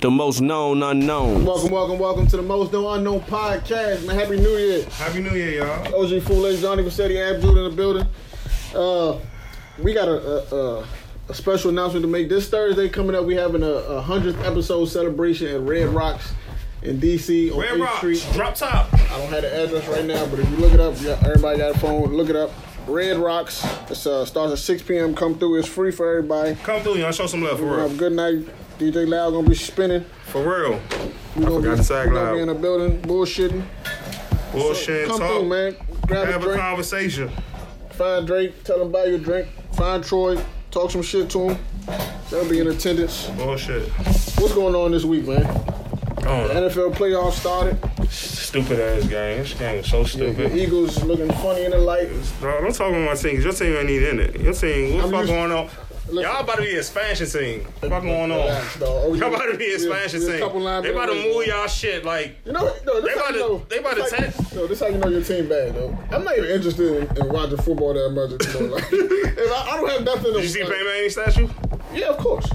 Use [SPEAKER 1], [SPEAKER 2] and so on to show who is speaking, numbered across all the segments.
[SPEAKER 1] The most known unknown.
[SPEAKER 2] Welcome, welcome, welcome to the Most Known Unknown Podcast, man. Happy New Year.
[SPEAKER 3] Happy New Year, y'all.
[SPEAKER 2] OG Fool, Johnny Vassetti, Abdul in the building. Uh, we got a, a, a, a special announcement to make. This Thursday coming up, we having a, a 100th episode celebration at Red Rocks in D.C. on
[SPEAKER 3] Red
[SPEAKER 2] 8th
[SPEAKER 3] Rocks,
[SPEAKER 2] Street.
[SPEAKER 3] drop top.
[SPEAKER 2] I don't have the address right now, but if you look it up, yeah, everybody got a phone. Look it up. Red Rocks. It uh, starts at 6 p.m. Come through. It's free for everybody.
[SPEAKER 3] Come through, y'all. Show some love for
[SPEAKER 2] Have a
[SPEAKER 3] real.
[SPEAKER 2] good night. DJ Loud gonna be spinning.
[SPEAKER 3] For real.
[SPEAKER 2] We gonna
[SPEAKER 3] forgot
[SPEAKER 2] be,
[SPEAKER 3] to tag
[SPEAKER 2] we gonna
[SPEAKER 3] Loud.
[SPEAKER 2] be in the building bullshitting.
[SPEAKER 3] Bullshit
[SPEAKER 2] Come
[SPEAKER 3] talk.
[SPEAKER 2] through, man. Grab
[SPEAKER 3] Have
[SPEAKER 2] a
[SPEAKER 3] a
[SPEAKER 2] drink.
[SPEAKER 3] conversation.
[SPEAKER 2] Find Drake. Tell him buy you a drink. Find Troy. Talk some shit to him. They'll be in attendance.
[SPEAKER 3] Bullshit.
[SPEAKER 2] What's going on this week, man?
[SPEAKER 3] Oh, that
[SPEAKER 2] NFL playoffs started.
[SPEAKER 3] stupid ass game. This game is so
[SPEAKER 2] The
[SPEAKER 3] stupid.
[SPEAKER 2] Eagles looking funny in the light.
[SPEAKER 3] No, don't talk about my team. 'cause Your team ain't even in it. Your team, what
[SPEAKER 2] I'm
[SPEAKER 3] the fuck
[SPEAKER 2] used-
[SPEAKER 3] going on?
[SPEAKER 2] Look-
[SPEAKER 3] y'all about to be an expansion team. What the fuck going on?
[SPEAKER 2] Relax, Oh, dog.
[SPEAKER 3] Y'all about to be an expansion
[SPEAKER 2] There's a
[SPEAKER 3] team.
[SPEAKER 2] couple lines
[SPEAKER 3] They about to
[SPEAKER 2] in the-
[SPEAKER 3] move y'all shit like.
[SPEAKER 2] You know, no, this
[SPEAKER 3] They
[SPEAKER 2] how
[SPEAKER 3] about
[SPEAKER 2] you
[SPEAKER 3] to-
[SPEAKER 2] know,
[SPEAKER 3] they about
[SPEAKER 2] this
[SPEAKER 3] to
[SPEAKER 2] how you- No, this how you know your team bad though. I'm not even interested in, in watching football that much. You know, like, if I, I don't have nothing.
[SPEAKER 3] Did you see Peyton Manning statue?
[SPEAKER 2] Yeah, of course.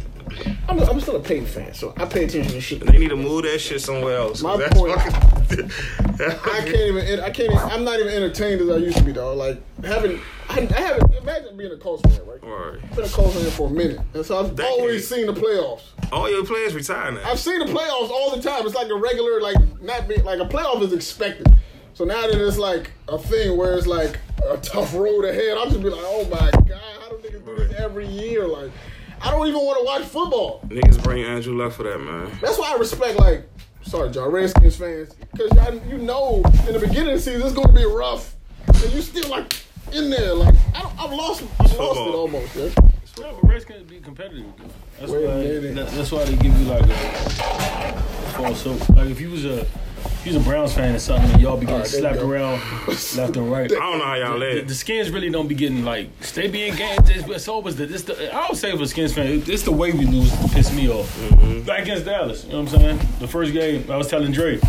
[SPEAKER 2] I'm, I'm still a Peyton fan, so I pay attention to shit.
[SPEAKER 3] They need to move that shit somewhere else. 'cause
[SPEAKER 2] My
[SPEAKER 3] that's
[SPEAKER 2] point-
[SPEAKER 3] fucking-
[SPEAKER 2] I can't even. en- I can't. Even, I'm not even entertained as I used to be, dog. Like having, I, I haven't. Imagine being a Colts fan, right?
[SPEAKER 3] Word.
[SPEAKER 2] I've been a Colts fan for a minute, and so I've
[SPEAKER 3] Decades.
[SPEAKER 2] always seen the playoffs.
[SPEAKER 3] All your players retired now.
[SPEAKER 2] I've seen the playoffs all the time. It's like a regular, like not being like a playoff is expected. So now that it's like a thing where it's like a tough road ahead, I'll just be like, oh my god, how do niggas do this every year? Like, I don't even want to watch football.
[SPEAKER 3] Niggas bring Andrew Luck for that, man.
[SPEAKER 2] That's why I respect like, sorry, y'all Redskins fans, because y'all you know in the beginning of the season it's gonna be rough, and you still like in there like I don't, I've lost, I've lost it
[SPEAKER 3] Football.
[SPEAKER 2] almost. Yeah.
[SPEAKER 4] No, but Redskins be competitive. though. That's
[SPEAKER 2] Wait a
[SPEAKER 4] why.
[SPEAKER 2] minute.
[SPEAKER 4] that- that's why they give you like a false hope. Like if you was a if you was a Browns fan or something, and y'all be getting
[SPEAKER 2] Alright, there
[SPEAKER 4] slapped
[SPEAKER 2] you go.
[SPEAKER 4] around left and right.
[SPEAKER 3] I don't know how y'all
[SPEAKER 4] The,
[SPEAKER 3] live.
[SPEAKER 4] the skins really don't be getting like they be in games. It's, it's always the, it's the I don't say for a skins fan. It's the way we lose that piss me off.
[SPEAKER 2] Mm-hmm.
[SPEAKER 4] Like against Dallas, you know what I'm saying? The first game, I was telling Dre,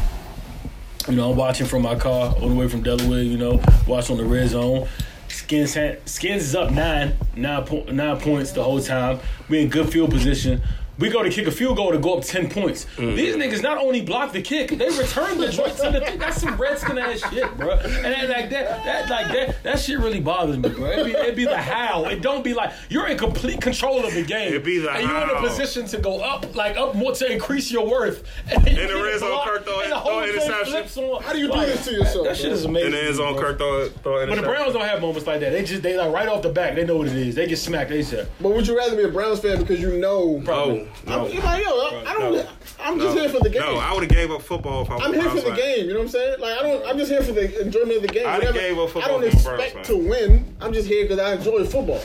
[SPEAKER 4] you know, I'm watching from my car all the way from Delaware. You know, watch on the red zone. Skins had, skins is up nine, nine, po- nine points the whole time. We in good field position. We go to kick a field goal to go up ten points.
[SPEAKER 3] Mm.
[SPEAKER 4] These niggas not only block the kick, they return the joint to the thing. That's some redskin ass shit, bro. And that, like that, that like that, that shit really bothers me, bro. It be, it be the how. It don't be like you're in complete control of the game.
[SPEAKER 3] It be the
[SPEAKER 4] and you're in a
[SPEAKER 3] how.
[SPEAKER 4] position to go up, like up more to increase your worth. And you
[SPEAKER 3] the
[SPEAKER 4] get
[SPEAKER 3] red zone,
[SPEAKER 4] blocked,
[SPEAKER 3] Kirk throw-
[SPEAKER 4] and the
[SPEAKER 3] throw
[SPEAKER 4] whole thing
[SPEAKER 3] interception.
[SPEAKER 4] flips on.
[SPEAKER 2] How do you do
[SPEAKER 4] Like,
[SPEAKER 2] this to yourself?
[SPEAKER 4] That shit
[SPEAKER 2] bro?
[SPEAKER 4] is amazing.
[SPEAKER 3] And then his own
[SPEAKER 4] bro.
[SPEAKER 3] Kirk throw, throw
[SPEAKER 4] But the Browns don't have moments like that. They just they like right off the back. They know what it is. They get smacked. They said,
[SPEAKER 2] But would you rather be a Browns fan because you know?
[SPEAKER 3] No, Oh, no,
[SPEAKER 2] I'm, like, yo, I, I don't.
[SPEAKER 4] No.
[SPEAKER 2] I'm
[SPEAKER 3] no.
[SPEAKER 2] just here for the game.
[SPEAKER 3] No, I would have gave up football if I was
[SPEAKER 2] I'm
[SPEAKER 3] a
[SPEAKER 2] here for
[SPEAKER 3] Browns
[SPEAKER 2] the
[SPEAKER 3] fan.
[SPEAKER 2] game. You know what I'm saying? Like I don't. I'm just here for the enjoyment of the game.
[SPEAKER 3] I done
[SPEAKER 2] Whatever-
[SPEAKER 3] gave up football
[SPEAKER 2] I don't
[SPEAKER 3] to the Browns,
[SPEAKER 2] expect
[SPEAKER 3] man.
[SPEAKER 2] to win. I'm just here because I enjoy football.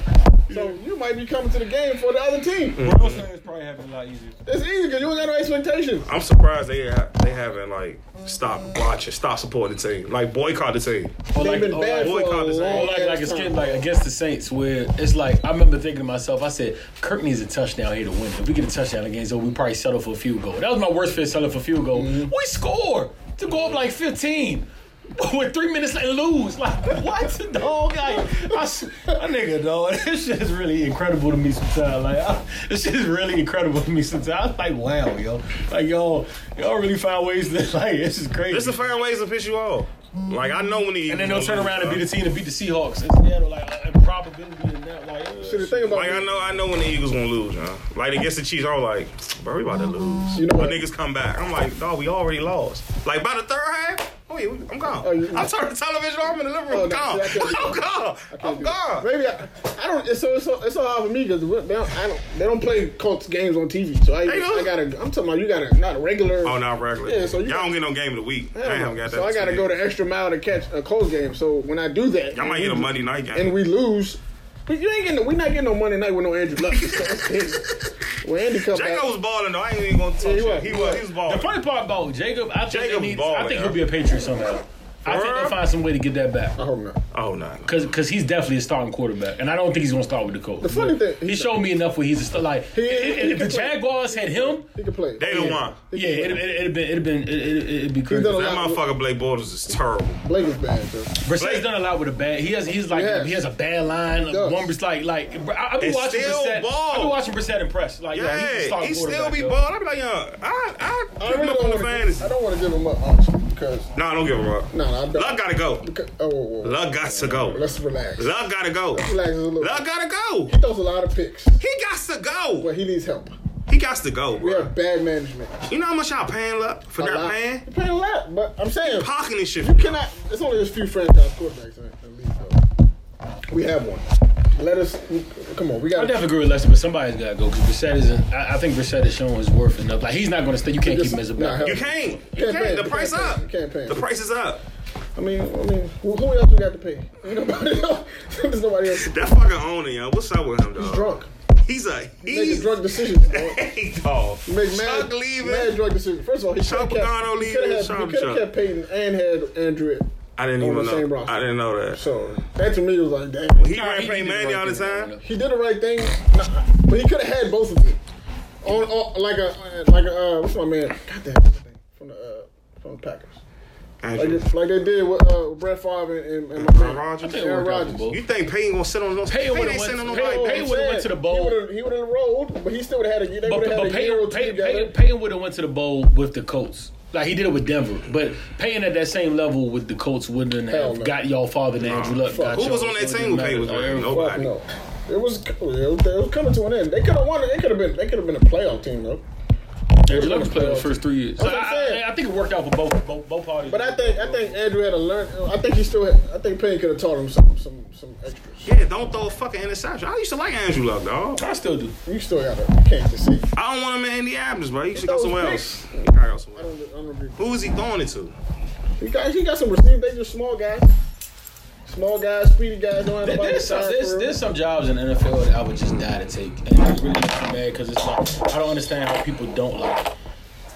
[SPEAKER 2] So you might be coming to the game for the other team.
[SPEAKER 3] Mm.
[SPEAKER 4] Browns fans probably have it a lot easier.
[SPEAKER 2] It's easy because you ain't got no expectations.
[SPEAKER 3] I'm surprised they ha- they haven't like stopped watching, stop supporting the team, like boycott the team.
[SPEAKER 2] They've
[SPEAKER 4] Or like, oh,
[SPEAKER 2] been
[SPEAKER 4] or
[SPEAKER 2] bad
[SPEAKER 4] like,
[SPEAKER 2] for a
[SPEAKER 3] oh, boycott is
[SPEAKER 2] long
[SPEAKER 4] or like, like it's
[SPEAKER 2] ass
[SPEAKER 4] getting
[SPEAKER 2] time.
[SPEAKER 4] like against the Saints, where it's like I remember thinking to myself, I said, Kirk needs a touchdown here to win. If we get a touchdown against, so we probably settle for a field goal. That was my worst fear, settle for a field goal. We score to go up like 15. With three minutes left, and lose. Like what, dog? Like, I, s- my nigga, dog. This shit is really incredible to me sometimes. Like I, this shit is really incredible to me sometimes. I'm like, wow, yo. Like yo, y'all really find ways to like. This is crazy.
[SPEAKER 3] It's the find ways to piss you off. Like I know when he
[SPEAKER 4] And then they'll turn around and be the team to beat the Seahawks. In Seattle, like uh, and probability and that, like uh,
[SPEAKER 2] See, the thing about
[SPEAKER 3] Like I know, I know when the Eagles gonna lose, huh? Like against the Chiefs, I'm like, bro, we about to lose.
[SPEAKER 2] You know
[SPEAKER 3] but
[SPEAKER 2] what?
[SPEAKER 3] niggas come back. I'm like, dog, we already lost. Like by the third half, oh yeah, we- I'm gone.
[SPEAKER 2] Oh, you-
[SPEAKER 3] I turn the television off in the living room.
[SPEAKER 2] Oh, no,
[SPEAKER 3] gone.
[SPEAKER 2] see, I can't do
[SPEAKER 3] I'm gone. I'm gone.
[SPEAKER 2] Maybe I, I don't. It's so it's so, it's so hard for me because they don't, I don't. They don't play Colts games on TV, so I,
[SPEAKER 3] don't.
[SPEAKER 2] I gotta. I'm talking about you gotta not regular.
[SPEAKER 3] Oh, not regular.
[SPEAKER 2] Yeah, so you
[SPEAKER 3] y'all
[SPEAKER 2] got-
[SPEAKER 3] don't get no game of the week. I
[SPEAKER 2] Hell no.
[SPEAKER 3] haven't got that.
[SPEAKER 2] so I got to go the extra mile to catch a Colts game. So when I do that,
[SPEAKER 3] Y'all might get a Monday night game.
[SPEAKER 2] and we lose, but you ain't getting. We not getting no Monday night with no Andrew Luck. when Andy come back,
[SPEAKER 3] Jacob was balling though. I ain't even gonna talk
[SPEAKER 2] Yeah, he was.
[SPEAKER 3] shit. He was. He was balling.
[SPEAKER 4] the funny part about Jacob, I think
[SPEAKER 3] Jacob
[SPEAKER 4] they need,
[SPEAKER 3] balling,
[SPEAKER 4] I think
[SPEAKER 3] yo.
[SPEAKER 4] he'll be a Patriot somehow. I think they'll find some way to get that back.
[SPEAKER 2] I hope not.
[SPEAKER 3] Oh no.
[SPEAKER 4] Cause, Cause, he's definitely a starting quarterback, and I don't think he's gonna start with the Colts. The
[SPEAKER 2] funny thing-
[SPEAKER 4] he showed me enough where he's a star. Like,
[SPEAKER 2] He-
[SPEAKER 4] if,
[SPEAKER 2] he
[SPEAKER 4] if the
[SPEAKER 2] can play.
[SPEAKER 4] Jaguars had him,
[SPEAKER 2] He can play.
[SPEAKER 3] They don't want.
[SPEAKER 4] yeah, it, it, it'd been, it'd been, it, it'd be crazy.
[SPEAKER 2] done a lot.
[SPEAKER 3] That motherfucker Blake Bortles is terrible.
[SPEAKER 2] Blake is bad, though.
[SPEAKER 4] Brissett's done a lot with a bad. He has, he's like,
[SPEAKER 2] Yes.
[SPEAKER 4] he has a bad line.
[SPEAKER 2] does.
[SPEAKER 4] One, Brissett- like, like, bro, I, I be
[SPEAKER 3] It's
[SPEAKER 4] watching
[SPEAKER 3] still
[SPEAKER 4] Brissett. I be
[SPEAKER 3] ball.
[SPEAKER 4] watching Brissett impress. Like, yeah, he's a
[SPEAKER 3] Yeah,
[SPEAKER 4] starting
[SPEAKER 3] he still
[SPEAKER 4] quarterback,
[SPEAKER 3] be
[SPEAKER 4] yo.
[SPEAKER 3] bald. I be like, yo, I, I,
[SPEAKER 2] I
[SPEAKER 3] pick him
[SPEAKER 2] really
[SPEAKER 3] up on the
[SPEAKER 2] don't wanna give-
[SPEAKER 3] fantasy.
[SPEAKER 2] I don't want to give him up, honestly, because
[SPEAKER 3] No, I don't give him up.
[SPEAKER 2] no, I don't.
[SPEAKER 3] Luck gotta go.
[SPEAKER 2] Because- oh, whoa, whoa, whoa.
[SPEAKER 3] Luck got to go.
[SPEAKER 2] Let's relax.
[SPEAKER 3] Luck gotta go.
[SPEAKER 2] relax a little.
[SPEAKER 3] Luck gotta go.
[SPEAKER 2] He throws a lot of picks,
[SPEAKER 3] He got to go.
[SPEAKER 2] but he needs help.
[SPEAKER 3] He got to go,
[SPEAKER 2] We
[SPEAKER 3] bro.
[SPEAKER 2] have bad management.
[SPEAKER 3] You know how much y'all paying Luck for
[SPEAKER 2] A
[SPEAKER 3] not
[SPEAKER 2] lot.
[SPEAKER 3] paying?
[SPEAKER 2] You're paying a lot, but I'm saying
[SPEAKER 3] Pocketing this shit.
[SPEAKER 2] you cannot. It's only a few franchise quarterbacks in the league, though. We have one. Let us. Come on, we
[SPEAKER 4] I
[SPEAKER 2] got.
[SPEAKER 4] definitely agree with Lester, but somebody's got to go because Brissett isn't. I, I think Brissett is showing his worth enough. Like he's not going to stay. You can't keep him as a
[SPEAKER 2] Nah,
[SPEAKER 4] backup.
[SPEAKER 3] You can't. You
[SPEAKER 2] Can't pay
[SPEAKER 3] can't.
[SPEAKER 2] him.
[SPEAKER 3] The price
[SPEAKER 2] Can't pay
[SPEAKER 3] up.
[SPEAKER 2] him. Can't pay him.
[SPEAKER 3] The price is up.
[SPEAKER 2] I mean, I mean, who, who else we got to pay? Ain't Nobody else. There's nobody else.
[SPEAKER 3] That fucking owner, yo. What's up with him, dog?
[SPEAKER 2] He's drunk.
[SPEAKER 3] He's a
[SPEAKER 2] Making
[SPEAKER 3] he's
[SPEAKER 2] drunk decisions. Bro.
[SPEAKER 3] Hey, dog.
[SPEAKER 2] Make mad,
[SPEAKER 3] Chuck leaving.
[SPEAKER 2] mad drunk decisions. First of all, he
[SPEAKER 3] Chuck
[SPEAKER 2] coulda
[SPEAKER 3] Pagano
[SPEAKER 2] kept, he coulda
[SPEAKER 3] leaving,
[SPEAKER 2] had-
[SPEAKER 3] Sean
[SPEAKER 2] He could
[SPEAKER 3] Chuck.
[SPEAKER 2] have kept Peyton and had Andrew.
[SPEAKER 3] I didn't
[SPEAKER 2] on
[SPEAKER 3] even
[SPEAKER 2] the same
[SPEAKER 3] know.
[SPEAKER 2] roster.
[SPEAKER 3] I didn't know that.
[SPEAKER 2] So that to me was like, damn.
[SPEAKER 3] he
[SPEAKER 2] He,
[SPEAKER 3] ran
[SPEAKER 4] he
[SPEAKER 3] Peyton
[SPEAKER 4] did the
[SPEAKER 3] Manning
[SPEAKER 4] right
[SPEAKER 3] all the
[SPEAKER 4] thing,
[SPEAKER 3] time.
[SPEAKER 4] though.
[SPEAKER 2] he did the right thing, nah, but he could have had both of them. On, on like a like a uh, what's my man? Goddamn what's his name? from the uh, from the Packers. Like,
[SPEAKER 3] Andrew,
[SPEAKER 2] it- like they did with uh, Brett Favre and, and, and my man.
[SPEAKER 3] Rodgers?
[SPEAKER 4] They
[SPEAKER 2] Aaron
[SPEAKER 4] work out
[SPEAKER 2] Rodgers.
[SPEAKER 4] for both.
[SPEAKER 3] You think Payton gonna sit on those?
[SPEAKER 4] Payton
[SPEAKER 3] Payton
[SPEAKER 4] would've
[SPEAKER 3] ain't
[SPEAKER 4] went-
[SPEAKER 3] sitting on
[SPEAKER 4] Payton-
[SPEAKER 3] nobody.
[SPEAKER 4] Payton- would've went to the bowl.
[SPEAKER 2] He would have he would've rolled, but he still would have had a. They
[SPEAKER 4] But,
[SPEAKER 2] would have had
[SPEAKER 4] but
[SPEAKER 2] a year or
[SPEAKER 4] Payton,
[SPEAKER 2] two
[SPEAKER 4] Payton,
[SPEAKER 2] together.
[SPEAKER 4] Payton, Payton would have went to the bowl with the Colts. Like he did it with Denver, but Payton at that same level with the Colts wouldn't
[SPEAKER 2] Hell
[SPEAKER 4] have
[SPEAKER 2] no.
[SPEAKER 4] got y'all farther than Andrew Luck.
[SPEAKER 2] Fuck.
[SPEAKER 4] Got
[SPEAKER 3] Who
[SPEAKER 4] y'all,
[SPEAKER 3] was on that
[SPEAKER 4] so it
[SPEAKER 3] team when
[SPEAKER 4] didn't
[SPEAKER 3] Payton was
[SPEAKER 4] matter.
[SPEAKER 3] on?
[SPEAKER 4] Every-
[SPEAKER 2] Fuck
[SPEAKER 3] Nobody.
[SPEAKER 2] no. It was it was it was coming to an end. They could have won. They could have been. They could have been a playoff team though.
[SPEAKER 4] Andrew Luck was playing the first three years. So
[SPEAKER 2] That's what I'm
[SPEAKER 4] I,
[SPEAKER 2] saying.
[SPEAKER 4] I, I think it worked out for both both, both parties.
[SPEAKER 2] But I think I think Andrew had to learn. I think he still. Had, I think Payne could have taught him some some some extras.
[SPEAKER 3] Yeah, don't throw a fucking interception. I used to like Andrew Luck, dog.
[SPEAKER 4] I still do.
[SPEAKER 2] You still got to. You can't just say.
[SPEAKER 3] I don't want him in Indianapolis, bro. You should
[SPEAKER 2] Throw
[SPEAKER 3] go
[SPEAKER 2] his picks.
[SPEAKER 3] somewhere else. You gotta go somewhere
[SPEAKER 2] I
[SPEAKER 3] else.
[SPEAKER 2] don't, I don't agree.
[SPEAKER 3] Who is he throwing it to?
[SPEAKER 2] He got he got some receivers. They just small guys. Small guys, speedy guys. Don't have to
[SPEAKER 4] There-
[SPEAKER 2] bite
[SPEAKER 4] There's
[SPEAKER 2] the
[SPEAKER 4] some,
[SPEAKER 2] tire
[SPEAKER 4] there's,
[SPEAKER 2] for real.
[SPEAKER 4] there's some jobs in the NFL that I would just die to take, and I really not too bad because it's like I don't understand how people don't like.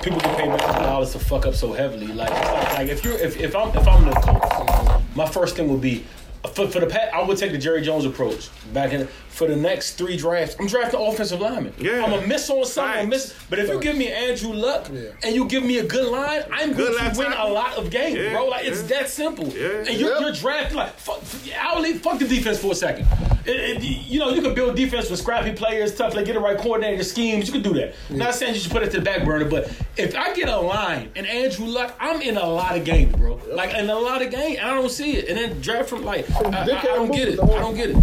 [SPEAKER 4] People can pay millions of dollars to fuck up so heavily. Like, it's like, like if you are if, if I'm if I'm the coach, my first thing would be for, for the pat. I would take the Jerry Jones approach back in for the next three drafts. I'm drafting offensive linemen.
[SPEAKER 3] Yeah.
[SPEAKER 4] I'm gonna miss on some. I'm
[SPEAKER 3] Facts.
[SPEAKER 4] gonna miss, but if you give me Andrew Luck
[SPEAKER 2] Yeah.
[SPEAKER 4] and you give me a good line, I'm
[SPEAKER 3] Good
[SPEAKER 4] going
[SPEAKER 3] line
[SPEAKER 4] to win a
[SPEAKER 3] tackle.
[SPEAKER 4] lot of games,
[SPEAKER 3] Yeah,
[SPEAKER 4] bro. Like it's
[SPEAKER 3] yeah.
[SPEAKER 4] that simple.
[SPEAKER 3] Yeah.
[SPEAKER 4] And you're,
[SPEAKER 2] Yep.
[SPEAKER 4] you're draft like fuck, I'll leave, fuck the defense for a second. It- it- you know you can build defense with scrappy players, tough like get the right coordinator schemes. You can do that. Not saying you should put it to the back burner, but if I get a line and Andrew Luck, I'm in a lot of games, bro. Like in a lot of games, and I don't see it. And then draft from like I, I- I
[SPEAKER 2] dickhead
[SPEAKER 4] don't get
[SPEAKER 2] moves,
[SPEAKER 4] it.
[SPEAKER 2] dog.
[SPEAKER 4] I don't get it.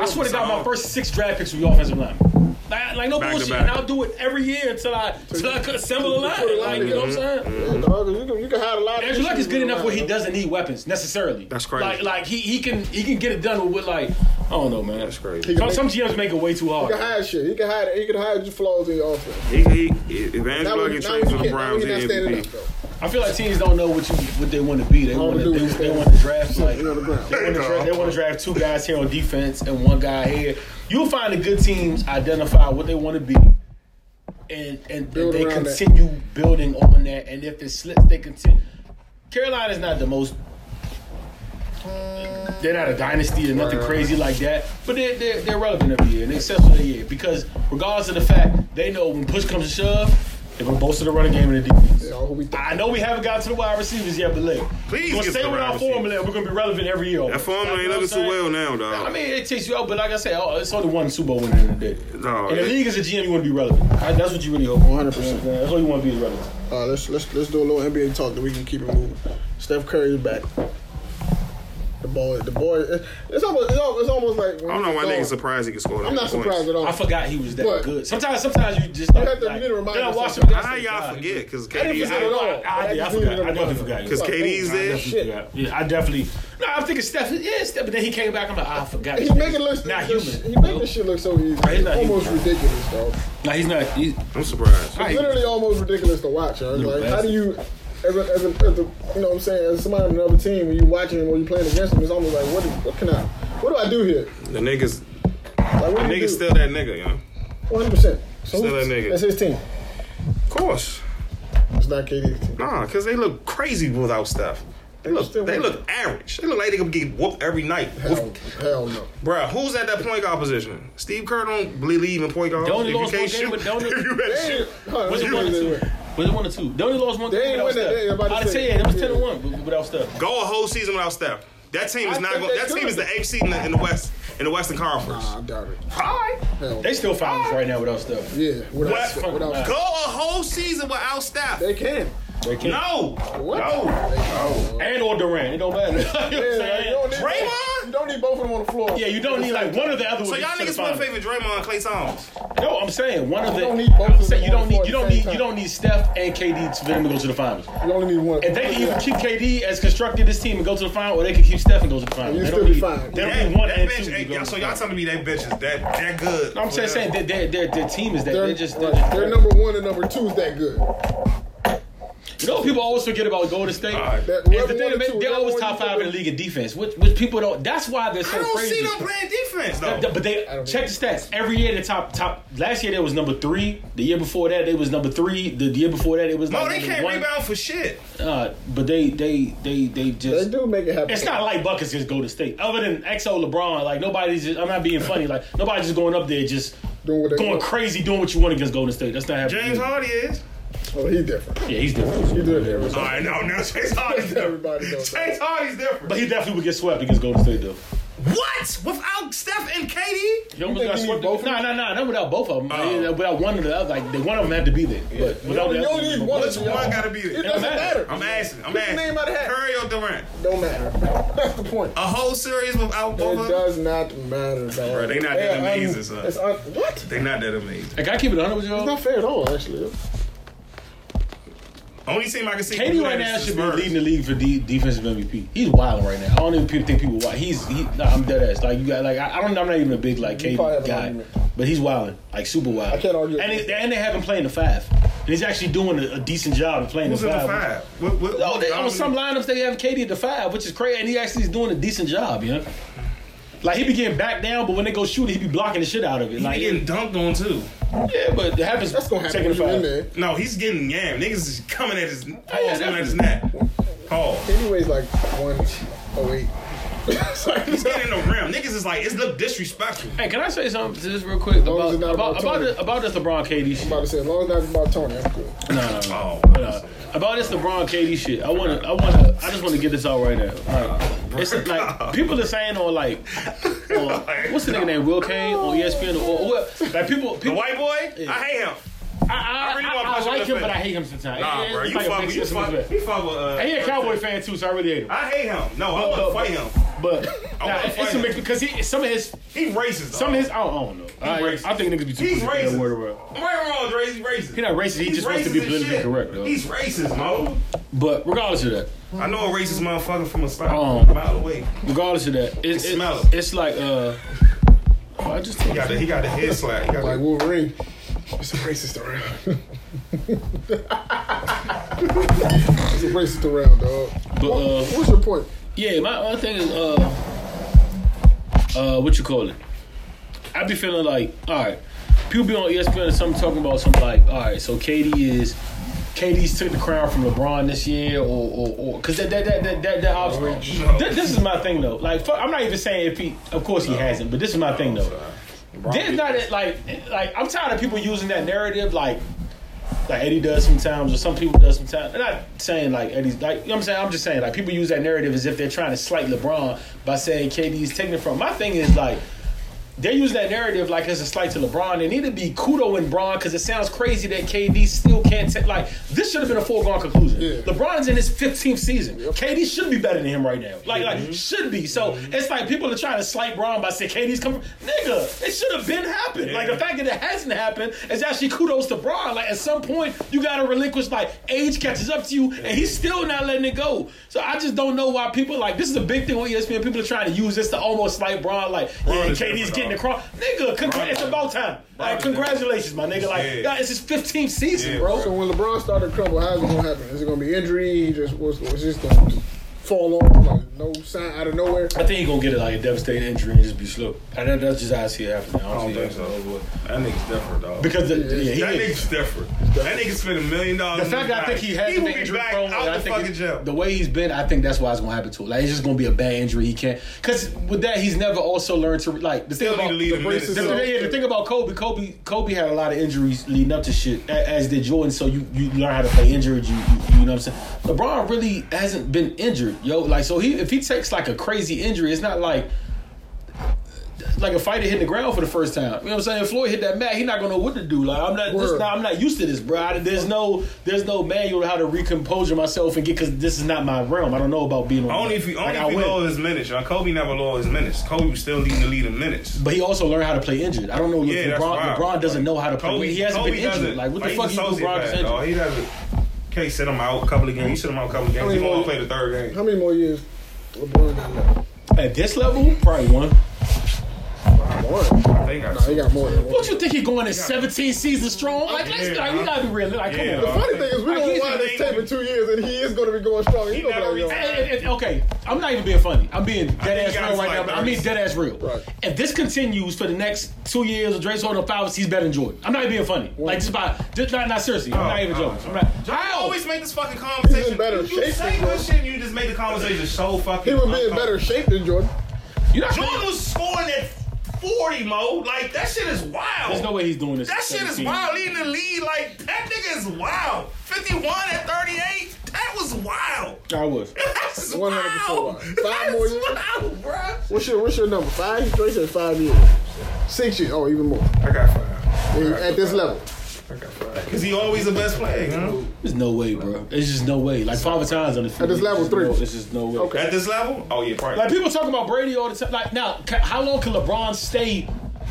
[SPEAKER 4] I swear to God, my first six draft picks were offensive linemen. Like, like no
[SPEAKER 3] Back to
[SPEAKER 4] bullshit,
[SPEAKER 3] back.
[SPEAKER 4] and I'll do it every year until I until I could assemble a
[SPEAKER 2] Put a
[SPEAKER 4] line.
[SPEAKER 2] line
[SPEAKER 4] Like you know what I'm saying?
[SPEAKER 2] Yeah, dog, you can you can hide a lot. of
[SPEAKER 4] Andrew Luck
[SPEAKER 2] issues
[SPEAKER 4] is good
[SPEAKER 2] with a
[SPEAKER 4] enough
[SPEAKER 2] line,
[SPEAKER 4] where he
[SPEAKER 2] though.
[SPEAKER 4] doesn't need weapons necessarily.
[SPEAKER 3] That's crazy.
[SPEAKER 4] Like, like he, he can he can get it done with, with like I don't know, man.
[SPEAKER 3] That's crazy.
[SPEAKER 2] He can
[SPEAKER 4] Some,
[SPEAKER 2] make-
[SPEAKER 4] some GMs make it way too
[SPEAKER 2] He can
[SPEAKER 4] hard.
[SPEAKER 2] hide shit. He can hide. He can hide your flaws in your offense.
[SPEAKER 3] He, he, if Andrew
[SPEAKER 2] Now
[SPEAKER 3] Luck
[SPEAKER 2] when-
[SPEAKER 3] gets
[SPEAKER 2] now when you
[SPEAKER 3] traded to the
[SPEAKER 2] get- now when
[SPEAKER 3] Browns,
[SPEAKER 2] you're not
[SPEAKER 3] he's
[SPEAKER 2] standing up
[SPEAKER 3] MVP.
[SPEAKER 2] though.
[SPEAKER 4] I feel like teams don't know what you what they want to be. They
[SPEAKER 2] All
[SPEAKER 4] want
[SPEAKER 2] they
[SPEAKER 4] to
[SPEAKER 2] do
[SPEAKER 4] they,
[SPEAKER 2] is
[SPEAKER 4] they
[SPEAKER 2] stand.
[SPEAKER 4] want to draft like
[SPEAKER 2] You
[SPEAKER 4] they
[SPEAKER 2] know, the Browns.
[SPEAKER 4] want to draft, they want to draft two guys here on defense and one guy here. You'll find the good teams identify what they want to be. And and,
[SPEAKER 2] Build
[SPEAKER 4] they
[SPEAKER 2] around that.
[SPEAKER 4] continue building on that. And if it slips, they continue. Carolina's not the most they're not a dynasty or nothing crazy like that, but they're, they're, they're relevant every year and exceptional every year because, regardless of the fact, they know when push comes to shove, they're going to bolster the running game and the defense.
[SPEAKER 2] Yeah, who we think.
[SPEAKER 4] I know we haven't got to the wide receivers yet, but look,
[SPEAKER 3] Please get to
[SPEAKER 4] we're going to stay
[SPEAKER 3] the
[SPEAKER 4] with
[SPEAKER 3] wide
[SPEAKER 4] our
[SPEAKER 3] receivers.
[SPEAKER 4] formula and we're going to be relevant every year.
[SPEAKER 3] That formula ain't looking too well now, dog.
[SPEAKER 4] I mean, it takes you out, but like I said, oh, it's only one Super Bowl winner in the day.
[SPEAKER 3] No,
[SPEAKER 4] in the
[SPEAKER 3] it-
[SPEAKER 4] league as a GM, you want to be relevant. I- that's what you really hope.
[SPEAKER 2] 100%.
[SPEAKER 4] That's all you want to be is relevant.
[SPEAKER 2] All right, uh, let's let's let's do a little NBA talk that we can keep it moving. Steph Curry is back. The boy, the boy. it- It's almost it's almost, it's almost like when
[SPEAKER 3] I don't know why
[SPEAKER 2] he
[SPEAKER 3] niggas
[SPEAKER 2] was gone.
[SPEAKER 3] surprised he can score.
[SPEAKER 2] I'm not surprised at all.
[SPEAKER 4] I forgot he was that
[SPEAKER 2] What?
[SPEAKER 4] good. Sometimes, sometimes you just like,
[SPEAKER 2] have to- you
[SPEAKER 4] like,
[SPEAKER 2] need to remind
[SPEAKER 4] then I
[SPEAKER 2] us
[SPEAKER 4] watch him.
[SPEAKER 2] sometimes.
[SPEAKER 4] I
[SPEAKER 3] How
[SPEAKER 4] say,
[SPEAKER 3] y'all
[SPEAKER 4] God,
[SPEAKER 3] forget? Because
[SPEAKER 2] I didn't forget at
[SPEAKER 3] KD,
[SPEAKER 2] all.
[SPEAKER 4] I- I did, I
[SPEAKER 2] just
[SPEAKER 4] forgot.
[SPEAKER 2] needed
[SPEAKER 4] I definitely
[SPEAKER 2] to
[SPEAKER 4] forgot.
[SPEAKER 2] know.
[SPEAKER 4] 'Cause
[SPEAKER 2] Like,
[SPEAKER 3] KD's
[SPEAKER 2] oh my
[SPEAKER 3] there.
[SPEAKER 2] God,
[SPEAKER 4] Shit.
[SPEAKER 2] Shit.
[SPEAKER 4] Yeah, yeah, I definitely. No, I'm thinking Steph. Yeah, Steph. But then he came back. I'm like, ah, I forgot.
[SPEAKER 2] He
[SPEAKER 4] this
[SPEAKER 2] make it
[SPEAKER 4] nigga.
[SPEAKER 2] look.
[SPEAKER 4] not
[SPEAKER 2] this-
[SPEAKER 4] human.
[SPEAKER 2] He make this shit look so easy.
[SPEAKER 4] He's not
[SPEAKER 2] almost ridiculous, though.
[SPEAKER 4] Nah, he's not. He's,
[SPEAKER 3] I'm surprised.
[SPEAKER 4] Right.
[SPEAKER 2] Literally almost ridiculous to watch. Yo. It's Like, how do you, as a, as a, as a, you know, what I'm saying, as somebody on another team, when you watching him or you playing against him, it's almost like, what, do- what can I, what do I do here?
[SPEAKER 3] The niggas,
[SPEAKER 2] Like, what do you
[SPEAKER 3] niggas
[SPEAKER 2] do?
[SPEAKER 3] still that nigga, yo.
[SPEAKER 2] 100. percent So
[SPEAKER 3] Still
[SPEAKER 2] who's-
[SPEAKER 3] that nigga.
[SPEAKER 2] That's his team.
[SPEAKER 3] Of course.
[SPEAKER 2] It's not KD's team.
[SPEAKER 3] Nah, because they look crazy without Steph. They look, they look average. They look like they could get whooped every night.
[SPEAKER 2] Hell, Oh, hell no.
[SPEAKER 3] Bruh, who's at that point guard position? Steve Kerr don't believe in point guard.
[SPEAKER 4] They only
[SPEAKER 3] If you
[SPEAKER 4] lost
[SPEAKER 3] can't
[SPEAKER 4] one game
[SPEAKER 3] shoot,
[SPEAKER 4] with- they only-
[SPEAKER 3] if you better
[SPEAKER 2] They
[SPEAKER 3] shoot.
[SPEAKER 2] ain't- hold on,
[SPEAKER 4] Was it
[SPEAKER 2] you
[SPEAKER 4] one or
[SPEAKER 2] ain't
[SPEAKER 4] two?
[SPEAKER 2] win.
[SPEAKER 4] Was it one or two? They only lost one
[SPEAKER 2] They
[SPEAKER 4] game
[SPEAKER 2] ain't win
[SPEAKER 4] without
[SPEAKER 2] that. They ain't
[SPEAKER 4] Steph.
[SPEAKER 2] about to
[SPEAKER 4] Out of
[SPEAKER 2] say.
[SPEAKER 4] ten, it was
[SPEAKER 2] Yeah.
[SPEAKER 4] ten to one w- without Steph.
[SPEAKER 3] Go a whole season without Steph. That team is
[SPEAKER 2] I
[SPEAKER 3] not
[SPEAKER 2] think
[SPEAKER 3] going.
[SPEAKER 2] they
[SPEAKER 3] That team
[SPEAKER 2] could.
[SPEAKER 3] is the eighth seed in the, in the West in the Western Conference.
[SPEAKER 2] Nah, I doubt it.
[SPEAKER 3] All right.
[SPEAKER 2] Hell,
[SPEAKER 4] They still finals right now without Steph.
[SPEAKER 2] yeah. Without,
[SPEAKER 3] What?
[SPEAKER 2] Steph- without,
[SPEAKER 3] Go a whole season without Steph.
[SPEAKER 2] they can.
[SPEAKER 4] They can't.
[SPEAKER 3] No.
[SPEAKER 2] What?
[SPEAKER 3] No.
[SPEAKER 2] They can.
[SPEAKER 4] And or Durant, it don't matter. you know what I'm
[SPEAKER 2] Yeah, like, you,
[SPEAKER 4] saying?
[SPEAKER 2] don't need
[SPEAKER 3] Draymond?
[SPEAKER 2] Both, you don't need both of them on the floor.
[SPEAKER 4] Yeah, you don't need like one or the other.
[SPEAKER 3] So
[SPEAKER 4] with
[SPEAKER 3] y'all
[SPEAKER 4] the- to
[SPEAKER 3] niggas
[SPEAKER 4] the
[SPEAKER 3] want
[SPEAKER 4] finals.
[SPEAKER 3] to favor Draymond and Clay Thomas.
[SPEAKER 4] No, I'm saying one of the.
[SPEAKER 2] You don't need both
[SPEAKER 4] I'm
[SPEAKER 2] of them
[SPEAKER 4] saying
[SPEAKER 2] on
[SPEAKER 4] you don't
[SPEAKER 2] the
[SPEAKER 4] need
[SPEAKER 2] court
[SPEAKER 4] you
[SPEAKER 2] at
[SPEAKER 4] don't
[SPEAKER 2] the
[SPEAKER 4] need
[SPEAKER 2] same
[SPEAKER 4] you
[SPEAKER 2] time.
[SPEAKER 4] don't need Steph and KD to for them to go to the finals.
[SPEAKER 2] You only need one.
[SPEAKER 4] And they can either
[SPEAKER 2] Yeah.
[SPEAKER 4] keep KD as constructed this team and go to the final, or they can keep Steph and go to the final.
[SPEAKER 2] You
[SPEAKER 4] they
[SPEAKER 2] still
[SPEAKER 4] don't
[SPEAKER 2] be
[SPEAKER 4] need,
[SPEAKER 2] fine.
[SPEAKER 4] They don't
[SPEAKER 3] That,
[SPEAKER 4] need one
[SPEAKER 3] that
[SPEAKER 4] and
[SPEAKER 3] bench,
[SPEAKER 4] two. to
[SPEAKER 3] ain't-
[SPEAKER 4] go
[SPEAKER 3] y'all-
[SPEAKER 4] to
[SPEAKER 3] so
[SPEAKER 4] the
[SPEAKER 3] y'all
[SPEAKER 4] final.
[SPEAKER 3] telling me that bench is that that good?
[SPEAKER 4] I'm saying, saying that their, their, their team is that
[SPEAKER 2] They're,
[SPEAKER 4] they're just they're,
[SPEAKER 2] right, they're number one and number two is that good.
[SPEAKER 4] you know what people always forget about Golden State.
[SPEAKER 3] right.
[SPEAKER 2] That
[SPEAKER 4] Is
[SPEAKER 2] whoever
[SPEAKER 4] the thing,
[SPEAKER 2] one or
[SPEAKER 4] they-
[SPEAKER 2] two,
[SPEAKER 4] they're
[SPEAKER 2] whoever
[SPEAKER 4] always
[SPEAKER 2] one
[SPEAKER 4] top
[SPEAKER 2] or two
[SPEAKER 4] five in the
[SPEAKER 2] is-
[SPEAKER 4] league in defense, which which people don't. That's why they're so
[SPEAKER 3] I don't
[SPEAKER 4] crazy.
[SPEAKER 3] see them playing defense
[SPEAKER 4] Th-
[SPEAKER 3] though.
[SPEAKER 4] th- But they
[SPEAKER 2] I don't
[SPEAKER 4] check the
[SPEAKER 2] know.
[SPEAKER 4] stats. Every year they top top. Last year they was number three. The year before that they was number three. The year before that it was
[SPEAKER 3] No,
[SPEAKER 4] like
[SPEAKER 3] they
[SPEAKER 4] number
[SPEAKER 3] can't
[SPEAKER 4] one.
[SPEAKER 3] rebound for shit.
[SPEAKER 4] Uh, but they they they they just.
[SPEAKER 2] They do make it happen.
[SPEAKER 4] It's not like Buckets just go to state. Other than XO LeBron, like nobody's. Just, I'm not being funny. Like nobody's just going up there just
[SPEAKER 2] Doing what they
[SPEAKER 4] going
[SPEAKER 2] want.
[SPEAKER 4] crazy, doing what you want against Golden State. That's not happening.
[SPEAKER 3] James Hardy is.
[SPEAKER 2] Oh, he different.
[SPEAKER 4] Yeah, he's different,
[SPEAKER 2] He did different.
[SPEAKER 3] All right, no, no, James Hardy's different.
[SPEAKER 2] Everybody knows that.
[SPEAKER 3] James Hardy's different.
[SPEAKER 4] but he definitely would get swept against Golden State though.
[SPEAKER 3] What? Without Steph and KD?
[SPEAKER 4] He almost
[SPEAKER 2] think
[SPEAKER 4] got
[SPEAKER 2] he
[SPEAKER 4] swept.
[SPEAKER 2] need both of
[SPEAKER 4] Nah,
[SPEAKER 2] them?
[SPEAKER 4] nah, nah. Not without both of them.
[SPEAKER 3] Oh.
[SPEAKER 4] Uh, Without one of the other, like the one of them had to be there. But without
[SPEAKER 2] You
[SPEAKER 4] the
[SPEAKER 2] don't
[SPEAKER 4] other,
[SPEAKER 2] need one.
[SPEAKER 3] Which one gotta be
[SPEAKER 2] It
[SPEAKER 3] there?
[SPEAKER 2] doesn't matter.
[SPEAKER 3] I'm asking. I'm
[SPEAKER 2] Pick a
[SPEAKER 3] asking.
[SPEAKER 2] name out of hat.
[SPEAKER 3] Curry or Durant?
[SPEAKER 2] Don't matter. That's the point.
[SPEAKER 3] A whole series without
[SPEAKER 2] It
[SPEAKER 3] both of them?
[SPEAKER 2] does not matter, dog.
[SPEAKER 3] Bro, they not that amazing, son.
[SPEAKER 2] It's un- what? It's
[SPEAKER 3] They not that amazing.
[SPEAKER 4] Like I keep it 100 with y'all.
[SPEAKER 2] not fair at all, actually.
[SPEAKER 3] Only team I can see.
[SPEAKER 4] Katie
[SPEAKER 3] doing
[SPEAKER 4] right
[SPEAKER 3] that is
[SPEAKER 4] now
[SPEAKER 3] the
[SPEAKER 4] should be
[SPEAKER 3] Spurs.
[SPEAKER 4] leading the league for de- defensive MVP. He's wild right now. I don't even pe- think people wild. He's he, nah, I'm dead ass. Like you got like I, I don't. I'm not even a big like Katie
[SPEAKER 2] probably have an
[SPEAKER 4] guy,
[SPEAKER 2] argument.
[SPEAKER 4] but he's wilding like super wild.
[SPEAKER 2] I can't argue
[SPEAKER 4] And
[SPEAKER 2] with
[SPEAKER 4] they, and they have him playing the five, and he's actually doing a, a decent job of playing
[SPEAKER 3] Who's
[SPEAKER 4] the
[SPEAKER 3] in the
[SPEAKER 4] five.
[SPEAKER 3] five? What, what,
[SPEAKER 4] Oh, they, on
[SPEAKER 3] Donovan-
[SPEAKER 4] some lineups they have Katie at the five, which is crazy, and he actually is doing a decent job. You know, like he be getting back down, but when they go shooting, he be blocking the shit out of it.
[SPEAKER 3] He
[SPEAKER 4] Like
[SPEAKER 3] be getting dunked on too.
[SPEAKER 4] yeah, but it happens.
[SPEAKER 2] That's gonna happen when
[SPEAKER 4] Taking the
[SPEAKER 2] you in
[SPEAKER 4] five.
[SPEAKER 2] there.
[SPEAKER 3] No, he's getting yam. Niggas is coming at his
[SPEAKER 4] yeah,
[SPEAKER 3] paws coming at his neck. Pause.
[SPEAKER 2] Anyways, like one oh eight. It's like-
[SPEAKER 3] He's getting in the rim. Niggas is like, it's look disrespectful.
[SPEAKER 4] Hey, can I say something to this real quick
[SPEAKER 2] long as
[SPEAKER 4] about
[SPEAKER 2] it's
[SPEAKER 4] about
[SPEAKER 2] not
[SPEAKER 4] about,
[SPEAKER 2] about Tony.
[SPEAKER 4] the- about this LeBron KD shit?
[SPEAKER 2] I'm about to say, as long as that's about Tony, I'm good.
[SPEAKER 3] Oh,
[SPEAKER 4] Uh, about this LeBron KD shit, I wanna, I wanna, I just wanna get this out right now. Like, it's like people are saying on like, on- what's the nigga name? Will Kane on E ESPN or, or what? Like people,
[SPEAKER 3] the
[SPEAKER 4] people
[SPEAKER 3] white boy? I hate him.
[SPEAKER 4] I, I,
[SPEAKER 3] I really
[SPEAKER 4] I-
[SPEAKER 3] wanna
[SPEAKER 4] I
[SPEAKER 3] punch him in
[SPEAKER 4] like
[SPEAKER 3] the
[SPEAKER 4] him, but I
[SPEAKER 3] face.
[SPEAKER 4] hate him sometimes.
[SPEAKER 3] Nah,
[SPEAKER 4] It-
[SPEAKER 3] bro,
[SPEAKER 4] it's
[SPEAKER 3] you
[SPEAKER 4] like a
[SPEAKER 3] fuck
[SPEAKER 4] big
[SPEAKER 3] with you
[SPEAKER 4] system
[SPEAKER 3] fuck.
[SPEAKER 4] of it.
[SPEAKER 3] You fuck with. Uh,
[SPEAKER 4] I ain't a Cowboy fan too, so I really hate him.
[SPEAKER 3] I hate him. No, I want to fight him.
[SPEAKER 4] But
[SPEAKER 3] I
[SPEAKER 4] nah,
[SPEAKER 3] wanna fight
[SPEAKER 4] it's a
[SPEAKER 3] him.
[SPEAKER 4] mix because he some of his
[SPEAKER 3] He racist.
[SPEAKER 4] some
[SPEAKER 3] dog.
[SPEAKER 4] of his I don't, I don't know. I,
[SPEAKER 3] racist.
[SPEAKER 4] I think niggas be too
[SPEAKER 3] He's
[SPEAKER 4] pussy in
[SPEAKER 3] racist.
[SPEAKER 4] that word world.
[SPEAKER 3] I'm right or wrong, Dre. He's racist.
[SPEAKER 4] He's not racist. He
[SPEAKER 3] He's
[SPEAKER 4] just wants to be
[SPEAKER 3] racist as
[SPEAKER 4] politically
[SPEAKER 3] shit.
[SPEAKER 4] correct, though.
[SPEAKER 3] He's racist, Mo.
[SPEAKER 4] But regardless of that,
[SPEAKER 3] I know a racist motherfucker from a spot
[SPEAKER 4] Oh.
[SPEAKER 3] a mile away.
[SPEAKER 4] regardless of that, it's it,
[SPEAKER 3] Smell
[SPEAKER 4] it's,
[SPEAKER 3] him.
[SPEAKER 4] like uh, oh, I just
[SPEAKER 3] He got the, he got the head slap. He got
[SPEAKER 2] Like
[SPEAKER 3] the,
[SPEAKER 2] Wolverine. It's a racist around. it's a racist around, dog.
[SPEAKER 4] but uh.
[SPEAKER 2] What's your point?
[SPEAKER 4] Yeah, my other thing is uh uh what you call it? I be feeling like, alright, people be on E ESPN or something talking about something like, alright, so KD is KD's took the crown from LeBron this year or or or cause that that that that that, that obviously-
[SPEAKER 3] no.
[SPEAKER 4] Th- this is my thing though. Like fuck, I'm not even saying if he of course he hasn't, but this is my thing though. There's not a, like like I'm tired of people using that narrative like like Eddie does sometimes or some people does sometimes. I'm not saying like Eddie's like you know what I'm saying I'm just saying like people use that narrative as if they're trying to slight LeBron by saying KD's taking it from. My thing is like they use that narrative like as a slight to LeBron. They need to be kudo and Braun because it sounds crazy that KD still can't take. Like this should have been a foregone conclusion.
[SPEAKER 2] Yeah.
[SPEAKER 4] LeBron's in his 15th season. KD should be better than him right now. Like like should be. So it's like people are trying to slight Braun by saying KD's coming. Nigga, it should have been happened. Like the fact that it hasn't happened is actually kudos to Braun. Like at some point you gotta relinquish. Like age catches up to you, and he's still not letting it go. So I just don't know why people like this is a big thing on E ESPN. People are trying to use this to almost slight Braun. Like yeah,
[SPEAKER 3] is
[SPEAKER 4] KD's
[SPEAKER 3] different,
[SPEAKER 4] getting
[SPEAKER 3] dog.
[SPEAKER 4] the cross. Nigga, congr- it's about time. Like
[SPEAKER 3] is
[SPEAKER 4] congratulations, my nigga. Like
[SPEAKER 3] Yeah.
[SPEAKER 4] God, it's his 15th season,
[SPEAKER 3] Yeah,
[SPEAKER 4] bro.
[SPEAKER 2] So when LeBron started to crumble, how's it gonna happen? Is it gonna be injury? He just what's, what's just gonna fall off, like no sign out of nowhere.
[SPEAKER 4] I think he gonna get like a devastating injury and just be slow. I, that, that's just how I see it happening. I
[SPEAKER 3] I
[SPEAKER 4] don't,
[SPEAKER 3] don't think so. That nigga's different, dog.
[SPEAKER 4] Because the, yeah, he
[SPEAKER 3] that
[SPEAKER 4] is.
[SPEAKER 3] nigga's different. That nigga spent a million dollars.
[SPEAKER 4] The fact
[SPEAKER 3] in his
[SPEAKER 4] that I think he
[SPEAKER 3] back.
[SPEAKER 4] has
[SPEAKER 3] he
[SPEAKER 4] been
[SPEAKER 3] will be
[SPEAKER 4] injury
[SPEAKER 3] back
[SPEAKER 4] prone, I
[SPEAKER 3] out the
[SPEAKER 4] think
[SPEAKER 3] fucking
[SPEAKER 4] it-
[SPEAKER 3] jail.
[SPEAKER 4] the way he's been, I think that's why it's gonna happen to him. Like it's just gonna be a bad injury. He can't because with that he's never also learned to like the
[SPEAKER 3] Still
[SPEAKER 4] thing
[SPEAKER 3] need
[SPEAKER 4] about
[SPEAKER 3] to lead
[SPEAKER 4] the
[SPEAKER 3] him
[SPEAKER 4] braces-
[SPEAKER 3] in
[SPEAKER 4] the,
[SPEAKER 3] it, too.
[SPEAKER 4] yeah, the thing about Kobe, Kobe, Kobe had a lot of injuries leading up to shit, a- as did Jordan. So you you learn how to play injured. You you, you know what I'm saying? LeBron really hasn't been injured, yo. Like so he if he takes like a crazy injury, it's not like. Like a fighter hitting the ground for the first time, you know what I'm saying? If Floyd hit that mat, he's not gonna know what to do. Like I'm not, this,
[SPEAKER 2] Word.
[SPEAKER 4] nah, I'm not used to this, bro. I, there's no, there's no manual how to recompose myself and get because this is not my realm. I don't know about being on.
[SPEAKER 3] Only if you only
[SPEAKER 4] like, I
[SPEAKER 3] if you
[SPEAKER 4] win.
[SPEAKER 3] lower his minutes, y'all. Kobe never lower his minutes. Kobe was still needing to lead in minutes.
[SPEAKER 4] But he also learned how to play injured. I don't know.
[SPEAKER 3] Yeah,
[SPEAKER 4] if
[SPEAKER 3] that's
[SPEAKER 4] LeBron,
[SPEAKER 3] wild.
[SPEAKER 4] LeBron doesn't know how to play.
[SPEAKER 3] Kobe,
[SPEAKER 4] he hasn't
[SPEAKER 3] Kobe
[SPEAKER 4] been injured.
[SPEAKER 3] doesn't-
[SPEAKER 4] like what the
[SPEAKER 3] he's
[SPEAKER 4] fuck
[SPEAKER 3] a
[SPEAKER 4] you do? LeBron is
[SPEAKER 3] sociopath,
[SPEAKER 4] injured.
[SPEAKER 3] dog. He doesn't. Can't sit him out a couple of games. You sit him out a couple of games.
[SPEAKER 2] many
[SPEAKER 3] He won't
[SPEAKER 2] more-
[SPEAKER 3] play the third game.
[SPEAKER 2] How many more years LeBron got left?
[SPEAKER 4] At this level, probably one.
[SPEAKER 2] One.
[SPEAKER 3] I think I.
[SPEAKER 2] Nah, he got more than one.
[SPEAKER 4] What you think he going in 17 seasons strong? Like, let's
[SPEAKER 3] Yeah, uh-huh.
[SPEAKER 4] like, we gotta be realistic. Like, come
[SPEAKER 3] Yeah,
[SPEAKER 4] on.
[SPEAKER 2] The
[SPEAKER 3] dog.
[SPEAKER 2] funny thing is, we
[SPEAKER 4] Like,
[SPEAKER 2] don't
[SPEAKER 4] he's
[SPEAKER 2] watch this
[SPEAKER 3] the-
[SPEAKER 2] tape in two years, and he is going to be going strong. He
[SPEAKER 3] He
[SPEAKER 2] gonna be
[SPEAKER 3] never
[SPEAKER 2] like, yo,
[SPEAKER 3] retired.
[SPEAKER 4] Hey, hey, hey, okay, I'm not even being funny. I'm being dead
[SPEAKER 3] think
[SPEAKER 4] ass
[SPEAKER 3] he got
[SPEAKER 4] real right
[SPEAKER 3] like
[SPEAKER 4] now. But I mean
[SPEAKER 3] 30.
[SPEAKER 4] dead ass real.
[SPEAKER 2] Right.
[SPEAKER 4] If this continues for the next two years, or Drake's holding up hours, he's better than Jordan. I'm not even being funny. Like just by just not, not seriously. I'm not even
[SPEAKER 3] oh,
[SPEAKER 4] joking. I'm not.
[SPEAKER 3] I
[SPEAKER 4] How?
[SPEAKER 3] always make this fucking conversation.
[SPEAKER 2] in better
[SPEAKER 3] you
[SPEAKER 2] shape
[SPEAKER 3] say
[SPEAKER 2] than
[SPEAKER 3] good
[SPEAKER 2] Jordan.
[SPEAKER 3] shit, and you just make the conversation so fucking.
[SPEAKER 2] he would be in
[SPEAKER 3] uncomfortable.
[SPEAKER 2] better shape than Jordan.
[SPEAKER 4] You're not
[SPEAKER 3] Jordan was scoring at forty, mo. Like that shit is wild.
[SPEAKER 4] There's no way he's doing this.
[SPEAKER 3] That
[SPEAKER 4] at
[SPEAKER 3] shit is
[SPEAKER 4] 17.
[SPEAKER 3] wild. Leading the lead, like that nigga is wild. Fifty-one at thirty-eight. That was wild.
[SPEAKER 4] I was.
[SPEAKER 2] 100%
[SPEAKER 3] That's wild.
[SPEAKER 2] wild. Five
[SPEAKER 3] That's
[SPEAKER 2] more years.
[SPEAKER 3] wild, bro.
[SPEAKER 2] What's your What's your number? Five? Drake said five years. Six years. Oh, even more.
[SPEAKER 3] I got five.
[SPEAKER 2] And At this level.
[SPEAKER 3] I got five. Cause he always the best player. You know?
[SPEAKER 4] There's no way, bro. It's just no way. Like five times on the field.
[SPEAKER 2] At this level,
[SPEAKER 4] It's just no-
[SPEAKER 2] three.
[SPEAKER 4] It's just no way.
[SPEAKER 2] Okay.
[SPEAKER 3] At this level, oh yeah, probably.
[SPEAKER 4] Like people talk about Brady all the time. Like now, ca- how long can LeBron stay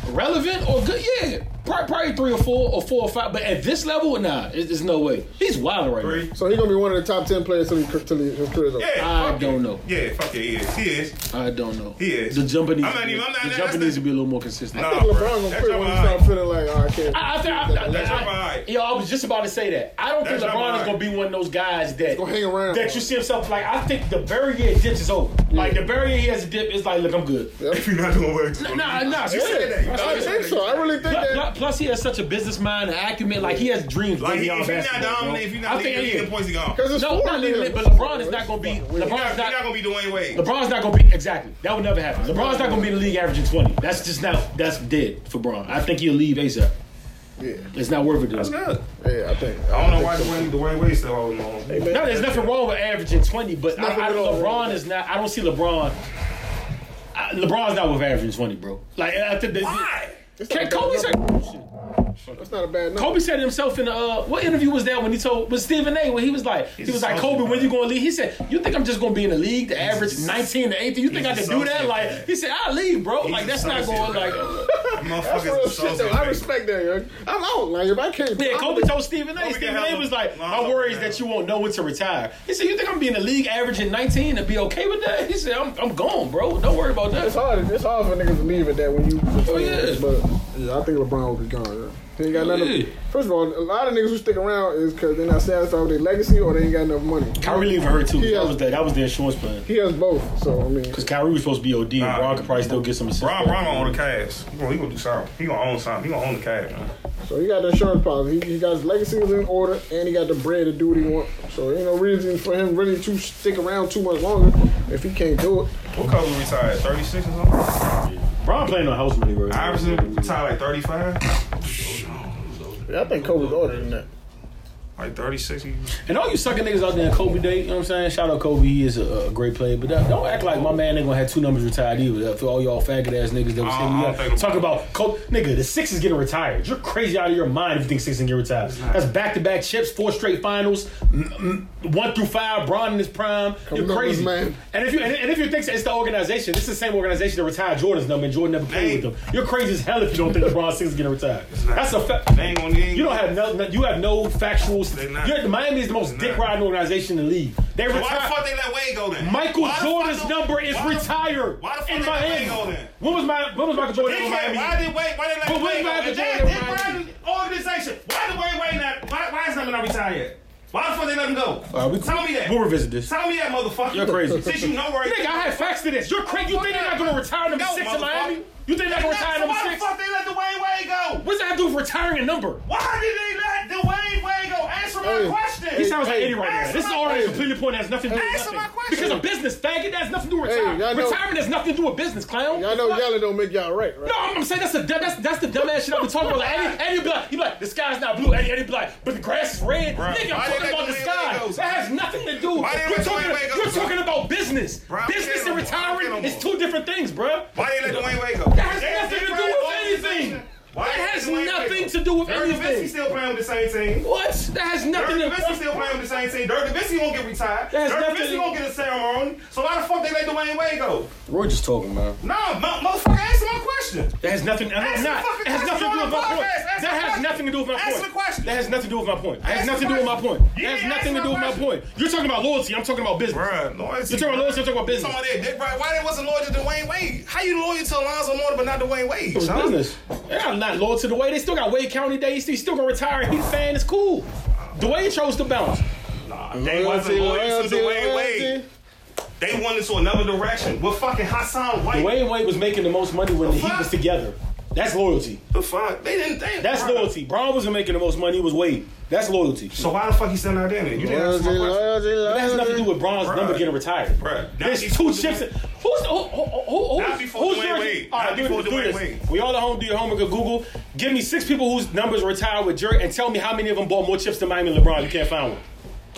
[SPEAKER 4] relevant or good? Yeah, probably, probably three or four or four or five. But at this level, nah, it- there's no way. He's wild right
[SPEAKER 3] Three.
[SPEAKER 2] So he's going to be one of the top 10 players till, he, till he, his career's over.
[SPEAKER 3] Yeah,
[SPEAKER 4] now. I
[SPEAKER 3] fuck
[SPEAKER 4] don't
[SPEAKER 3] it.
[SPEAKER 4] know.
[SPEAKER 3] Yeah, fuck yeah, he is. He is.
[SPEAKER 4] I don't know.
[SPEAKER 3] He is.
[SPEAKER 4] The jumper needs.
[SPEAKER 3] I'm not
[SPEAKER 4] to be-
[SPEAKER 3] even- I'm not-
[SPEAKER 4] the
[SPEAKER 3] that's
[SPEAKER 4] jumper
[SPEAKER 3] the-
[SPEAKER 4] needs to be a little more consistent.
[SPEAKER 3] Nah,
[SPEAKER 2] I think
[SPEAKER 3] bro.
[SPEAKER 2] LeBron going to
[SPEAKER 3] That's
[SPEAKER 2] quit
[SPEAKER 3] your
[SPEAKER 2] when he
[SPEAKER 3] mind. Ah.
[SPEAKER 2] starts feeling like, oh, I can't.
[SPEAKER 4] I, I think I, I,
[SPEAKER 3] That's
[SPEAKER 4] I-
[SPEAKER 3] your vibe.
[SPEAKER 4] Yo, I was just about to say that. I don't
[SPEAKER 3] That's
[SPEAKER 4] think
[SPEAKER 3] your
[SPEAKER 4] LeBron is
[SPEAKER 3] vibe.
[SPEAKER 4] gonna be one of those guys that
[SPEAKER 2] gonna hang around.
[SPEAKER 4] that you see himself like. I think the barrier ditch is over. Like the barrier he has a dip is like, look, I'm good.
[SPEAKER 3] If you're not doing work,
[SPEAKER 4] Nah, nah. she
[SPEAKER 2] Yeah,
[SPEAKER 4] said that. She
[SPEAKER 2] I
[SPEAKER 4] said
[SPEAKER 2] think
[SPEAKER 4] that.
[SPEAKER 2] so. I really think
[SPEAKER 4] Plus-
[SPEAKER 2] that.
[SPEAKER 4] plus- Plus, he has such a business mind and acumen. Like, he has dreams.
[SPEAKER 3] Like,
[SPEAKER 4] way
[SPEAKER 3] if
[SPEAKER 4] beyond
[SPEAKER 3] you're not
[SPEAKER 4] basketball,
[SPEAKER 3] dominant,
[SPEAKER 4] bro.
[SPEAKER 3] if you're not
[SPEAKER 4] I think
[SPEAKER 3] leading,
[SPEAKER 4] he
[SPEAKER 3] your
[SPEAKER 4] is.
[SPEAKER 3] points, he gone.
[SPEAKER 2] Because it's
[SPEAKER 4] No,
[SPEAKER 2] four
[SPEAKER 4] not leading it,
[SPEAKER 2] years.
[SPEAKER 4] but LeBron is not going to be.
[SPEAKER 3] You're
[SPEAKER 4] LeBron's
[SPEAKER 3] not, you're not
[SPEAKER 4] not.
[SPEAKER 3] gonna be Dwayne Wade.
[SPEAKER 4] LeBron's not gonna be exactly. That would never happen. LeBron's not gonna be in the league averaging twenty. That's just not. That's dead for Bron. I think he'll leave ASAP.
[SPEAKER 2] Yeah.
[SPEAKER 4] It's not worth it.
[SPEAKER 3] That's
[SPEAKER 4] Dude.
[SPEAKER 3] good.
[SPEAKER 2] Yeah, I think.
[SPEAKER 3] I don't know
[SPEAKER 2] think
[SPEAKER 3] why
[SPEAKER 2] so.
[SPEAKER 3] Dwayne, Dwayne Wade still holding on.
[SPEAKER 4] No, there's nothing wrong with averaging twenty, but I,
[SPEAKER 2] nothing
[SPEAKER 4] I,
[SPEAKER 2] at all wrong
[SPEAKER 4] LeBron
[SPEAKER 2] with
[SPEAKER 4] is not. I don't see LeBron. I, LeBron's not worth averaging twenty, bro. Like I think that-
[SPEAKER 3] Why?
[SPEAKER 4] Can- Kobe said.
[SPEAKER 2] That's not a bad number.
[SPEAKER 4] Kobe said himself in the, uh, what interview was that when he told was Stephen A. when he was like he
[SPEAKER 3] He's
[SPEAKER 4] was
[SPEAKER 3] a
[SPEAKER 4] like Kobe
[SPEAKER 3] sociopath.
[SPEAKER 4] when you going to leave he said you think I'm just going to be in the league the average 19 to 18 you think I
[SPEAKER 3] he's
[SPEAKER 4] can
[SPEAKER 3] a
[SPEAKER 4] do that
[SPEAKER 3] sociopath.
[SPEAKER 4] like he said I'll leave bro like
[SPEAKER 3] a
[SPEAKER 4] that's not going like
[SPEAKER 3] sociopath.
[SPEAKER 2] That's
[SPEAKER 3] Motherfuckers
[SPEAKER 2] real
[SPEAKER 3] are
[SPEAKER 2] shit, though. I respect that, yo. I don't like if I can't.
[SPEAKER 4] yeah Kobe told Stephen A.
[SPEAKER 3] can
[SPEAKER 4] Stephen
[SPEAKER 3] help
[SPEAKER 4] A.
[SPEAKER 3] him.
[SPEAKER 4] was like my
[SPEAKER 3] Lonzo
[SPEAKER 4] worry is
[SPEAKER 3] can help
[SPEAKER 4] that you won't know when to retire he said you think I'm being in the league averaging 19 and be okay with that he said I'm, I'm gone bro don't worry about
[SPEAKER 2] It's
[SPEAKER 4] that
[SPEAKER 2] hard. It's hard for niggas to leave at that when you. Oh,
[SPEAKER 4] yeah.
[SPEAKER 2] But yeah, I think LeBron will be gone. Yeah. He ain't got nothing.
[SPEAKER 4] Yeah.
[SPEAKER 2] First of all, a lot of niggas who stick around is because they're not satisfied with their legacy or they ain't got enough money.
[SPEAKER 4] Kyrie leaving her too
[SPEAKER 2] Yeah.
[SPEAKER 4] that was that that was the insurance plan
[SPEAKER 2] He has both, so I mean,
[SPEAKER 4] because Kyrie was supposed to be OD and
[SPEAKER 3] Nah.
[SPEAKER 4] Bron could probably still get some assists
[SPEAKER 3] Rob, Rob gonna own the Cavs. He gonna, he gonna do something. He gonna own something. He gonna own the Cavs, man.
[SPEAKER 2] so he got the insurance policy. He, he got his legacy is in order, and he got the bread to do what he want. So ain't no reason for him really to stick around too much longer if he can't do it.
[SPEAKER 3] What Kobe retired? 36 or something?
[SPEAKER 4] Bron playing on house money bro
[SPEAKER 3] Iverson retired like 35?
[SPEAKER 2] Yeah, I think Kobe's older than that.
[SPEAKER 3] Like 36? He,
[SPEAKER 4] And all you sucking niggas out there in Kobe Day, you know what I'm saying? Shout out Kobe, he is a, a great player. But that, don't act like my man ain't gonna have two numbers retired either. For all y'all faggot ass niggas that was
[SPEAKER 3] Uh, I
[SPEAKER 4] hitting
[SPEAKER 3] don't
[SPEAKER 4] me up.
[SPEAKER 3] think-
[SPEAKER 4] Talking about, Kobe, nigga, the six is getting retired. You're crazy out of your mind if you think six is getting retired. That's back to back chips, four straight finals, m- m- one through five, Braun in his prime. You're
[SPEAKER 2] numbers,
[SPEAKER 4] crazy.
[SPEAKER 2] man.
[SPEAKER 4] And if you and, and if you think it's the organization, it's the same organization that retired Jordan's number and Jordan never played
[SPEAKER 3] Dang.
[SPEAKER 4] with them. You're crazy as hell if you don't think LeBron six is getting retired.
[SPEAKER 3] not.
[SPEAKER 4] That's a fact.
[SPEAKER 3] They ain't gonna- they ain't
[SPEAKER 4] You don't
[SPEAKER 3] gonna-
[SPEAKER 4] have no, no- you have no factual.
[SPEAKER 3] They not.
[SPEAKER 4] You're, Miami is the most
[SPEAKER 3] They
[SPEAKER 4] dick
[SPEAKER 3] not.
[SPEAKER 4] riding organization in the league. They
[SPEAKER 3] why the fuck
[SPEAKER 4] retired.
[SPEAKER 3] they let Wade go then?
[SPEAKER 4] Michael
[SPEAKER 3] Why the fuck
[SPEAKER 4] Jordan's
[SPEAKER 3] don't-
[SPEAKER 4] number is
[SPEAKER 3] why the-
[SPEAKER 4] retired
[SPEAKER 3] why the fuck
[SPEAKER 4] in
[SPEAKER 3] they let Wade go
[SPEAKER 4] Miami.
[SPEAKER 3] then?
[SPEAKER 4] When was my when was Michael Jordan in
[SPEAKER 3] Dickhead,
[SPEAKER 4] Miami?
[SPEAKER 3] Why did Wade? Why did they
[SPEAKER 4] But
[SPEAKER 3] let
[SPEAKER 4] when's
[SPEAKER 3] Wade go?
[SPEAKER 4] Michael
[SPEAKER 3] And
[SPEAKER 4] Jordan
[SPEAKER 3] that Dick
[SPEAKER 4] retired?
[SPEAKER 3] Riding organization. Why did Wade Wade not? Why, why is number not retired? Why the fuck they let him go?
[SPEAKER 4] right, Uh, we-
[SPEAKER 3] Tell me that.
[SPEAKER 4] We'll revisit this.
[SPEAKER 3] Tell me that, motherfucker.
[SPEAKER 4] You're crazy.
[SPEAKER 3] Since you know where he
[SPEAKER 4] Nigga, I had facts to this. You're crazy. You think they're not gonna retire number
[SPEAKER 3] No,
[SPEAKER 4] six
[SPEAKER 3] motherfucker.
[SPEAKER 4] in Miami? You think they're not gonna retire
[SPEAKER 3] So
[SPEAKER 4] number
[SPEAKER 3] why the
[SPEAKER 4] six?
[SPEAKER 3] fuck they let Dwayne Wade go?
[SPEAKER 4] What's that have to do with retiring a number?
[SPEAKER 3] Why did they let Dwayne Wade go? Answer my
[SPEAKER 2] Hey,
[SPEAKER 3] question.
[SPEAKER 4] He sounds like
[SPEAKER 2] hey,
[SPEAKER 4] Eddie right now.
[SPEAKER 3] answer
[SPEAKER 4] This is
[SPEAKER 3] my
[SPEAKER 4] already
[SPEAKER 3] question.
[SPEAKER 4] completely point that has nothing to do with
[SPEAKER 3] Answer my
[SPEAKER 4] nothing.
[SPEAKER 3] question.
[SPEAKER 4] Because a business faggot that has nothing to do with
[SPEAKER 2] Hey,
[SPEAKER 4] retirement.
[SPEAKER 2] y'all know-
[SPEAKER 4] retirement has nothing to do with business, clown.
[SPEAKER 2] Y'all know yelling don't make y'all right, right?
[SPEAKER 4] No, I'm, I'm saying that's the dumb- that's that's the dumbass shit I've been talking about. Like Eddie, Eddie be like, he be like, the sky's not blue. Eddie, Eddie be like, but the grass is red.
[SPEAKER 3] Bruh,
[SPEAKER 4] Nigga,
[SPEAKER 3] why
[SPEAKER 4] I'm
[SPEAKER 3] they
[SPEAKER 4] talking
[SPEAKER 3] let
[SPEAKER 4] about the
[SPEAKER 3] Dwayne
[SPEAKER 4] sky.
[SPEAKER 3] Wade go?
[SPEAKER 4] That has nothing to do.
[SPEAKER 3] Why they
[SPEAKER 4] you're
[SPEAKER 3] let
[SPEAKER 4] talking,
[SPEAKER 3] Dwayne Wade go?
[SPEAKER 4] you're talking about business.
[SPEAKER 3] Bruh,
[SPEAKER 4] business
[SPEAKER 3] get
[SPEAKER 4] and
[SPEAKER 3] him, bruh, get
[SPEAKER 4] retiring
[SPEAKER 3] him,
[SPEAKER 4] is
[SPEAKER 3] bruh.
[SPEAKER 4] two different things, bruh.
[SPEAKER 3] Why they let Dwayne Wade go?
[SPEAKER 4] That has nothing to do with anything. That has nothing to do with
[SPEAKER 3] Dirk Nowitzki
[SPEAKER 4] anything.
[SPEAKER 3] still playing with the same team.
[SPEAKER 4] What? That has nothing
[SPEAKER 3] Dirk Nowitzki
[SPEAKER 4] to.
[SPEAKER 3] still playing with the same team. Dirk Nowitzki won't get retired.
[SPEAKER 4] That has
[SPEAKER 3] Dirk
[SPEAKER 4] nothing to-
[SPEAKER 3] Nowitzki won't get a ceremony. So why the fuck they let Dwayne Wade go?
[SPEAKER 2] Roy just talking, man.
[SPEAKER 3] No, mo- motherfucker, answer my question.
[SPEAKER 4] That has nothing. I'm
[SPEAKER 3] Ask
[SPEAKER 4] not.
[SPEAKER 3] the fucking
[SPEAKER 4] It has
[SPEAKER 3] question
[SPEAKER 4] nothing to
[SPEAKER 3] on
[SPEAKER 4] do with
[SPEAKER 3] the
[SPEAKER 4] my point.
[SPEAKER 3] podcast. Ask
[SPEAKER 4] That
[SPEAKER 3] the
[SPEAKER 4] has
[SPEAKER 3] question.
[SPEAKER 4] nothing to do with my
[SPEAKER 3] Ask
[SPEAKER 4] point.
[SPEAKER 3] the question.
[SPEAKER 4] That has nothing to do with my point. That has
[SPEAKER 3] Ask
[SPEAKER 4] nothing
[SPEAKER 3] the
[SPEAKER 4] to do with my
[SPEAKER 3] question.
[SPEAKER 4] point.
[SPEAKER 3] You
[SPEAKER 4] That has
[SPEAKER 3] didn't
[SPEAKER 4] nothing to
[SPEAKER 3] ask
[SPEAKER 4] do
[SPEAKER 3] no
[SPEAKER 4] with my
[SPEAKER 3] question.
[SPEAKER 4] point. You're talking about loyalty. I'm talking about business.
[SPEAKER 3] Bruh, loyalty.
[SPEAKER 4] You're talking about loyalty. I'm talking about business.
[SPEAKER 3] Someone there, Dick Right. Why they wasn't loyal to Dwayne Wade? How you loyal to Alonzo Mourning but not Dwayne Wade?
[SPEAKER 4] It's business. They're not, not loyal to the way. They still got Wade County days. He's still gonna retire. He's saying it's cool. The way he chose to bounce.
[SPEAKER 3] Nah, they wasn't loyal to Dwayne Wade. They went into another direction with fucking Hassan White.
[SPEAKER 4] Dwayne Wade was making the most money when the Heat was together. That's loyalty.
[SPEAKER 3] The fuck? They didn't think.
[SPEAKER 4] That's
[SPEAKER 3] Bruh.
[SPEAKER 4] loyalty. Brown wasn't making the most money. It was Wade. That's loyalty.
[SPEAKER 3] So why the fuck he still not there? then? You didn't answer my question.
[SPEAKER 4] That has nothing to do with Braun's
[SPEAKER 3] Bruh.
[SPEAKER 4] number getting retired.
[SPEAKER 3] Bruh. Not
[SPEAKER 4] There's two
[SPEAKER 3] before
[SPEAKER 4] chips.
[SPEAKER 3] Dwayne-
[SPEAKER 4] Who's who? who, who, who
[SPEAKER 3] Not before
[SPEAKER 4] who's
[SPEAKER 3] Dwayne
[SPEAKER 4] jersey-
[SPEAKER 3] Wade.
[SPEAKER 4] All right,
[SPEAKER 3] Not
[SPEAKER 4] do
[SPEAKER 3] before
[SPEAKER 4] this, do
[SPEAKER 3] Dwayne
[SPEAKER 4] this.
[SPEAKER 3] Wade.
[SPEAKER 4] We all at home. Do your homework. Or Google. Give me six people whose numbers retired with Jerry, and tell me how many of them bought more chips than Miami and LeBron. You can't find one.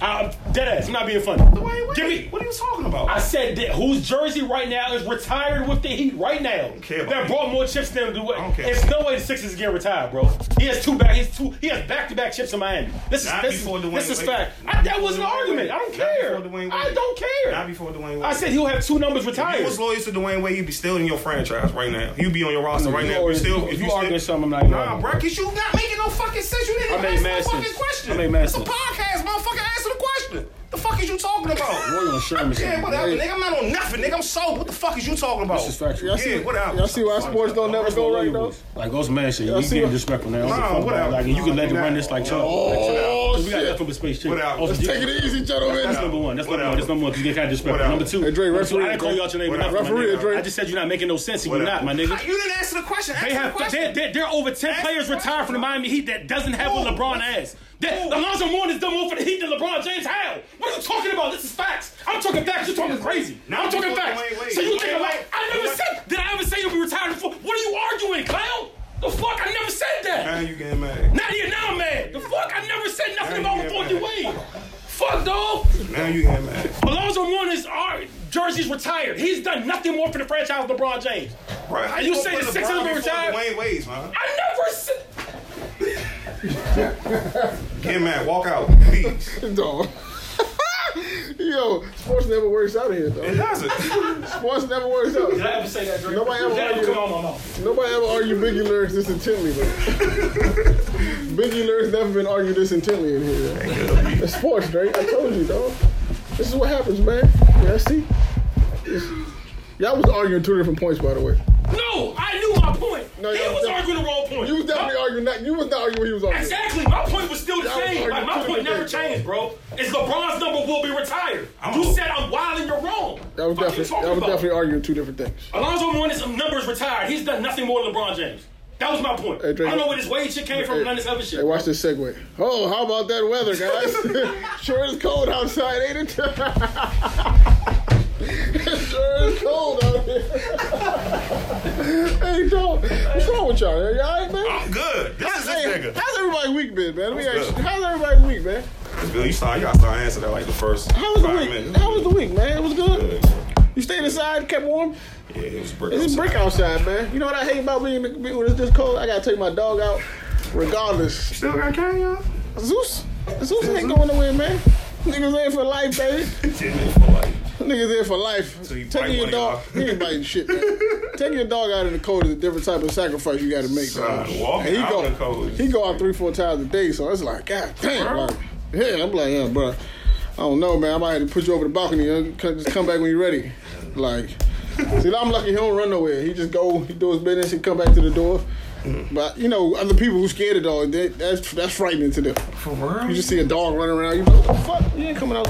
[SPEAKER 4] I, I'm dead ass. I'm not being funny.
[SPEAKER 3] Dwayne Wade.
[SPEAKER 4] Give me.
[SPEAKER 3] What are you talking about?
[SPEAKER 4] I said that whose jersey right now is retired with the Heat right now.
[SPEAKER 3] care about
[SPEAKER 4] That
[SPEAKER 3] you.
[SPEAKER 4] brought more chips than the
[SPEAKER 3] don't care.
[SPEAKER 4] It's no way the Sixers is getting retired, bro. He has two back. He's two. He has back to back chips in Miami. This is
[SPEAKER 3] Not
[SPEAKER 4] this is,
[SPEAKER 3] before Dwayne
[SPEAKER 4] this is
[SPEAKER 3] Wade.
[SPEAKER 4] fact.
[SPEAKER 3] Not
[SPEAKER 4] I, that
[SPEAKER 3] before
[SPEAKER 4] was an
[SPEAKER 3] Dwayne
[SPEAKER 4] argument.
[SPEAKER 3] Wade.
[SPEAKER 4] I don't
[SPEAKER 3] Not
[SPEAKER 4] care.
[SPEAKER 3] before Dwayne Wade.
[SPEAKER 4] I don't care.
[SPEAKER 3] Not before Dwayne Wade.
[SPEAKER 4] I said he'll have two numbers
[SPEAKER 3] If
[SPEAKER 4] retired.
[SPEAKER 3] you was loyal to Dwayne Wade, you'd be still in your franchise right now. You'd be on your roster right now.
[SPEAKER 4] already-
[SPEAKER 3] You still,
[SPEAKER 4] you
[SPEAKER 3] if you
[SPEAKER 4] arguing
[SPEAKER 3] still,
[SPEAKER 4] something I'm not
[SPEAKER 3] Nah,
[SPEAKER 4] arguing.
[SPEAKER 3] bro, cause you not making no fucking sense. You
[SPEAKER 4] I
[SPEAKER 3] didn't
[SPEAKER 4] made
[SPEAKER 3] answer
[SPEAKER 4] mad
[SPEAKER 3] the
[SPEAKER 4] sense.
[SPEAKER 3] fucking
[SPEAKER 4] I
[SPEAKER 3] question.
[SPEAKER 4] made mad
[SPEAKER 3] it's a
[SPEAKER 4] sense.
[SPEAKER 3] podcast, motherfucker. Answer the question. The fuck is you talking about?
[SPEAKER 4] Roy on Sherman.
[SPEAKER 3] yeah,
[SPEAKER 4] something.
[SPEAKER 3] whatever, nigga. I'm not on nothing, nigga. I'm sober. What the fuck is you talking about?
[SPEAKER 4] This is factual.
[SPEAKER 2] Y'all see,
[SPEAKER 3] Yeah, whatever.
[SPEAKER 2] y'all see why sports don't never go right though?
[SPEAKER 4] Like those man shit, you
[SPEAKER 2] Y'all see
[SPEAKER 4] getting
[SPEAKER 2] what-
[SPEAKER 4] disrespectful now.
[SPEAKER 3] Nah,
[SPEAKER 4] Nah,
[SPEAKER 3] whatever.
[SPEAKER 4] Like, and you can let it
[SPEAKER 3] Nah,
[SPEAKER 4] run this like chill. Like, chill
[SPEAKER 2] Oh,
[SPEAKER 4] out. We got
[SPEAKER 2] shit.
[SPEAKER 4] left from the space chill.
[SPEAKER 3] Whatever.
[SPEAKER 4] Also,
[SPEAKER 3] Let's
[SPEAKER 4] you-
[SPEAKER 2] Take it easy,
[SPEAKER 4] That's
[SPEAKER 2] gentlemen.
[SPEAKER 4] number one. That's number
[SPEAKER 3] Whatever.
[SPEAKER 4] one. That's number one. 'cause You get kind of disrespectful. Number two.
[SPEAKER 2] Hey, Dre,
[SPEAKER 4] number two,
[SPEAKER 2] referee,
[SPEAKER 4] I didn't call
[SPEAKER 2] Dre.
[SPEAKER 4] y'all your name.
[SPEAKER 3] Whatever.
[SPEAKER 4] enough, my
[SPEAKER 2] Referee,
[SPEAKER 4] nigga.
[SPEAKER 2] Dre.
[SPEAKER 4] I just said you're not making no sense. and You're not,
[SPEAKER 3] Whatever. How-
[SPEAKER 4] my nigga.
[SPEAKER 3] You didn't answer the question. Answer
[SPEAKER 4] They have
[SPEAKER 3] the question.
[SPEAKER 4] they're, they're, they're over ten
[SPEAKER 3] Ask
[SPEAKER 4] players
[SPEAKER 3] the question.
[SPEAKER 4] retired from the Miami Heat that doesn't have
[SPEAKER 3] Who?
[SPEAKER 4] a LeBron ass. That
[SPEAKER 3] Who?
[SPEAKER 4] Alonzo Mourning is done more for the Heat than LeBron James. How? What are you talking about? This is facts. I'm talking facts. You're talking crazy.
[SPEAKER 3] Now
[SPEAKER 4] I'm talking
[SPEAKER 3] you
[SPEAKER 4] facts.
[SPEAKER 3] wait, wait.
[SPEAKER 4] So you
[SPEAKER 3] Wait,
[SPEAKER 4] think
[SPEAKER 3] wait.
[SPEAKER 4] like I never
[SPEAKER 3] Wait.
[SPEAKER 4] said did I ever say you'll be retired before? What are you arguing, clown? The fuck? I never said
[SPEAKER 3] Now
[SPEAKER 4] that.
[SPEAKER 3] you getting mad.
[SPEAKER 4] Not here now, man. The fuck? I never said nothing
[SPEAKER 3] Now
[SPEAKER 4] about
[SPEAKER 3] you
[SPEAKER 4] before
[SPEAKER 3] get
[SPEAKER 4] you
[SPEAKER 3] mad.
[SPEAKER 4] wait. Fuck dog.
[SPEAKER 3] Now you getting mad.
[SPEAKER 4] Alonzo Mourning's our jersey's retired. He's done nothing more for the franchise than LeBron James.
[SPEAKER 3] Bro, how
[SPEAKER 4] You
[SPEAKER 3] gonna
[SPEAKER 4] say
[SPEAKER 3] put
[SPEAKER 4] the six
[SPEAKER 3] LeBron
[SPEAKER 4] of them
[SPEAKER 3] before
[SPEAKER 4] retired?
[SPEAKER 3] Dwayne Wade's, man.
[SPEAKER 4] I never said.
[SPEAKER 3] Get mad. Walk out. Please.
[SPEAKER 2] Dog. Yo, sports never works out here,
[SPEAKER 3] It
[SPEAKER 2] though.
[SPEAKER 3] doesn't.
[SPEAKER 2] Sports never works out.
[SPEAKER 4] Did I ever say that, Drake?
[SPEAKER 2] Nobody ever
[SPEAKER 4] Did I
[SPEAKER 2] argued.
[SPEAKER 4] come out my mouth.
[SPEAKER 2] Nobody ever argued Biggie lyrics this intently, though. Biggie lyrics never been argued this intently in here. though. It's sports, Drake. I told you, dog. This is what happens, man. Yeah, see? It's- y'all was arguing two different points, by the way.
[SPEAKER 4] No, I knew my point.
[SPEAKER 2] No,
[SPEAKER 4] he
[SPEAKER 2] y'all
[SPEAKER 4] was
[SPEAKER 2] def-
[SPEAKER 4] arguing the wrong point.
[SPEAKER 2] You was definitely
[SPEAKER 4] My-
[SPEAKER 2] arguing that. You was not arguing what he was arguing.
[SPEAKER 4] Exactly. My point was still the
[SPEAKER 2] Y'all was
[SPEAKER 4] same. Like,
[SPEAKER 2] arguing
[SPEAKER 4] my
[SPEAKER 2] two
[SPEAKER 4] point never
[SPEAKER 2] different things,
[SPEAKER 4] changed, bro. It's LeBron's number will be retired. you
[SPEAKER 3] know.
[SPEAKER 4] said I'm wild and you're wrong.
[SPEAKER 2] That was
[SPEAKER 4] Fuck
[SPEAKER 2] definitely
[SPEAKER 4] you talking
[SPEAKER 2] that was
[SPEAKER 4] about?
[SPEAKER 2] definitely arguing two different things.
[SPEAKER 4] Alonzo Mourning's numbers retired. He's done nothing more than LeBron James. That was my point.
[SPEAKER 2] Hey, Drake,
[SPEAKER 4] I don't know where this Wade shit came from.
[SPEAKER 2] Hey,
[SPEAKER 4] none of this other shit.
[SPEAKER 2] Hey, watch this segue. Oh, how about that weather, guys? sure is cold outside, ain't it? sure is cold out here. hey, dog, what's wrong with y'all? Are you all right, man?
[SPEAKER 3] I'm good. This is
[SPEAKER 2] Hey,
[SPEAKER 3] this nigga.
[SPEAKER 2] how's everybody week been, man? Let me
[SPEAKER 3] That's
[SPEAKER 2] ask you,
[SPEAKER 3] good.
[SPEAKER 2] how's everybody week, man?
[SPEAKER 3] It's good. You saw. You gotta start answering that like the first
[SPEAKER 2] How was the
[SPEAKER 3] five
[SPEAKER 2] week?
[SPEAKER 3] minutes.
[SPEAKER 2] How was the week, man? It was good.
[SPEAKER 3] Yeah,
[SPEAKER 2] You stayed inside, kept warm.
[SPEAKER 3] it was brick.
[SPEAKER 2] It's brick outside, man. You know what I hate about being being- when it's this cold? I gotta take my dog out, regardless.
[SPEAKER 3] Still got carry on?
[SPEAKER 2] Zeus, Zeus ain't going nowhere, man. Niggas in for life, baby.
[SPEAKER 3] Ten minutes for like.
[SPEAKER 2] Niggas in for life.
[SPEAKER 3] So you bite
[SPEAKER 2] Taking your
[SPEAKER 3] one of
[SPEAKER 2] dog,
[SPEAKER 3] y'all.
[SPEAKER 2] he ain't biting shit. Man. Taking your dog out in the cold is a different type of sacrifice you got to make.
[SPEAKER 3] Son,
[SPEAKER 2] dog.
[SPEAKER 3] walking
[SPEAKER 2] And he
[SPEAKER 3] out
[SPEAKER 2] go,
[SPEAKER 3] in the cold is-
[SPEAKER 2] he go out three, four times a day, so it's like, god damn.
[SPEAKER 3] Bro.
[SPEAKER 2] Like, yeah, I'm like, yeah, bro. I don't know, man. I might have to put you over the balcony. You know, Just come back when you're ready. Like, see, I'm lucky he don't run nowhere. He just go, he do his business, he come back to the door. But you know, other people who scared of dogs, they, that's that's frightening to them.
[SPEAKER 3] For real?
[SPEAKER 2] You just see a dog running around, you be like, what the fuck? You ain't coming out.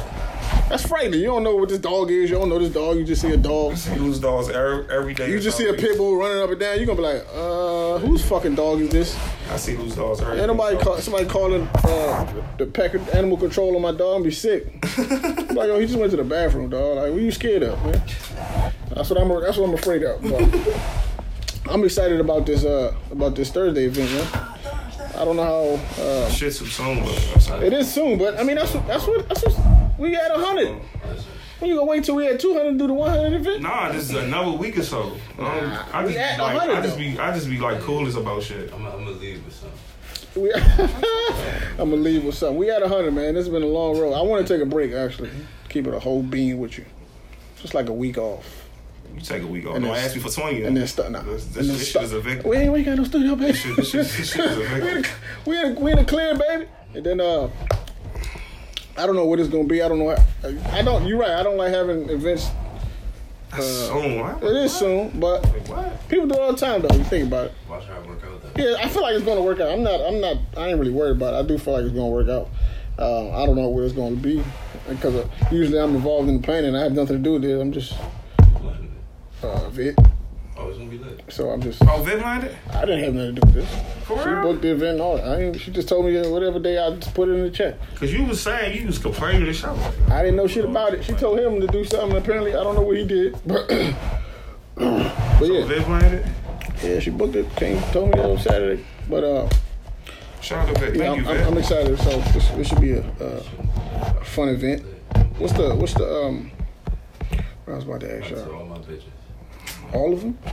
[SPEAKER 2] That's frightening. You don't know what this dog is. You don't know this dog. You just see a dog.
[SPEAKER 3] see loose dogs every, every day.
[SPEAKER 2] You just see a pit bull running up and down. You're gonna be like, uh, whose fucking dog is this?
[SPEAKER 3] I see loose dogs every
[SPEAKER 2] Ain't nobody
[SPEAKER 3] day.
[SPEAKER 2] call, somebody calling uh, the pack of animal control on my dog and be sick. I'm like, yo, he just went to the bathroom, dog. Like, what you scared of, man? That's what I'm. That's what I'm afraid of. but I'm excited about this. Uh, about this Thursday event, man. I don't know how. Uh,
[SPEAKER 3] Shit too soon. It
[SPEAKER 2] it is soon, but I mean, that's what. That's what. That's what we had hundred. When you gonna wait till we had two hundred to do the one hundred event?
[SPEAKER 3] Nah, this is another week or so. Um, I
[SPEAKER 2] we
[SPEAKER 3] just
[SPEAKER 2] at
[SPEAKER 3] be like,
[SPEAKER 2] 100
[SPEAKER 3] I just
[SPEAKER 2] though.
[SPEAKER 3] be, I just be like coolest about shit.
[SPEAKER 5] I'm, I'm gonna leave with something.
[SPEAKER 2] We, I'm gonna leave with something. We had hundred, man. This has been a long road. I want to take a break actually. Keep it a whole bean with you, just like a week off,
[SPEAKER 3] You take a week off.
[SPEAKER 2] And
[SPEAKER 3] Don't
[SPEAKER 2] then-
[SPEAKER 3] ask me for twenty.
[SPEAKER 2] and then start now.
[SPEAKER 3] This, this,
[SPEAKER 2] and then
[SPEAKER 3] this shit
[SPEAKER 2] start-
[SPEAKER 3] is a victim.
[SPEAKER 2] We ain't we ain't got no studio, baby.
[SPEAKER 3] shit- this shit- this shit is a
[SPEAKER 2] we, in
[SPEAKER 3] victim.
[SPEAKER 2] a, we in a, we in a clear, baby. And then uh, I don't know what it's gonna be. I don't know. How, I don't. You're right. I don't like having events. Uh,
[SPEAKER 3] Soon, what?
[SPEAKER 2] It is soon, but
[SPEAKER 3] What?
[SPEAKER 2] people do it all the time though. You think about it.
[SPEAKER 5] Watch how I work out with that.
[SPEAKER 2] Yeah, I feel like it's going to work out. I'm not. I'm not. I ain't really worried about it. I do feel like it's going to work out. Um, I don't know where it's going to be because uh, usually I'm involved in the planning. I have nothing to do with it. I'm just uh, vid.
[SPEAKER 5] Oh, it's gonna be lit.
[SPEAKER 2] So I'm just.
[SPEAKER 3] Oh, Viv landed?
[SPEAKER 2] I didn't have nothing to do with this.
[SPEAKER 3] For
[SPEAKER 2] She
[SPEAKER 3] real?
[SPEAKER 2] booked the event and all that. I ain't, she just told me that whatever day I just put it in the check.
[SPEAKER 3] Because you was saying you was complaining and shit. I'm like,
[SPEAKER 2] I didn't know shit about it. She told him to do something. Apparently, I don't know what he did. But, but
[SPEAKER 3] Oh,
[SPEAKER 2] yeah,
[SPEAKER 3] Viv landed?
[SPEAKER 2] yeah, she booked it. Came, told me on Saturday. But uh,
[SPEAKER 3] Shout out to Viv.
[SPEAKER 2] Yeah,
[SPEAKER 3] Thank
[SPEAKER 2] I'm,
[SPEAKER 3] you,
[SPEAKER 2] I'm, I'm
[SPEAKER 3] Viv.
[SPEAKER 2] excited. So this, this should be a uh, fun event. What's the what's the um? I was about to ask
[SPEAKER 5] To
[SPEAKER 2] y'all.
[SPEAKER 5] all my bitches.
[SPEAKER 2] All of them?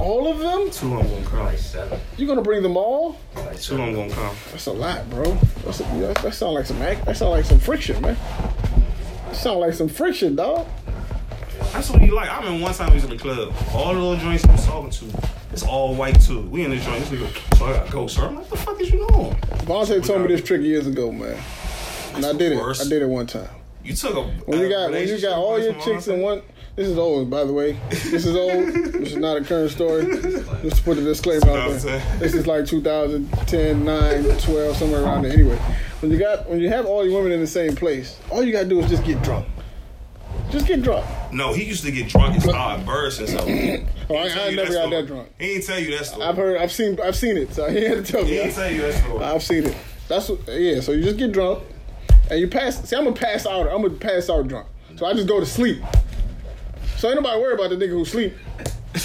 [SPEAKER 2] all of them?
[SPEAKER 3] Two of them gonna
[SPEAKER 5] Like
[SPEAKER 3] come.
[SPEAKER 5] seven.
[SPEAKER 2] You gonna bring them all?
[SPEAKER 5] Like
[SPEAKER 3] Two of
[SPEAKER 5] seven.
[SPEAKER 3] them gonna come.
[SPEAKER 2] That's a lot, bro. That's a, yeah, that sound like some act. That sound like some friction, man. That sound like some friction, dog.
[SPEAKER 3] That's what you like. I remember one time we was in the club. All the little joints I was talking to, it's all white too. We in the joint. This nigga, so I gotta go, sir. I'm like, the fuck is you doing?
[SPEAKER 2] Vontae told me this trick years ago, man. And I did it.
[SPEAKER 3] worst.
[SPEAKER 2] I did it one time.
[SPEAKER 3] You took a.
[SPEAKER 2] When
[SPEAKER 3] a
[SPEAKER 2] you got when you
[SPEAKER 3] relationship
[SPEAKER 2] got all
[SPEAKER 3] with
[SPEAKER 2] your
[SPEAKER 3] someone
[SPEAKER 2] chicks
[SPEAKER 3] else?
[SPEAKER 2] in one. This is old, by the way. This is old. this is not a current story. Just to put a disclaimer out there.
[SPEAKER 3] 2010.
[SPEAKER 2] This is like 2010, 9, 12, somewhere around there. Anyway, when you got when you have all your women in the same place, all you gotta do is just get drunk. Just get drunk.
[SPEAKER 3] No, he used to get drunk and start embarrassing himself.
[SPEAKER 2] Oh, I, I never got that drunk.
[SPEAKER 3] He ain't tell you that story.
[SPEAKER 2] I've heard, I've seen, I've seen it. So he had to tell
[SPEAKER 3] He
[SPEAKER 2] me.
[SPEAKER 3] ain't tell you that story.
[SPEAKER 2] I've seen it. That's what, yeah. So you just get drunk, and you pass. See, I'm gonna pass out. I'm gonna pass out drunk. So I just go to sleep. So ain't nobody worry about the nigga who sleep.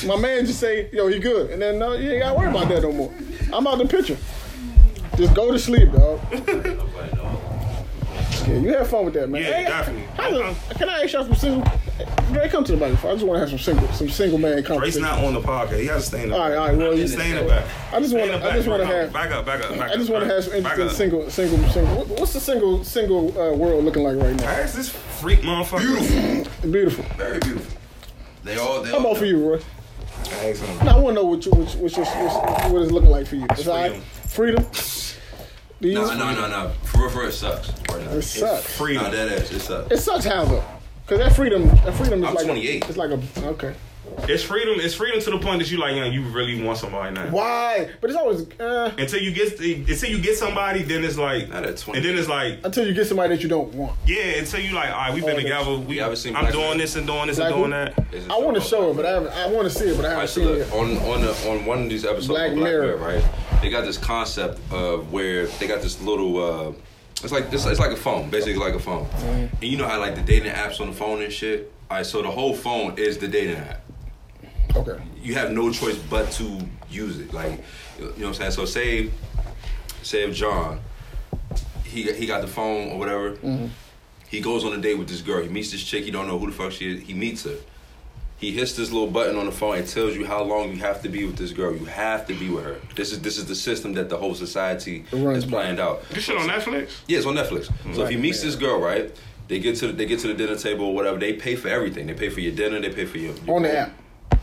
[SPEAKER 2] My man just say, "Yo, he good," and then no, you ain't gotta worry about that no more. I'm out the picture. Just go to sleep, dog.
[SPEAKER 5] Nobody know.
[SPEAKER 2] Yeah, you have fun with that, man.
[SPEAKER 3] Yeah, definitely.
[SPEAKER 2] How the- can I ask y'all some single? Dre, come to the microphone. I just want to have some single, some single man
[SPEAKER 3] Ray's
[SPEAKER 2] conversation.
[SPEAKER 3] not on the podcast. He has to stay in the
[SPEAKER 2] All right, all right. Well, you,
[SPEAKER 3] Stay in the back.
[SPEAKER 2] I just
[SPEAKER 3] Stay in
[SPEAKER 2] wanna-
[SPEAKER 3] the
[SPEAKER 2] I
[SPEAKER 3] back,
[SPEAKER 2] just wanna
[SPEAKER 3] bro.
[SPEAKER 2] have-
[SPEAKER 3] Back up, back up, back
[SPEAKER 2] I just
[SPEAKER 3] up,
[SPEAKER 2] want to
[SPEAKER 3] bro.
[SPEAKER 2] have some
[SPEAKER 3] Back
[SPEAKER 2] interesting single,
[SPEAKER 3] up.
[SPEAKER 2] single, single. what- What's the single, single uh, world looking like right now?
[SPEAKER 3] Paris, this freak motherfucker. Beautiful.
[SPEAKER 2] Beautiful.
[SPEAKER 5] Very beautiful. They all. They
[SPEAKER 2] How
[SPEAKER 5] all
[SPEAKER 2] about for you, Roy?
[SPEAKER 3] Excellent.
[SPEAKER 2] No, I want to know what you, what, you- what, you- what's- what it's looking like for you. It's all right. Freedom. Do you?
[SPEAKER 5] No, no, no, no. For real, for real, it sucks. Right now.
[SPEAKER 2] It sucks.
[SPEAKER 3] Freedom.
[SPEAKER 5] No, that ass. It sucks.
[SPEAKER 2] It sucks, however, because that freedom, that freedom is
[SPEAKER 5] I'm
[SPEAKER 2] like
[SPEAKER 5] 28.
[SPEAKER 2] A, it's like a okay.
[SPEAKER 3] It's freedom. It's freedom to the point that you like, you know, you really want somebody now.
[SPEAKER 2] Why? But it's always uh,
[SPEAKER 3] Until you get until you get somebody, then it's like,
[SPEAKER 5] Not at 20.
[SPEAKER 3] and then it's like,
[SPEAKER 2] until you get somebody that you don't want.
[SPEAKER 3] yeah. Until you like, all right, we've been
[SPEAKER 2] Oh,
[SPEAKER 3] together. We,
[SPEAKER 5] You ever seen
[SPEAKER 3] I'm
[SPEAKER 5] Black
[SPEAKER 3] doing
[SPEAKER 5] Man?
[SPEAKER 3] this and doing this
[SPEAKER 2] Black
[SPEAKER 3] and doing
[SPEAKER 2] who?
[SPEAKER 3] that.
[SPEAKER 5] It's
[SPEAKER 2] I want to
[SPEAKER 5] just-
[SPEAKER 2] show it, but I haven't. I want to see it, but I haven't
[SPEAKER 5] Alright, so
[SPEAKER 2] seen it.
[SPEAKER 5] look,
[SPEAKER 2] Yet.
[SPEAKER 5] on on the, on one of these episodes
[SPEAKER 2] Black
[SPEAKER 5] of Black
[SPEAKER 2] Mirror.
[SPEAKER 5] Mirror, right? They got this concept of where they got this little. Uh, it's like this. It's like a phone, basically like a phone.
[SPEAKER 2] Mm-hmm.
[SPEAKER 5] And you know how like the dating apps on the phone and shit. All right, so the whole phone is the dating app.
[SPEAKER 2] Okay.
[SPEAKER 5] You have no choice but to use it. Like, you know what I'm saying. So say, say if John, he he got the phone or whatever.
[SPEAKER 2] Mm-hmm.
[SPEAKER 5] He goes on a date with this girl. He meets this chick. He don't know who the fuck she is. He meets her. He hits this little button on the phone. It tells you how long you have to be with this girl. You have to be with her. This is this is the system that the whole society
[SPEAKER 2] Runs
[SPEAKER 5] is planned out.
[SPEAKER 3] This shit on Netflix.
[SPEAKER 5] Yeah, it's on Netflix. So if he meets this girl, right? They get to the, they get to the dinner table or whatever. They pay for everything. They pay for your dinner. They pay for your, your
[SPEAKER 2] On the app.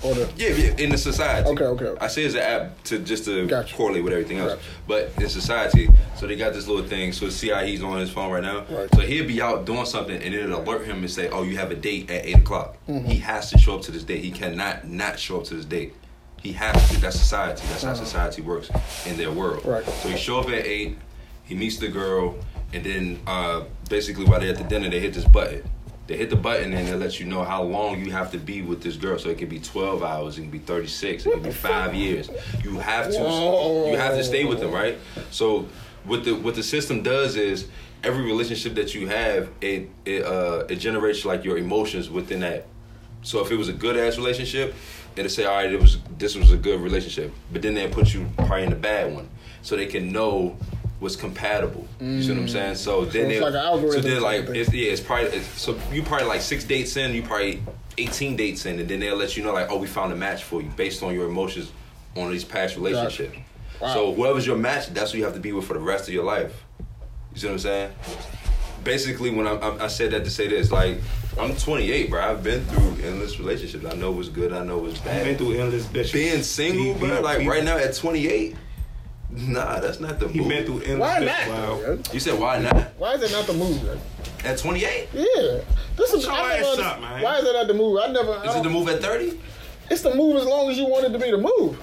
[SPEAKER 2] Or the
[SPEAKER 5] yeah, yeah, in the society.
[SPEAKER 2] Okay, okay, okay.
[SPEAKER 5] I say it's an app to just to
[SPEAKER 2] Gotcha.
[SPEAKER 5] correlate with everything else,
[SPEAKER 2] Gotcha.
[SPEAKER 5] but in society, so they got this little thing. So see how he's E on his phone right now.
[SPEAKER 2] Right.
[SPEAKER 5] So he'll be out doing something, and it'll alert him and
[SPEAKER 2] Mm-hmm.
[SPEAKER 5] say, "Oh, you have a date at eight o'clock." He has to show up to this date. He cannot not show up to this date. He He has to. That's society. That's how society works in their world.
[SPEAKER 2] Mm-hmm. Right.
[SPEAKER 5] So he show up at eight. He meets the girl, and then uh, basically while they're at the dinner, they hit this button. They hit the button and it lets you know how long you have to be with this girl. So it could be 12 hours, it could be 36, it could be five years. You have to,
[SPEAKER 2] Whoa.
[SPEAKER 5] you have to stay with them, right? So what the what the system does is every relationship that you have, it it uh, it generates like your emotions within that so if it was a good ass relationship, it'd say, all right, it was this was a good relationship. But then they put you probably in a bad one, so they can know what's compatible. You see what I'm saying? So then
[SPEAKER 2] Mm. it's
[SPEAKER 5] they,
[SPEAKER 2] like an algorithm
[SPEAKER 5] so they're like,
[SPEAKER 2] type thing.
[SPEAKER 5] it's, yeah, it's probably it's, so you probably like six dates in, you probably 18 dates in, and then they'll let you know like, oh, we found a match for you based on your emotions on these past relationships. So whoever's your match, that's who you have to be with for the rest of your life. You see what I'm saying? Basically, when I, I, I said that to say this, like I'm 28, bro. I've been through endless relationships. I know what's good. I know what's
[SPEAKER 3] I've been
[SPEAKER 5] bad.
[SPEAKER 3] through endless bitches.
[SPEAKER 5] Being single,
[SPEAKER 3] He-
[SPEAKER 5] bro.
[SPEAKER 3] he-
[SPEAKER 5] like
[SPEAKER 3] he-
[SPEAKER 5] right now at 28, nah, that's not the
[SPEAKER 3] He
[SPEAKER 5] move.
[SPEAKER 3] been through endless
[SPEAKER 2] Why
[SPEAKER 3] bitch,
[SPEAKER 2] not?
[SPEAKER 3] Wow.
[SPEAKER 5] You said why not?
[SPEAKER 2] Why is that not the move? Like?
[SPEAKER 5] At 28, is
[SPEAKER 2] Yeah, this is.
[SPEAKER 3] Shut
[SPEAKER 2] I
[SPEAKER 3] your
[SPEAKER 2] never
[SPEAKER 3] ass
[SPEAKER 2] under-
[SPEAKER 3] up, man.
[SPEAKER 2] Why is that not the move? I never. I
[SPEAKER 5] it the
[SPEAKER 2] don't-
[SPEAKER 5] move at 30?
[SPEAKER 2] It's the move as long as you want it to be the move.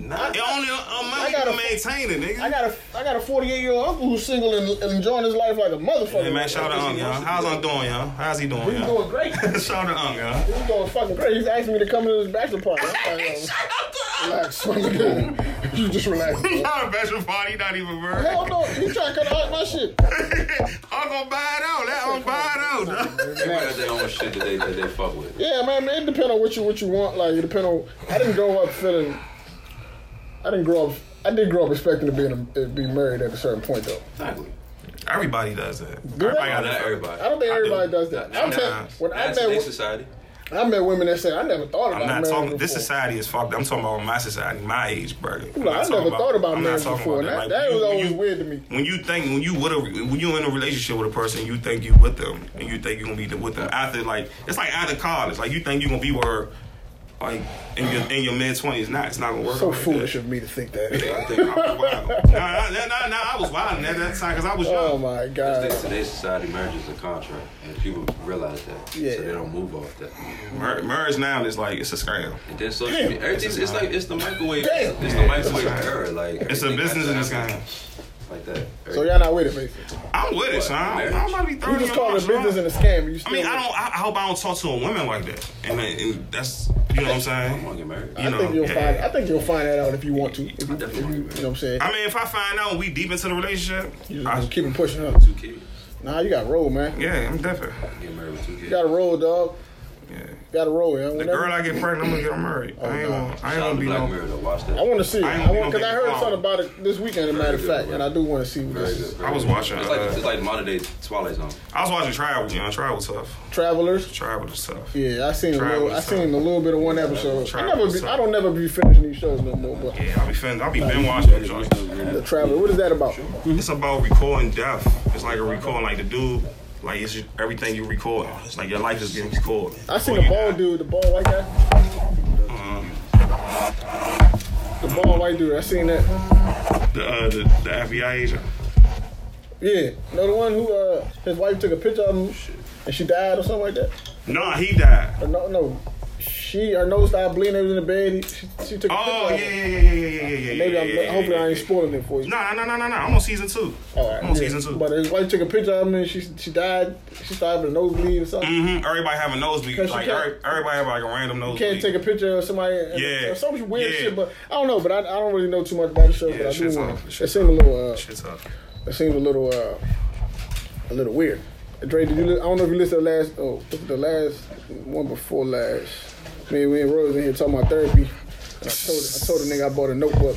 [SPEAKER 5] Nah.
[SPEAKER 3] It only amount
[SPEAKER 2] I
[SPEAKER 3] you
[SPEAKER 2] got
[SPEAKER 3] can
[SPEAKER 2] a-
[SPEAKER 3] maintain it, nigga.
[SPEAKER 2] I got a I got a 48 year old uncle who's single and, and enjoying his life like a motherfucker.
[SPEAKER 3] Hey man, shout out to Unc, y'all. How's Unc doing, y'all? How's he doing,
[SPEAKER 2] He's
[SPEAKER 3] y'all?
[SPEAKER 2] doing great.
[SPEAKER 3] shout out to Unc, y'all.
[SPEAKER 2] He's doing fucking great. He's asking me to come to his bachelor party. I'm like, yo, relax, my nigga. You just relax. bro.
[SPEAKER 3] Not a bachelor party, not even bird.
[SPEAKER 2] Hell no, you trying to cut out my shit.
[SPEAKER 3] I'm gonna buy it out. Let Unc buy it out. dog.
[SPEAKER 5] Everybody got their own shit that they that they fuck with.
[SPEAKER 2] Yeah, man, man, it depends on what you what you want. Like it depend on. I didn't grow up feeling. I didn't grow up. I did grow up expecting to be in a, be married at a certain point though.
[SPEAKER 5] Exactly.
[SPEAKER 3] Everybody does that.
[SPEAKER 2] they?
[SPEAKER 3] Everybody got
[SPEAKER 5] Not
[SPEAKER 3] that.
[SPEAKER 5] everybody.
[SPEAKER 2] I don't think
[SPEAKER 3] I do.
[SPEAKER 2] everybody does that.
[SPEAKER 5] Nah,
[SPEAKER 2] I'm
[SPEAKER 5] nah,
[SPEAKER 2] telling when I
[SPEAKER 5] Not in
[SPEAKER 2] met
[SPEAKER 5] today's
[SPEAKER 2] wo-
[SPEAKER 5] society.
[SPEAKER 2] I met women that said I never thought about.
[SPEAKER 3] I'm not
[SPEAKER 2] marriage
[SPEAKER 3] talking. This
[SPEAKER 2] before."
[SPEAKER 3] society is fucked. up. I'm talking about my society, my age, bro. I'm
[SPEAKER 2] Like,
[SPEAKER 3] not
[SPEAKER 2] I
[SPEAKER 3] talking
[SPEAKER 2] never thought about
[SPEAKER 3] I'm not
[SPEAKER 2] marriage
[SPEAKER 3] talking
[SPEAKER 2] before. and that
[SPEAKER 3] Like,
[SPEAKER 2] that
[SPEAKER 3] you-
[SPEAKER 2] was
[SPEAKER 3] when
[SPEAKER 2] always
[SPEAKER 3] you-
[SPEAKER 2] weird to me.
[SPEAKER 3] When you think when you with a when you in a relationship with a person, you think you with them and you think you gonna be with them after like it's like after college, like you think you gonna be with her like in your in your mid twenties. Not it's not gonna work.
[SPEAKER 2] So
[SPEAKER 3] like that.
[SPEAKER 2] foolish of me to think that.
[SPEAKER 5] I think
[SPEAKER 3] Nah, I was wild. Nah, nah, nah, nah, I was wild at that time because I was young.
[SPEAKER 2] Oh my god.
[SPEAKER 5] In today's society, marriage is a contract, and people realize that,
[SPEAKER 2] Yeah.
[SPEAKER 5] so they don't move off that.
[SPEAKER 3] Mar- marriage now is like it's a scam.
[SPEAKER 5] And then social media, everything's it's like it's the microwave,
[SPEAKER 2] Damn.
[SPEAKER 5] it's the
[SPEAKER 3] Yeah,
[SPEAKER 5] microwave
[SPEAKER 3] it's a-
[SPEAKER 5] era, like
[SPEAKER 3] It's a
[SPEAKER 5] everything
[SPEAKER 3] business in this
[SPEAKER 5] has to happen
[SPEAKER 3] game.
[SPEAKER 5] like that.
[SPEAKER 2] So y'all not with it, basically.
[SPEAKER 3] I'm with it, son. I'm I'm about to be thirty.
[SPEAKER 2] You just
[SPEAKER 3] in
[SPEAKER 2] call
[SPEAKER 3] March,
[SPEAKER 2] it business
[SPEAKER 3] son.
[SPEAKER 2] and a scam. and You
[SPEAKER 3] I
[SPEAKER 2] still
[SPEAKER 3] mean, I don't. I, I hope I don't talk to a woman like that. And, I- and that's you know what I'm
[SPEAKER 5] I'm
[SPEAKER 3] saying.
[SPEAKER 5] gonna get married.
[SPEAKER 3] You
[SPEAKER 2] I think
[SPEAKER 3] know.
[SPEAKER 2] you'll find. I
[SPEAKER 3] Yeah.
[SPEAKER 2] think you'll find that out if you want to. If you, if you, you
[SPEAKER 5] definitely
[SPEAKER 2] know
[SPEAKER 5] want to,
[SPEAKER 2] what I'm saying.
[SPEAKER 3] I mean, if I find out we deep into the relationship,
[SPEAKER 2] You
[SPEAKER 3] I,
[SPEAKER 2] just keep it pushing up.
[SPEAKER 5] two kids,
[SPEAKER 2] Nah, you got to roll, man. You
[SPEAKER 3] yeah, I'm different.
[SPEAKER 5] get married with two kids.
[SPEAKER 2] got to roll, dog.
[SPEAKER 3] Yeah.
[SPEAKER 2] Got to roll, yeah.
[SPEAKER 3] The
[SPEAKER 2] Whenever-
[SPEAKER 3] girl I get pregnant, I'm gonna get her married. I ain't gonna. I ain't
[SPEAKER 5] Shout out
[SPEAKER 3] gonna
[SPEAKER 5] to
[SPEAKER 3] be
[SPEAKER 5] Black
[SPEAKER 3] no.
[SPEAKER 5] Mirror, though. Watch
[SPEAKER 2] I
[SPEAKER 5] that.
[SPEAKER 2] want to see it.
[SPEAKER 3] I ain't
[SPEAKER 2] I
[SPEAKER 3] gonna
[SPEAKER 2] want because I
[SPEAKER 3] get
[SPEAKER 2] heard
[SPEAKER 3] involved.
[SPEAKER 2] something about it this weekend, as a matter of
[SPEAKER 5] good,
[SPEAKER 2] fact,
[SPEAKER 5] bro.
[SPEAKER 2] and I do want to see what
[SPEAKER 5] Very
[SPEAKER 2] this is.
[SPEAKER 5] good, very
[SPEAKER 3] I was
[SPEAKER 5] good.
[SPEAKER 3] watching,
[SPEAKER 5] It's like
[SPEAKER 3] uh,
[SPEAKER 5] it's like modern day Twilight Zone.
[SPEAKER 3] I was watching Tribal. You know, Tribal tough.
[SPEAKER 2] Travelers.
[SPEAKER 3] Tribal was tough.
[SPEAKER 2] Yeah, I seen a
[SPEAKER 3] Travelers,
[SPEAKER 2] little. I
[SPEAKER 3] son.
[SPEAKER 2] seen a little bit of one episode. I never.
[SPEAKER 3] Travelers,
[SPEAKER 2] Be,
[SPEAKER 3] son.
[SPEAKER 2] I don't never be finishing these shows no more. But
[SPEAKER 3] Yeah, I'll be fin. I'll be been watching them joints.
[SPEAKER 2] the traveler, what is that about?
[SPEAKER 3] It's about recording death. It's like a recording, like the dude. Like it's just everything you record. It's like your life is getting recorded.
[SPEAKER 2] I seen the bald dude, the bald white guy, the bald white dude. I seen that.
[SPEAKER 3] The, uh, the the FBI agent.
[SPEAKER 2] Yeah, no, the one who uh, his wife took a picture of him and she died or something like that.
[SPEAKER 3] No, he died.
[SPEAKER 2] Or no, no, she her nose started bleeding. It was in the bed. He, she, she took. A
[SPEAKER 3] Oh
[SPEAKER 2] picture
[SPEAKER 3] yeah,
[SPEAKER 2] of
[SPEAKER 3] yeah,
[SPEAKER 2] him.
[SPEAKER 3] yeah, yeah, yeah, yeah, yeah.
[SPEAKER 2] Maybe
[SPEAKER 3] yeah,
[SPEAKER 2] I'm.
[SPEAKER 3] yeah, yeah,
[SPEAKER 2] hopefully
[SPEAKER 3] yeah,
[SPEAKER 2] I ain't
[SPEAKER 3] yeah.
[SPEAKER 2] spoiling it for you.
[SPEAKER 3] No, no, no, no, no. I'm on season two.
[SPEAKER 2] All right,
[SPEAKER 3] I'm on
[SPEAKER 2] yeah.
[SPEAKER 3] season two.
[SPEAKER 2] But uh, his wife took a picture of him and she she died. She started with a nosebleed or something.
[SPEAKER 3] hmm Everybody have a nosebleed.
[SPEAKER 2] 'Cause you
[SPEAKER 3] Like
[SPEAKER 2] can't-
[SPEAKER 3] every- everybody have like a random
[SPEAKER 2] Can't
[SPEAKER 3] nosebleed.
[SPEAKER 2] take a picture of somebody. And,
[SPEAKER 3] Yeah.
[SPEAKER 2] Or some weird
[SPEAKER 3] Yeah.
[SPEAKER 2] shit, but I don't know. But I, I don't really know too much about the show.
[SPEAKER 3] Yeah,
[SPEAKER 2] but I
[SPEAKER 3] shit's
[SPEAKER 2] do want.
[SPEAKER 3] off.
[SPEAKER 2] It
[SPEAKER 3] Shit's
[SPEAKER 2] seemed a little. Uh,
[SPEAKER 3] Shit's up.
[SPEAKER 2] it seemed a little. Uh, a little weird. Dre, did you? Li- I don't know if you listened to the last. Oh, what's the last one before last. Me and me and Rose in here talking about therapy. And I told I told the nigga I bought a notebook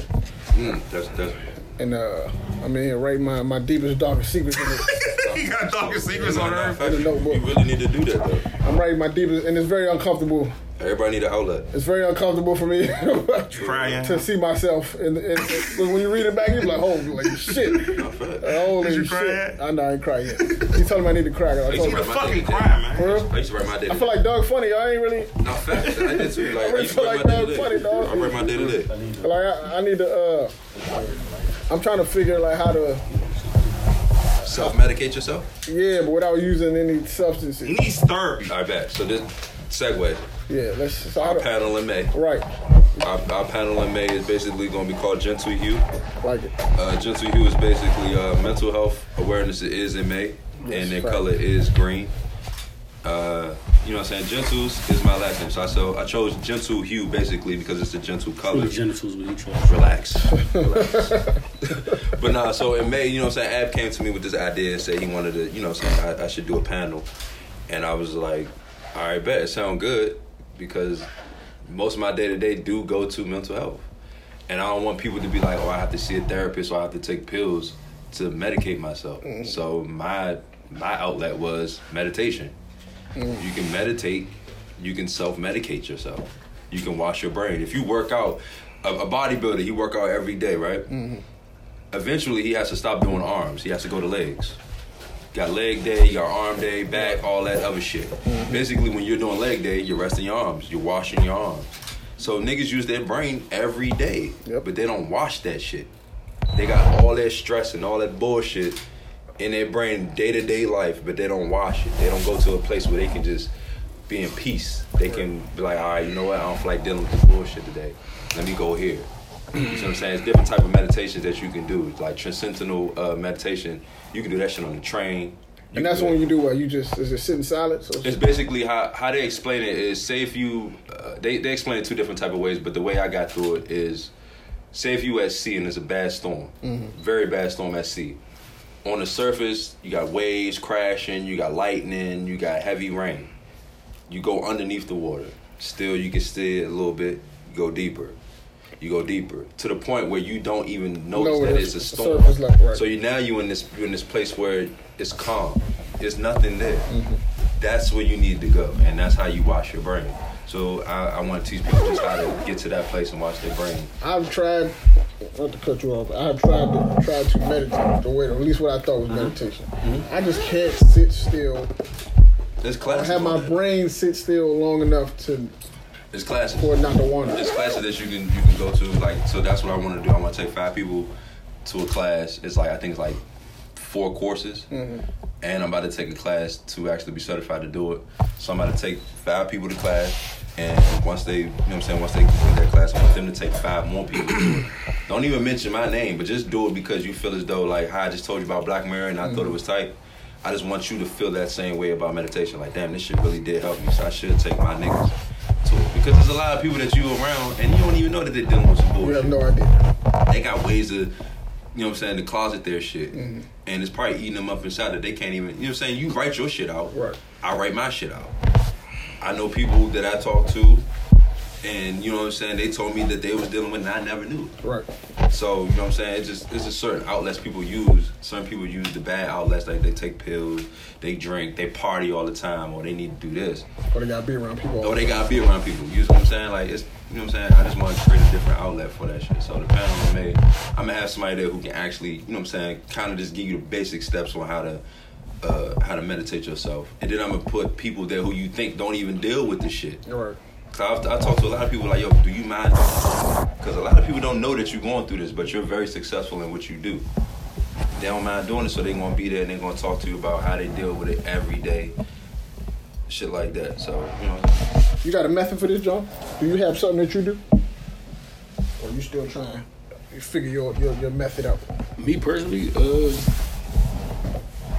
[SPEAKER 5] Mm, that's that's.
[SPEAKER 2] and uh, I'm in here writing my, my deepest darkest secrets. In it.
[SPEAKER 3] he got darkest secrets on
[SPEAKER 5] Matter of
[SPEAKER 3] earth.
[SPEAKER 5] fact,
[SPEAKER 2] No,
[SPEAKER 5] You
[SPEAKER 2] but-
[SPEAKER 5] you really need to do that though.
[SPEAKER 2] I'm writing my deepest, and it's very uncomfortable.
[SPEAKER 5] Everybody need an outlet.
[SPEAKER 2] It's very uncomfortable for me
[SPEAKER 3] Crying.
[SPEAKER 2] to see myself. And, and, and when you read it back, you're like, holy shit.
[SPEAKER 5] Matter of fact,
[SPEAKER 2] Holy
[SPEAKER 3] Did you
[SPEAKER 2] shit.
[SPEAKER 3] cry yet?
[SPEAKER 2] I know I ain't crying yet. He told him I need to cry. 'cause I told
[SPEAKER 3] He
[SPEAKER 2] him,
[SPEAKER 3] was fucking crying, man.
[SPEAKER 2] bro,
[SPEAKER 5] I used to write my day.
[SPEAKER 2] I feel like Doug Funny. I ain't really
[SPEAKER 5] no fact. I did too. Like I
[SPEAKER 2] really
[SPEAKER 5] used to
[SPEAKER 2] feel
[SPEAKER 5] write
[SPEAKER 2] like
[SPEAKER 5] my day
[SPEAKER 2] that
[SPEAKER 5] to
[SPEAKER 2] funny,
[SPEAKER 5] day.
[SPEAKER 2] dog.
[SPEAKER 5] I write my day to day.
[SPEAKER 2] like. I, I need to. uh I'm trying to figure like how to.
[SPEAKER 5] Self medicate yourself.
[SPEAKER 2] Yeah, but without using any substances.
[SPEAKER 3] He needs therapy.
[SPEAKER 5] All right, bet. So this segue,
[SPEAKER 2] Yeah, let's. So how
[SPEAKER 5] our
[SPEAKER 2] to,
[SPEAKER 5] panel in May.
[SPEAKER 2] right.
[SPEAKER 5] Our, our panel in May is basically going to be called Gentle Hue.
[SPEAKER 2] Like it.
[SPEAKER 5] Uh, Gentle Hue is basically uh, mental health awareness it is in May,
[SPEAKER 2] Yes,
[SPEAKER 5] and their
[SPEAKER 2] fact.
[SPEAKER 5] color is green. Uh, you know what I'm saying? Gentles is my last name, so I, so I chose Gentle Hue basically because it's a gentle color.
[SPEAKER 6] The genitals with each one.
[SPEAKER 5] Relax. Relax. but nah, so in May, you know what I'm saying? Ab came to me with this idea and said he wanted to, you know what I'm saying, I, I should do a panel. And I was like, all right, bet, it sound good because most of my day to day do go to mental health. And I don't want people to be like, oh, I have to see a therapist or I have to take pills to medicate myself. So my my outlet was meditation. You can meditate. You can self-medicate yourself. You can wash your brain. If you work out, a, a bodybuilder, he work out every day, right? Eventually, he has to stop doing arms. He has to go to legs. Got leg day, you got arm day, back, all that other shit. Basically, when you're doing leg day, you're resting your arms. You're washing your arms. So niggas use their brain every day,
[SPEAKER 2] Yep.
[SPEAKER 5] but they don't wash that shit. They got all that stress and all that bullshit in their brain day to day life, but they don't wash it. They don't go to a place where they can just be in peace. They can be like, all right, you know what? I don't feel like dealing with this bullshit today. Let me go here. You know what I'm saying? It's different type of meditations that you can do. It's like transcendental uh, meditation. You can do that shit on the train. You
[SPEAKER 2] And that's
[SPEAKER 5] can do
[SPEAKER 2] when
[SPEAKER 5] it-
[SPEAKER 2] you do what? You just is it sitting silent? So
[SPEAKER 5] It's basically how how they explain it is. Say if you, uh, they they explain it two different type of ways, but the way I got through it is, say if you at sea and it's a bad storm, very bad storm at sea. On the surface, you got waves crashing, you got lightning, you got heavy rain. You go underneath the water. Still, you can steer a little bit. You go deeper. You go deeper to the point where you don't even notice
[SPEAKER 2] No,
[SPEAKER 5] that
[SPEAKER 2] it's
[SPEAKER 5] it's a
[SPEAKER 2] a
[SPEAKER 5] storm.
[SPEAKER 2] surface level, right.
[SPEAKER 5] So you now you in this you in this place where it's calm. There's nothing there.
[SPEAKER 2] Mm-hmm.
[SPEAKER 5] That's where you need to go, and that's how you wash your brain. So I, I want to teach people just how to get to that place and wash their brain.
[SPEAKER 2] I've tried not to cut you off, but I've tried to try to meditate the way at least what I thought was
[SPEAKER 6] Mm-hmm.
[SPEAKER 2] meditation. I just can't sit still.
[SPEAKER 5] There's
[SPEAKER 2] I
[SPEAKER 5] classes.
[SPEAKER 2] have my
[SPEAKER 5] on that.
[SPEAKER 2] brain sit still long enough to
[SPEAKER 5] There's classes.
[SPEAKER 2] for it not to wander.
[SPEAKER 5] There's classes that you can you can go to. Like so, that's what I want to do. I want to take five people to a class. It's like I think it's like four courses, and I'm about to take a class to actually be certified to do it. So I'm about to take five people to class, and once they, you know, what I'm saying, once they complete their class, I want them to take five more people. to do it. Don't even mention my name, but just do it because you feel as though like how I just told you about Black Mirror, and I thought it was tight. I just want you to feel that same way about meditation. Like, damn, this shit really did help me. So I should take my niggas to it. Because there's a lot of people that you around and you don't even know that they're dealing with some
[SPEAKER 2] You
[SPEAKER 5] bullshit
[SPEAKER 2] have no idea.
[SPEAKER 5] they got ways of, you know what I'm saying, to closet their shit. And it's probably eating them up inside that they can't even, you know what I'm saying? You write your shit out.
[SPEAKER 2] Right.
[SPEAKER 5] I write my shit out. I know people that I talk to, and you know what I'm saying, they told me that they was dealing with and I never knew.
[SPEAKER 2] Right.
[SPEAKER 5] So, you know what I'm saying? It's just it's just certain outlets people use. Certain people use the bad outlets, like they take pills, they drink, they party all the time, or they need to do this.
[SPEAKER 2] But I gotta be around people.
[SPEAKER 5] Or they gotta be around people. You know what I'm saying? Like it's you know what I'm saying? I just wanna create a different outlet for that shit. So the panel I made, I'm gonna have somebody there who can actually, you know what I'm saying, kinda just give you the basic steps on how to uh, how to meditate yourself. And then I'm gonna put people there who you think don't even deal with this shit.
[SPEAKER 2] Right.
[SPEAKER 5] Cause I've, I talk to a lot of people like, yo, do you mind? Because a lot of people don't know that you're going through this, but you're very successful in what you do. They don't mind doing it, so they're gonna be there and they're gonna talk to you about how they deal with it every day, shit like that. So you know,
[SPEAKER 2] You got a method for this, John? Do you have something that you do? Or you still trying to figure your, your, your method out?
[SPEAKER 6] Me personally, uh,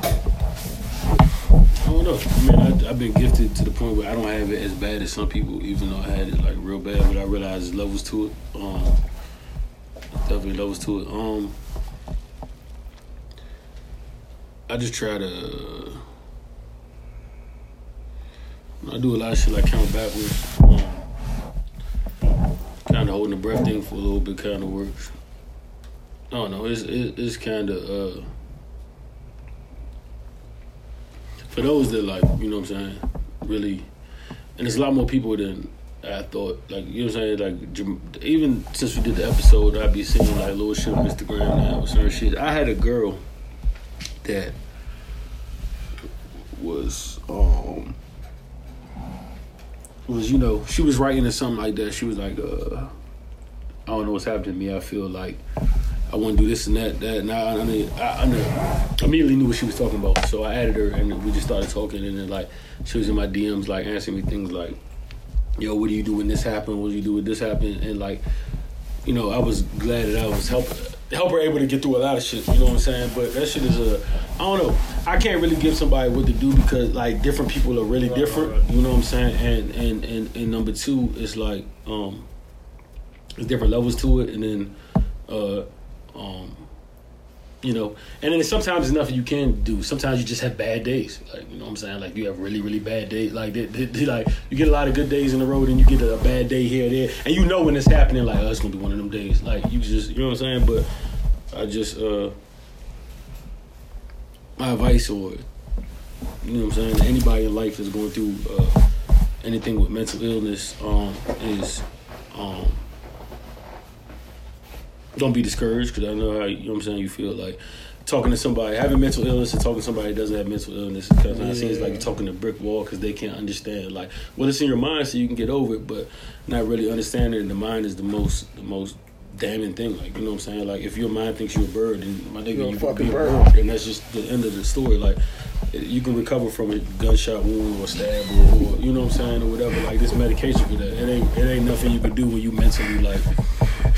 [SPEAKER 6] I don't know. I mean, I, I've been gifted to the point where I don't have it as bad as some people, even though I had it like real bad. But I realize there's levels to it. Um, definitely levels to it. Um, I just try to. I do a lot of shit like count backwards. Um, kind of holding the breath thing for a little bit kind of works. I don't know. It's it, it's kind of uh, for those that like, you know what I'm saying, really, and it's a lot more people than I thought. Like, you know what I'm saying? Like, Jam- even since we did the episode, I'd be seeing like little shit on Instagram now with certain shit. I had a girl that was um was you know she was writing or something like that. She was like, uh, I don't know what's happening to me. I feel like I want to do this and that, that, and I, I, mean, I, I knew, immediately knew what she was talking about. So I added her, and we just started talking, and then like she was in my DMs, like answering me things like, yo, what do you do when this happened? What do you do when this happened? And like, you know, I was glad that I was help help her able to get through a lot of shit. You know what I'm saying? But that shit is a, I don't know. I can't really give somebody what to do because like different people are really different. You know what I'm saying? And and and and number two is like, um, there's different levels to it, and then, uh, um. You know, and then sometimes there's nothing you can do. Sometimes you just have bad days. Like you know what I'm saying? Like you have really, really bad days. Like they, they- they- like you get a lot of good days in the road, and you get a bad day here and there. And you know when it's happening, like oh, it's gonna be one of them days. Like you just, you know what I'm saying? But I just, uh my advice or you know what I'm saying, to anybody in life that's going through uh, anything with mental illness um, is um, don't be discouraged because I know how you know what I'm saying you feel like talking to somebody having mental illness and talking to somebody that doesn't have mental illness because I see it's like you're talking to a brick wall because they can't understand like well it's in your mind so you can get over it but not really understanding the mind is the most the most damning thing like you know what I'm saying like if your mind thinks you're a bird then my nigga
[SPEAKER 2] You're a
[SPEAKER 6] you
[SPEAKER 2] fucking
[SPEAKER 6] be a
[SPEAKER 2] bird.
[SPEAKER 6] bird and that's just the end of the story. Like you can recover from a gunshot wound or stab or, or you know what I'm saying or whatever. Like this medication for that, it ain't it ain't nothing you can do when you mentally like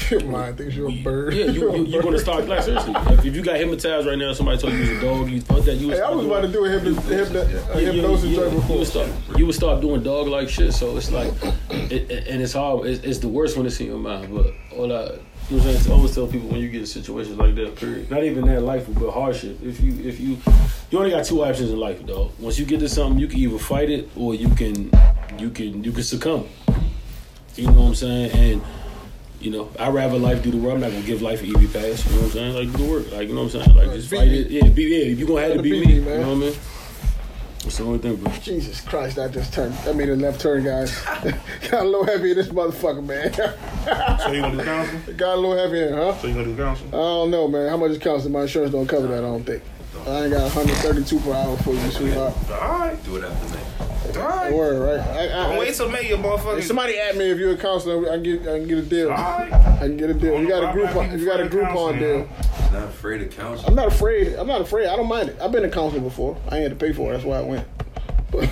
[SPEAKER 2] Your mind thinks you're a bird.
[SPEAKER 6] yeah you, you you're gonna start like seriously if, if you got hypnotized right now somebody told you you was a dog you thought that you was
[SPEAKER 2] Hey, I was about to do a hypno- hypno- a
[SPEAKER 6] you-
[SPEAKER 2] hypnosis
[SPEAKER 6] you,
[SPEAKER 2] joint
[SPEAKER 6] you, you
[SPEAKER 2] before.
[SPEAKER 6] would start you would start doing dog like shit. So it's like, it, it- and it's all it's, it's the worst when it's in your mind. But all I. You know what I'm saying? I always tell people when you get in situations like that, period. Not even that life, but hardship. If you, if you, you only got two options in life, dog. Once you get to something, you can either fight it or you can, you can, you can succumb. You know what I'm saying? And you know, I would rather life do the work. I'm not gonna give life an easy pass. You know what I'm saying? Like do the work. Like you know what I'm saying? Like just
[SPEAKER 2] Beat
[SPEAKER 6] fight
[SPEAKER 2] me.
[SPEAKER 6] it. Yeah, be yeah. If you gonna have to
[SPEAKER 2] Gotta
[SPEAKER 6] beat
[SPEAKER 2] beat
[SPEAKER 6] me,
[SPEAKER 2] me, man.
[SPEAKER 6] you know what I mean? That's the only thing, bro.
[SPEAKER 2] Jesus Christ, I just turned. I made a left turn, guys. Got a little heavy in this motherfucker, man.
[SPEAKER 3] So you gonna do counseling?
[SPEAKER 2] Got a little heavy in, huh?
[SPEAKER 3] So you gonna do
[SPEAKER 2] I
[SPEAKER 3] counseling?
[SPEAKER 2] don't know, man. How much it costs? My insurance don't cover that, I don't think. I ain't got 132 per hour for you, sweetheart.
[SPEAKER 3] All right,
[SPEAKER 5] Do it after that.
[SPEAKER 3] all right.
[SPEAKER 2] Word, right? I, I,
[SPEAKER 3] Don't wait till May, you
[SPEAKER 2] Hey,
[SPEAKER 3] motherfucker.
[SPEAKER 2] somebody at me if you're a counselor. I can get, I can get a deal.
[SPEAKER 3] All
[SPEAKER 2] I
[SPEAKER 3] right.
[SPEAKER 2] can get a deal. You got a group on. You got a group on deal.
[SPEAKER 5] He's not afraid of counsel.
[SPEAKER 2] I'm not afraid. I'm not afraid. I don't mind it. I've been a counselor before. I ain't had to pay for it. That's why I went. But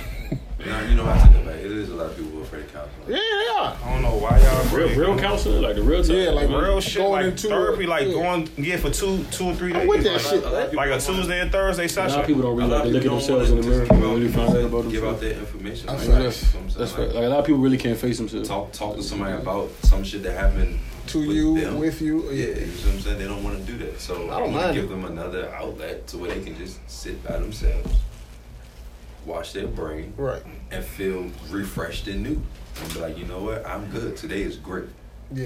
[SPEAKER 5] Nah, you know, I take that back. It is a lot of people who are afraid of counsel.
[SPEAKER 2] yeah, they are.
[SPEAKER 3] I don't know why y'all
[SPEAKER 6] Real, real counseling, like the real time.
[SPEAKER 2] Yeah, like
[SPEAKER 3] real shit
[SPEAKER 2] Going
[SPEAKER 3] like
[SPEAKER 2] into
[SPEAKER 3] therapy,
[SPEAKER 2] it,
[SPEAKER 3] like
[SPEAKER 2] yeah.
[SPEAKER 3] going yeah for two, two and three days.
[SPEAKER 2] with that
[SPEAKER 3] like,
[SPEAKER 2] shit.
[SPEAKER 3] like a Tuesday and Thursday
[SPEAKER 6] a
[SPEAKER 3] session.
[SPEAKER 6] lot of people don't
[SPEAKER 5] A
[SPEAKER 6] really
[SPEAKER 5] lot
[SPEAKER 6] like
[SPEAKER 5] of
[SPEAKER 6] to
[SPEAKER 5] people
[SPEAKER 6] look at
[SPEAKER 5] don't
[SPEAKER 6] themselves in
[SPEAKER 5] wanna
[SPEAKER 6] the mirror
[SPEAKER 5] just
[SPEAKER 6] and really find out about
[SPEAKER 5] Give out
[SPEAKER 6] themselves.
[SPEAKER 5] their information. Like,
[SPEAKER 2] That's
[SPEAKER 5] you know
[SPEAKER 2] facts.
[SPEAKER 5] what I'm saying?
[SPEAKER 6] That's
[SPEAKER 5] Like,
[SPEAKER 6] right. Like a lot of people really can't face themselves.
[SPEAKER 5] Talk, talk to somebody about some shit that happened
[SPEAKER 2] To you,
[SPEAKER 5] them.
[SPEAKER 2] with you,
[SPEAKER 5] Yeah,
[SPEAKER 2] yeah.
[SPEAKER 5] you know what I'm saying. They don't want to do that, so
[SPEAKER 2] I don't
[SPEAKER 5] wanna
[SPEAKER 2] mind.
[SPEAKER 5] give them another outlet to where they can just sit by themselves, wash their brain,
[SPEAKER 2] Right.
[SPEAKER 5] and feel refreshed and new. And be like, you know what? I'm good. Today is great.
[SPEAKER 2] Yeah.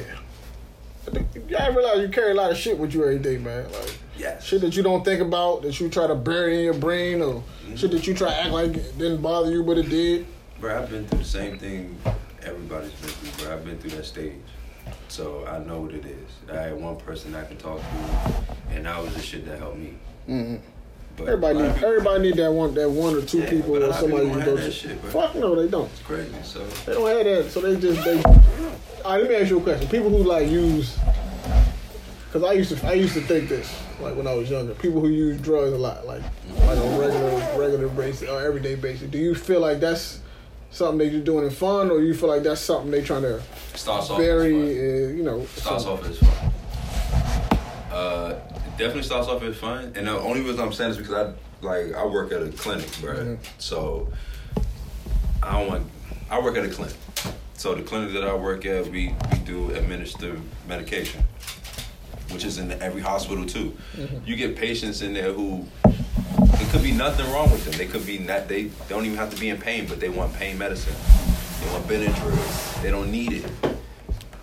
[SPEAKER 2] I realize you carry a lot of shit with you every day, man. Like
[SPEAKER 5] Yes.
[SPEAKER 2] shit that you don't think about, that you try to bury in your brain, or shit that you try to act like it didn't bother you, but it did.
[SPEAKER 5] Bro, I've been through the same thing everybody's been through, bro. I've been through that stage. So I know what it is. I had one person I could talk to, and that was the shit that helped me. But
[SPEAKER 2] Mm-hmm. Everybody,
[SPEAKER 5] a lot
[SPEAKER 2] need,
[SPEAKER 5] of people-
[SPEAKER 2] everybody need that one, that one or two
[SPEAKER 5] Yeah,
[SPEAKER 2] people
[SPEAKER 5] but a
[SPEAKER 2] or
[SPEAKER 5] lot of people
[SPEAKER 2] somebody you
[SPEAKER 5] don't
[SPEAKER 2] can
[SPEAKER 5] have
[SPEAKER 2] go
[SPEAKER 5] that
[SPEAKER 2] to.
[SPEAKER 5] shit, bro.
[SPEAKER 2] Fuck no, they don't.
[SPEAKER 5] It's crazy. So
[SPEAKER 2] They don't have that, so they just they. All right, let me ask you a question. People who like use, because I used to I used to think this like when I was younger. People who use drugs a lot, like like on regular regular basis or everyday basis. Do you feel like that's something that you're doing in fun, or you feel like that's something they trying to
[SPEAKER 5] it starts off.
[SPEAKER 2] bury?
[SPEAKER 5] as fun.
[SPEAKER 2] Uh, you know,
[SPEAKER 5] starts
[SPEAKER 2] some-
[SPEAKER 5] off as fun. Uh, it definitely starts off as fun, and the only reason I'm saying is because I like I work at a clinic, bro. So I don't want. I work at a clinic, so the clinic that I work at, we we do administer medication, which is in every hospital too. You get patients in there who. It could be nothing wrong with them. They could be not. They don't even have to be in pain, but they want pain medicine. They want Benadryl. They don't need it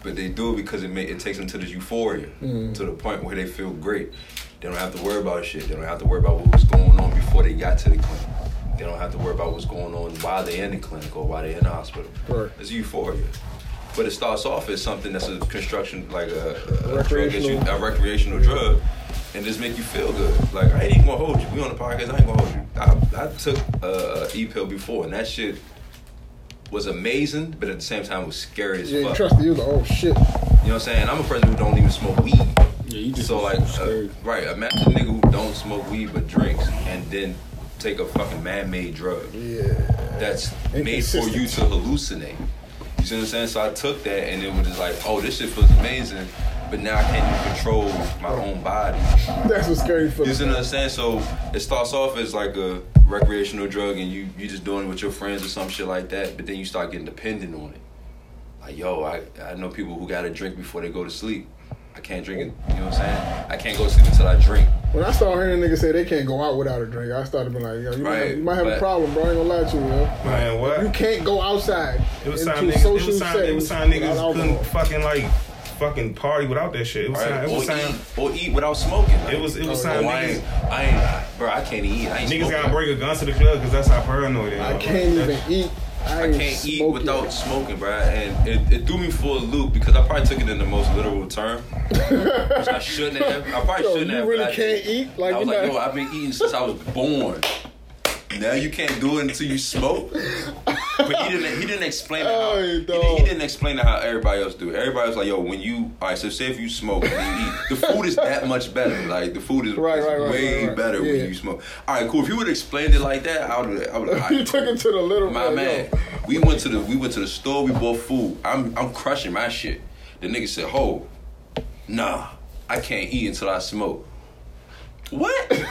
[SPEAKER 5] but they do it because it ma- it takes them to this euphoria, to the point where they feel great. They don't have to worry about shit. They don't have to worry about what was going on before they got to the clinic. They don't have to worry about what's going on while they're in the clinic or while they're in the hospital.
[SPEAKER 2] Right.
[SPEAKER 5] It's euphoria. But it starts off as something that's a construction, like a, a, a drug that you-
[SPEAKER 2] Recreational.
[SPEAKER 5] a recreational drug, and just make you feel good. Like I ain't even gonna hold you. We on the podcast. I ain't gonna hold you. I, I took uh, e pill before, and that shit was amazing, but at the same time was scary as
[SPEAKER 2] Yeah,
[SPEAKER 5] fuck.
[SPEAKER 2] trust the user. Oh shit!
[SPEAKER 5] You know what I'm saying? I'm a person who don't even smoke weed.
[SPEAKER 6] Yeah, you just
[SPEAKER 5] So like, uh,
[SPEAKER 6] scared.
[SPEAKER 5] right? Imagine a nigga who don't smoke weed but drinks, and then take a fucking man-made drug
[SPEAKER 2] Yeah,
[SPEAKER 5] that's made for you to hallucinate. You see what I'm saying? So I took that and it was just like, oh, this shit feels amazing, but now I can't even control my own body.
[SPEAKER 2] That's a scary feeling.
[SPEAKER 5] You see what I'm saying? So it starts off as like a recreational drug, and you you just doing it with your friends or some shit like that. But then you start getting dependent on it. Like yo, I I know people who gotta drink before they go to sleep. I can't drink it. You know what I'm saying? I can't go to sleep until I drink.
[SPEAKER 2] When I started hearing niggas say they can't go out without a drink, I started being like, yo, you, might
[SPEAKER 5] Right,
[SPEAKER 2] have, you might have a
[SPEAKER 5] but-
[SPEAKER 2] problem, bro. I ain't gonna lie to you, yo.
[SPEAKER 3] Man, what?
[SPEAKER 2] You can't go outside
[SPEAKER 3] It was
[SPEAKER 2] into
[SPEAKER 3] time niggas. It
[SPEAKER 2] social
[SPEAKER 3] was time, it
[SPEAKER 2] settings
[SPEAKER 3] was time
[SPEAKER 2] without
[SPEAKER 3] niggas
[SPEAKER 2] alcohol.
[SPEAKER 3] couldn't fucking like fucking party without that shit. It was time.
[SPEAKER 5] Right?
[SPEAKER 3] It was
[SPEAKER 5] Or,
[SPEAKER 3] time.
[SPEAKER 5] eat, or eat without smoking. Like,
[SPEAKER 3] It was it was
[SPEAKER 5] oh,
[SPEAKER 3] time.
[SPEAKER 5] I
[SPEAKER 3] Niggas,
[SPEAKER 5] ain't, I ain't, bro. I can't eat. I ain't
[SPEAKER 3] niggas
[SPEAKER 5] smoking.
[SPEAKER 3] gotta bring a gun to the club because that's how paranoid they are.
[SPEAKER 2] I can't even eat. I,
[SPEAKER 5] I
[SPEAKER 2] ain't
[SPEAKER 5] can't eat
[SPEAKER 2] smoking.
[SPEAKER 5] without smoking, bro. And it, it threw me for a loop because I probably took it in the most literal term, which I shouldn't have. I probably
[SPEAKER 2] Yo,
[SPEAKER 5] shouldn't
[SPEAKER 2] you
[SPEAKER 5] have. but
[SPEAKER 2] really
[SPEAKER 5] I
[SPEAKER 2] can't
[SPEAKER 5] did.
[SPEAKER 2] eat? Like,
[SPEAKER 5] I was
[SPEAKER 2] you
[SPEAKER 5] like,
[SPEAKER 2] not-
[SPEAKER 5] yo, I've been eating since I was born. Now you can't do it until you smoke. But he didn't. He didn't explain it how.
[SPEAKER 2] Hey,
[SPEAKER 5] he, didn't,
[SPEAKER 2] dog.
[SPEAKER 5] he didn't explain it how everybody else do. it. Everybody was like, "Yo, when you all right, so say if you smoke, and you eat, the food is that much better. Like the food is,
[SPEAKER 2] Right,
[SPEAKER 5] is
[SPEAKER 2] right, right,
[SPEAKER 5] way
[SPEAKER 2] right, right.
[SPEAKER 5] better
[SPEAKER 2] Yeah.
[SPEAKER 5] when you smoke. All right, cool. If you would explain it like that, I would. I would. all
[SPEAKER 2] You
[SPEAKER 5] right,
[SPEAKER 2] took it to the little
[SPEAKER 5] my
[SPEAKER 2] like,
[SPEAKER 5] man,
[SPEAKER 2] yo.
[SPEAKER 5] we went to the we went to the store. We bought food. I'm I'm crushing my shit. The nigga said, "Ho, nah, I can't eat until I smoke." What?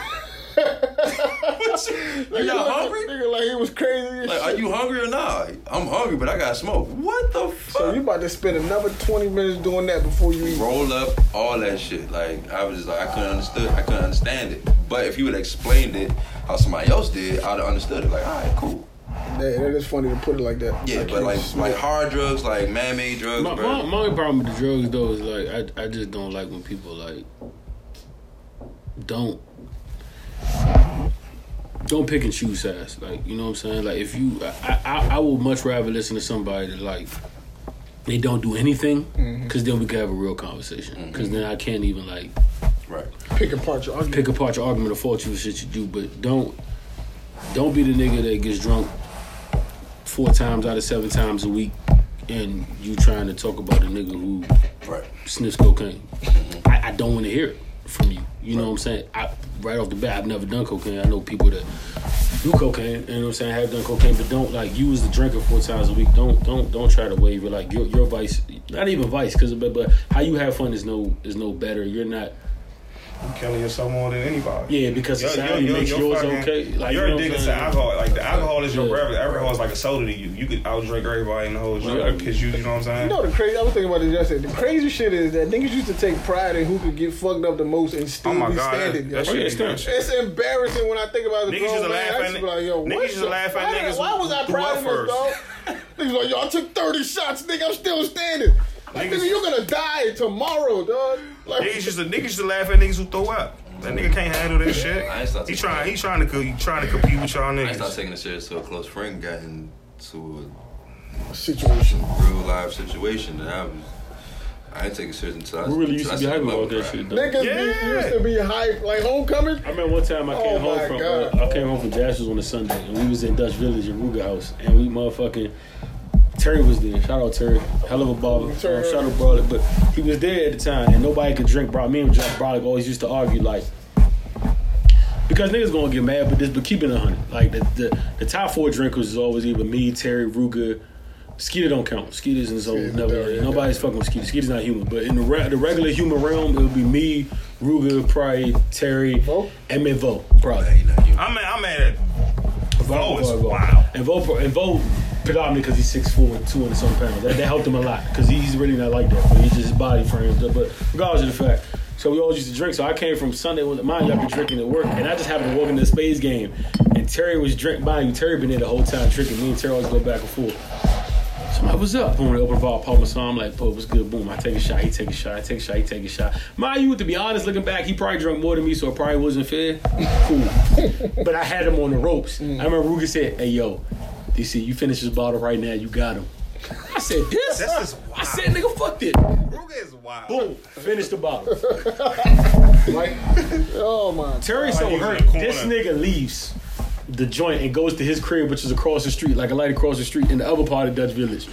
[SPEAKER 5] What you- you not hungry?
[SPEAKER 2] Nigga, like he was crazy. as
[SPEAKER 5] Like, are
[SPEAKER 2] shit.
[SPEAKER 5] you hungry or not? I'm hungry, but I got to smoke. What the fuck?
[SPEAKER 2] So you about to spend another twenty minutes doing that before you eat?
[SPEAKER 5] roll up, all that shit. Like I was just like I couldn't understood, I couldn't understand it. But if you would explained it how somebody else did, I'd have understood it. Like, all right, cool.
[SPEAKER 2] That- that is funny to put it like that.
[SPEAKER 5] Yeah,
[SPEAKER 2] I
[SPEAKER 5] but
[SPEAKER 2] can't
[SPEAKER 5] like
[SPEAKER 2] smoke.
[SPEAKER 5] like hard drugs, like man-made drugs,
[SPEAKER 6] My,
[SPEAKER 5] bro.
[SPEAKER 6] my, my only problem with the drugs though is like I I just don't like when people like don't don't pick and choose sides. Like you know what I'm saying. Like if you I I, I would much rather listen to somebody that like they don't do anything because then we could have a real conversation. Because then I can't even like
[SPEAKER 5] right.
[SPEAKER 2] pick apart your argument.
[SPEAKER 6] pick apart your argument or fault you for shit you do, but don't don't be the nigga that gets drunk four times out of seven times a week and you trying to talk about a nigga who
[SPEAKER 5] Right.
[SPEAKER 6] sniffs cocaine.
[SPEAKER 3] Mm-hmm.
[SPEAKER 6] I, I don't want to hear it from you. You know what I'm saying? I, right off the bat, I've never done cocaine. I know people that do cocaine. You know what I'm saying? Have done cocaine, but don't like you as the drinker four times a week. Don't don't don't try to waive it. Like your your vice, not even vice, because but, but how you have fun is no is no better. You're not.
[SPEAKER 3] Killing yourself more than anybody.
[SPEAKER 6] Yeah, because
[SPEAKER 3] Your- your-
[SPEAKER 6] society
[SPEAKER 3] your-
[SPEAKER 6] makes
[SPEAKER 3] your
[SPEAKER 6] yours
[SPEAKER 3] fucking-
[SPEAKER 6] okay. Like
[SPEAKER 3] you're
[SPEAKER 6] you know what I'm
[SPEAKER 3] addicted to
[SPEAKER 6] saying?
[SPEAKER 3] alcohol. Like the alcohol is your
[SPEAKER 6] Yeah.
[SPEAKER 3] brother. Alcohol is like a soda to you. You could outdrink everybody in the whole
[SPEAKER 6] Right.
[SPEAKER 3] joint because you. You know what I'm saying?
[SPEAKER 2] You know the crazy? I was thinking about this yesterday. The crazy shit is that niggas used to take pride in who could get fucked up the most and still
[SPEAKER 3] oh my
[SPEAKER 2] be
[SPEAKER 3] god,
[SPEAKER 2] standing.
[SPEAKER 3] that, that
[SPEAKER 2] yo.
[SPEAKER 3] shit
[SPEAKER 6] yeah,
[SPEAKER 3] is good
[SPEAKER 6] stand.
[SPEAKER 2] It's
[SPEAKER 3] shit.
[SPEAKER 2] embarrassing when I think about the
[SPEAKER 3] Niggas
[SPEAKER 2] grown
[SPEAKER 3] used to
[SPEAKER 2] man. I
[SPEAKER 3] laugh at
[SPEAKER 2] used to be
[SPEAKER 3] ni-
[SPEAKER 2] like, yo,
[SPEAKER 3] niggas
[SPEAKER 2] what
[SPEAKER 3] used to
[SPEAKER 2] the-
[SPEAKER 3] laugh at
[SPEAKER 2] why-
[SPEAKER 3] niggas
[SPEAKER 2] Why
[SPEAKER 3] who
[SPEAKER 2] was I
[SPEAKER 3] threw up
[SPEAKER 2] proud of this,
[SPEAKER 3] first.
[SPEAKER 2] dog? Niggas like, yo, I took 30 shots, nigga, I'm still standing. Like,
[SPEAKER 3] Niggas-
[SPEAKER 2] nigga, you're gonna die tomorrow, dog. Like,
[SPEAKER 3] Niggas used to niggas used to laugh at niggas who throw up. That nigga can't handle that shit.
[SPEAKER 5] I ain't start
[SPEAKER 3] He
[SPEAKER 5] taking-
[SPEAKER 3] trying he trying to co- he trying to compete with y'all
[SPEAKER 5] I started
[SPEAKER 3] niggas.
[SPEAKER 5] taking it serious to a close friend got into
[SPEAKER 2] situation.
[SPEAKER 5] a real live situation and I was I didn't take it serious until I
[SPEAKER 6] We really used to be
[SPEAKER 5] until I
[SPEAKER 6] hype
[SPEAKER 5] said,
[SPEAKER 6] about
[SPEAKER 5] "Look,
[SPEAKER 6] that
[SPEAKER 5] bruh,
[SPEAKER 6] shit. Though.
[SPEAKER 2] Niggas be,
[SPEAKER 3] Yeah.
[SPEAKER 2] used to be hype, like homecoming.
[SPEAKER 6] I remember one time I came
[SPEAKER 2] Oh
[SPEAKER 6] home
[SPEAKER 2] my
[SPEAKER 6] from
[SPEAKER 2] God.
[SPEAKER 6] uh, I came home from Jasper's on a Sunday and we was in Dutch Village in Ruger House and we motherfucking Terry was there. Shout out Terry, hell of a baller. Um,
[SPEAKER 2] Terry.
[SPEAKER 6] shout out Brolic, but he was there at the time and nobody could drink. Bro, me and Jack Brolic always used to argue like because niggas gonna get mad, but this but keeping a hundred. Like the, the the top four drinkers is always either me, Terry, Ruger. Skeeter don't count. Skeeter's in his own
[SPEAKER 2] Skeeter,
[SPEAKER 6] never.
[SPEAKER 2] yeah, yeah.
[SPEAKER 6] Nobody's fucking with Skeeter. Skeeter's not human. But in the, re- the regular human realm, it would be me, Ruger, probably Terry,
[SPEAKER 2] Vo?
[SPEAKER 6] and then Vo, probably.
[SPEAKER 5] that ain't nothing you-
[SPEAKER 3] I'm at I'm at it.
[SPEAKER 6] Vo,
[SPEAKER 3] Vo is
[SPEAKER 6] Vo, Vo.
[SPEAKER 3] wow.
[SPEAKER 6] And Vo, pro- and Vo predominantly because he's six four and two hundred some pounds. That, that helped him a lot because he's really not like that. But he's just his body framed. up. But regardless of the fact, so we always used to drink. So I came from Sunday with mind you, I've been drinking at work, and I just happened to walk into the Spades game, and Terry was drinking. Mind you, Terry been there the whole time drinking. Me and Terry always go back and forth. So I was up. Boom, they open ball, Palmer. So I'm like, "Put what's good?" Boom, I take a shot. He take a shot. I take a shot. He take a shot. Mind you, to be honest, looking back, he probably drank more than me, so it probably wasn't fair. Cool. but I had him on the ropes.
[SPEAKER 3] Mm.
[SPEAKER 6] I remember Ruger said, "Hey, yo, DC, you finish this bottle right now. You got him." I said, "This."
[SPEAKER 3] That's just
[SPEAKER 6] I
[SPEAKER 3] wild.
[SPEAKER 6] said, "Nigga, fuck this."
[SPEAKER 3] Ruga is wild.
[SPEAKER 6] Boom, finish the bottle.
[SPEAKER 2] Like, oh my.
[SPEAKER 6] Terry
[SPEAKER 3] he
[SPEAKER 6] so
[SPEAKER 3] was in
[SPEAKER 6] hurt.
[SPEAKER 3] the corner.
[SPEAKER 6] This nigga leaves the joint and goes to his crib, which is across the street, like a light across the street in the other part of Dutch Village.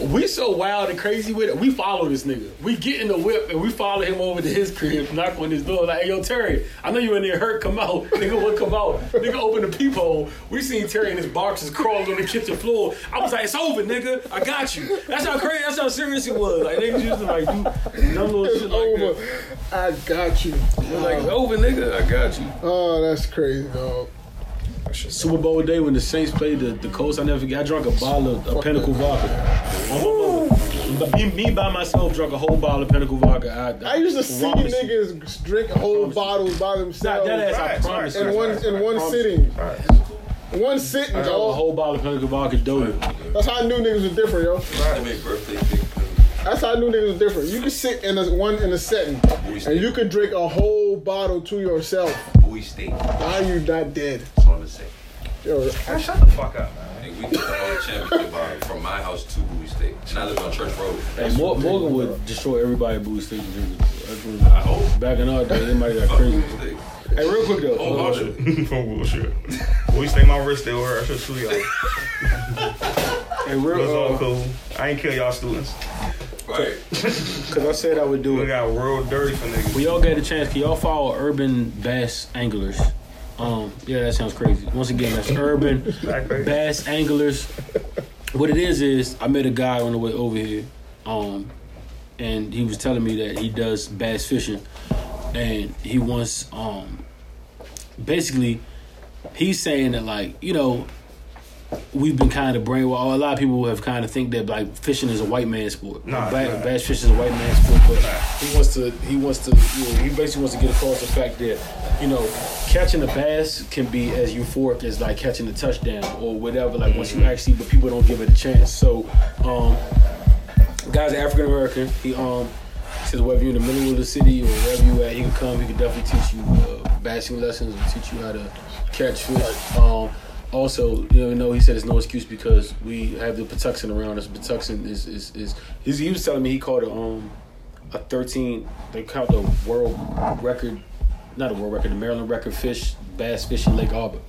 [SPEAKER 6] We so wild and crazy with it. We follow this nigga. We get in the whip and we follow him over to his crib, knock on his door like, "Hey, yo, Terry, I know you in there hurt. Come out, nigga. What come out? Nigga, open the peephole. We seen Terry in his boxers crawling on the kitchen floor. I was like, it's over, nigga. I got you. That's how crazy. That's how serious it was. Like niggas used to like do dumb little
[SPEAKER 2] It's
[SPEAKER 6] shit like
[SPEAKER 2] over.
[SPEAKER 6] that.
[SPEAKER 2] I got you.
[SPEAKER 6] It was like it's over, nigga. I got you.
[SPEAKER 2] Oh, that's crazy, dog.
[SPEAKER 6] Super Bowl day when the Saints played the, the Colts, I never forget. I drank a bottle of, of Pinnacle Vodka. Me, me by myself drank a whole bottle of Pinnacle Vodka. I,
[SPEAKER 2] I used to see
[SPEAKER 6] promise you.
[SPEAKER 2] niggas drink whole bottles by
[SPEAKER 6] Nah,
[SPEAKER 2] themselves
[SPEAKER 6] that ass, I
[SPEAKER 3] Right,
[SPEAKER 6] promise
[SPEAKER 2] in
[SPEAKER 6] you.
[SPEAKER 2] one in one sitting. One sitting,
[SPEAKER 6] I drank a
[SPEAKER 2] dog.
[SPEAKER 6] whole bottle of Pinnacle Vodka dope.
[SPEAKER 2] That's how I knew niggas was different, yo.
[SPEAKER 5] They make birthday cake.
[SPEAKER 2] That's how I knew niggas was different. You could sit in a one in a setting, and you could drink a whole bottle to yourself.
[SPEAKER 5] We stay.
[SPEAKER 2] Why you not dead?
[SPEAKER 5] That's all I'm saying.
[SPEAKER 2] Yo,
[SPEAKER 3] Shut the fuck up, man.
[SPEAKER 5] Nigga, we took the whole championship bottle from my house to Bowie State. And I live on Church Road.
[SPEAKER 6] Hey, Mor- Morgan would destroy everybody at Bowie Station.
[SPEAKER 5] I hope.
[SPEAKER 6] Back in our day, it might have
[SPEAKER 5] Fuck
[SPEAKER 6] got crazy.
[SPEAKER 5] Bowie State.
[SPEAKER 6] Hey, real quick though.
[SPEAKER 5] Oh,
[SPEAKER 6] uh,
[SPEAKER 5] bullshit.
[SPEAKER 3] From bullshit. We stay my wrist still hurt. I should sue y'all.
[SPEAKER 6] hey,
[SPEAKER 3] It's all
[SPEAKER 6] real, uh,
[SPEAKER 3] cool. Uh, I ain't kill y'all students.
[SPEAKER 5] Right.
[SPEAKER 6] because I said I would do
[SPEAKER 3] We
[SPEAKER 6] it.
[SPEAKER 3] got real dirty for niggas.
[SPEAKER 6] When y'all get a chance, can y'all follow Urban Bass Anglers? Um, yeah, that sounds crazy. Once again, that's Urban
[SPEAKER 3] crazy.
[SPEAKER 6] Bass Anglers. What it is is I met a guy on the way over here, um, and he was telling me that he does bass fishing, and he wants um, basically, he's saying that like you know. We've been kind of brainwashed. A lot of people have kind of think that like fishing is a white man sport.
[SPEAKER 3] Nah,
[SPEAKER 6] Ba-
[SPEAKER 3] nah.
[SPEAKER 6] bass fishing is a white man sport, but he wants to. He wants to. You know, he basically wants to get across the fact that you know catching a bass can be as euphoric as like catching a touchdown or whatever. Like once you actually, but people don't give it a chance. So, um, guy's African American. He um says whether you're in the middle of the city or wherever you at, he can come. He can definitely teach you uh, bashing lessons and teach you how to catch fish. Um, also, you know, he said it's no excuse because we have the Patuxent around us. Patuxent is is is. He's, he was telling me he caught a um a 13. They caught the world record, not a world record, the Maryland record fish bass fishing Lake Auburn.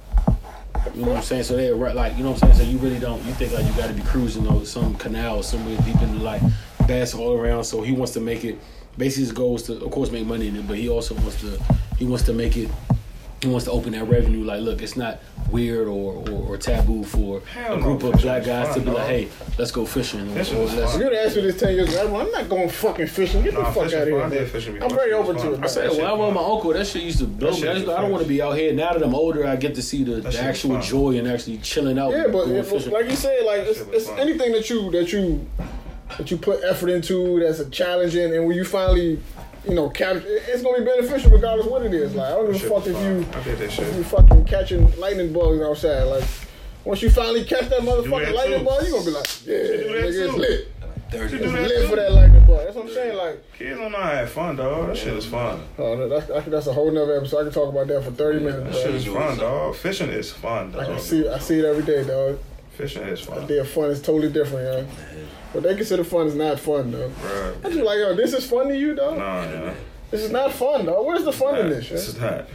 [SPEAKER 6] You know what I'm saying? So they're right, like, you know what I'm saying? So you really don't, you think like you got to be cruising over some canal somewhere deep in the like bass all around. So he wants to make it. Basically, his goal is to, of course, make money in it, but he also wants to, he wants to make it. He wants to open that revenue. Like, look, it's not weird or, or, or taboo for
[SPEAKER 3] Hell
[SPEAKER 6] a
[SPEAKER 3] no,
[SPEAKER 6] group of
[SPEAKER 3] fishing
[SPEAKER 6] black
[SPEAKER 3] is
[SPEAKER 6] guys
[SPEAKER 3] fun,
[SPEAKER 6] to be like,
[SPEAKER 3] dog.
[SPEAKER 6] hey, let's go fishing. Or,
[SPEAKER 3] Fishing
[SPEAKER 6] or
[SPEAKER 3] is
[SPEAKER 6] let's,
[SPEAKER 3] fun.
[SPEAKER 2] you would ask me this ten years ago. I'm not going fucking fishing. Get the
[SPEAKER 3] Nah,
[SPEAKER 2] fuck
[SPEAKER 3] fishing
[SPEAKER 2] out of here.
[SPEAKER 3] fun. I did
[SPEAKER 2] man.
[SPEAKER 3] fishing before.
[SPEAKER 2] I'm very open
[SPEAKER 3] Fishing
[SPEAKER 2] to
[SPEAKER 3] was
[SPEAKER 2] it.
[SPEAKER 3] fun. I
[SPEAKER 2] man.
[SPEAKER 3] said-
[SPEAKER 6] Hey, when I
[SPEAKER 3] shit
[SPEAKER 6] was
[SPEAKER 3] fun.
[SPEAKER 6] my uncle, that shit used to blow
[SPEAKER 3] That
[SPEAKER 6] me.
[SPEAKER 3] shit
[SPEAKER 6] I, used to-
[SPEAKER 3] was
[SPEAKER 6] I don't
[SPEAKER 3] fun.
[SPEAKER 6] want to be out here. Now that I'm older, I get to see the,
[SPEAKER 3] shit
[SPEAKER 6] the
[SPEAKER 3] was
[SPEAKER 6] actual
[SPEAKER 3] fun.
[SPEAKER 6] joy and actually chilling out.
[SPEAKER 2] Yeah,
[SPEAKER 6] and
[SPEAKER 2] but
[SPEAKER 6] going
[SPEAKER 2] if-
[SPEAKER 6] fishing.
[SPEAKER 2] like you said, like it's,
[SPEAKER 3] Shit was
[SPEAKER 2] it's
[SPEAKER 3] fun.
[SPEAKER 2] anything that you that you that you put effort into that's a challenging, and when you finally, you know, capture, it's gonna be beneficial regardless what it is. Like I don't give a
[SPEAKER 3] Shit
[SPEAKER 2] fuck
[SPEAKER 3] was
[SPEAKER 2] if
[SPEAKER 3] fun.
[SPEAKER 2] you
[SPEAKER 3] I did that
[SPEAKER 2] you
[SPEAKER 3] shit.
[SPEAKER 2] fucking catching lightning bugs outside. Like once you finally catch that motherfucking
[SPEAKER 3] that
[SPEAKER 2] lightning
[SPEAKER 3] too.
[SPEAKER 2] bug, you gonna be like, yeah,
[SPEAKER 3] that
[SPEAKER 2] nigga, it's
[SPEAKER 3] too.
[SPEAKER 2] lit,
[SPEAKER 5] Dirty.
[SPEAKER 3] do that
[SPEAKER 2] lit for
[SPEAKER 3] too.
[SPEAKER 2] that lightning bug. That's what I'm saying. Like.
[SPEAKER 3] Kids don't know how to have fun, dog. That shit is fun.
[SPEAKER 2] Oh, no, that's, that's- that's a whole nother episode. I can talk about that for 30
[SPEAKER 3] That
[SPEAKER 2] minutes.
[SPEAKER 3] shit is
[SPEAKER 5] doing
[SPEAKER 3] fun,
[SPEAKER 5] something.
[SPEAKER 3] dog. Fishing is fun,
[SPEAKER 2] dog. I
[SPEAKER 3] dog.
[SPEAKER 2] see, I see it every day, dog.
[SPEAKER 3] Fishing is fun.
[SPEAKER 2] Their fun is totally different, yo. What they consider fun is not fun, though.
[SPEAKER 3] Bruh.
[SPEAKER 2] I just like, yo, this is fun to you, dog.
[SPEAKER 3] Nah, nah.
[SPEAKER 2] This is not fun, dog. Where's the fun in this? yo?
[SPEAKER 3] This is not.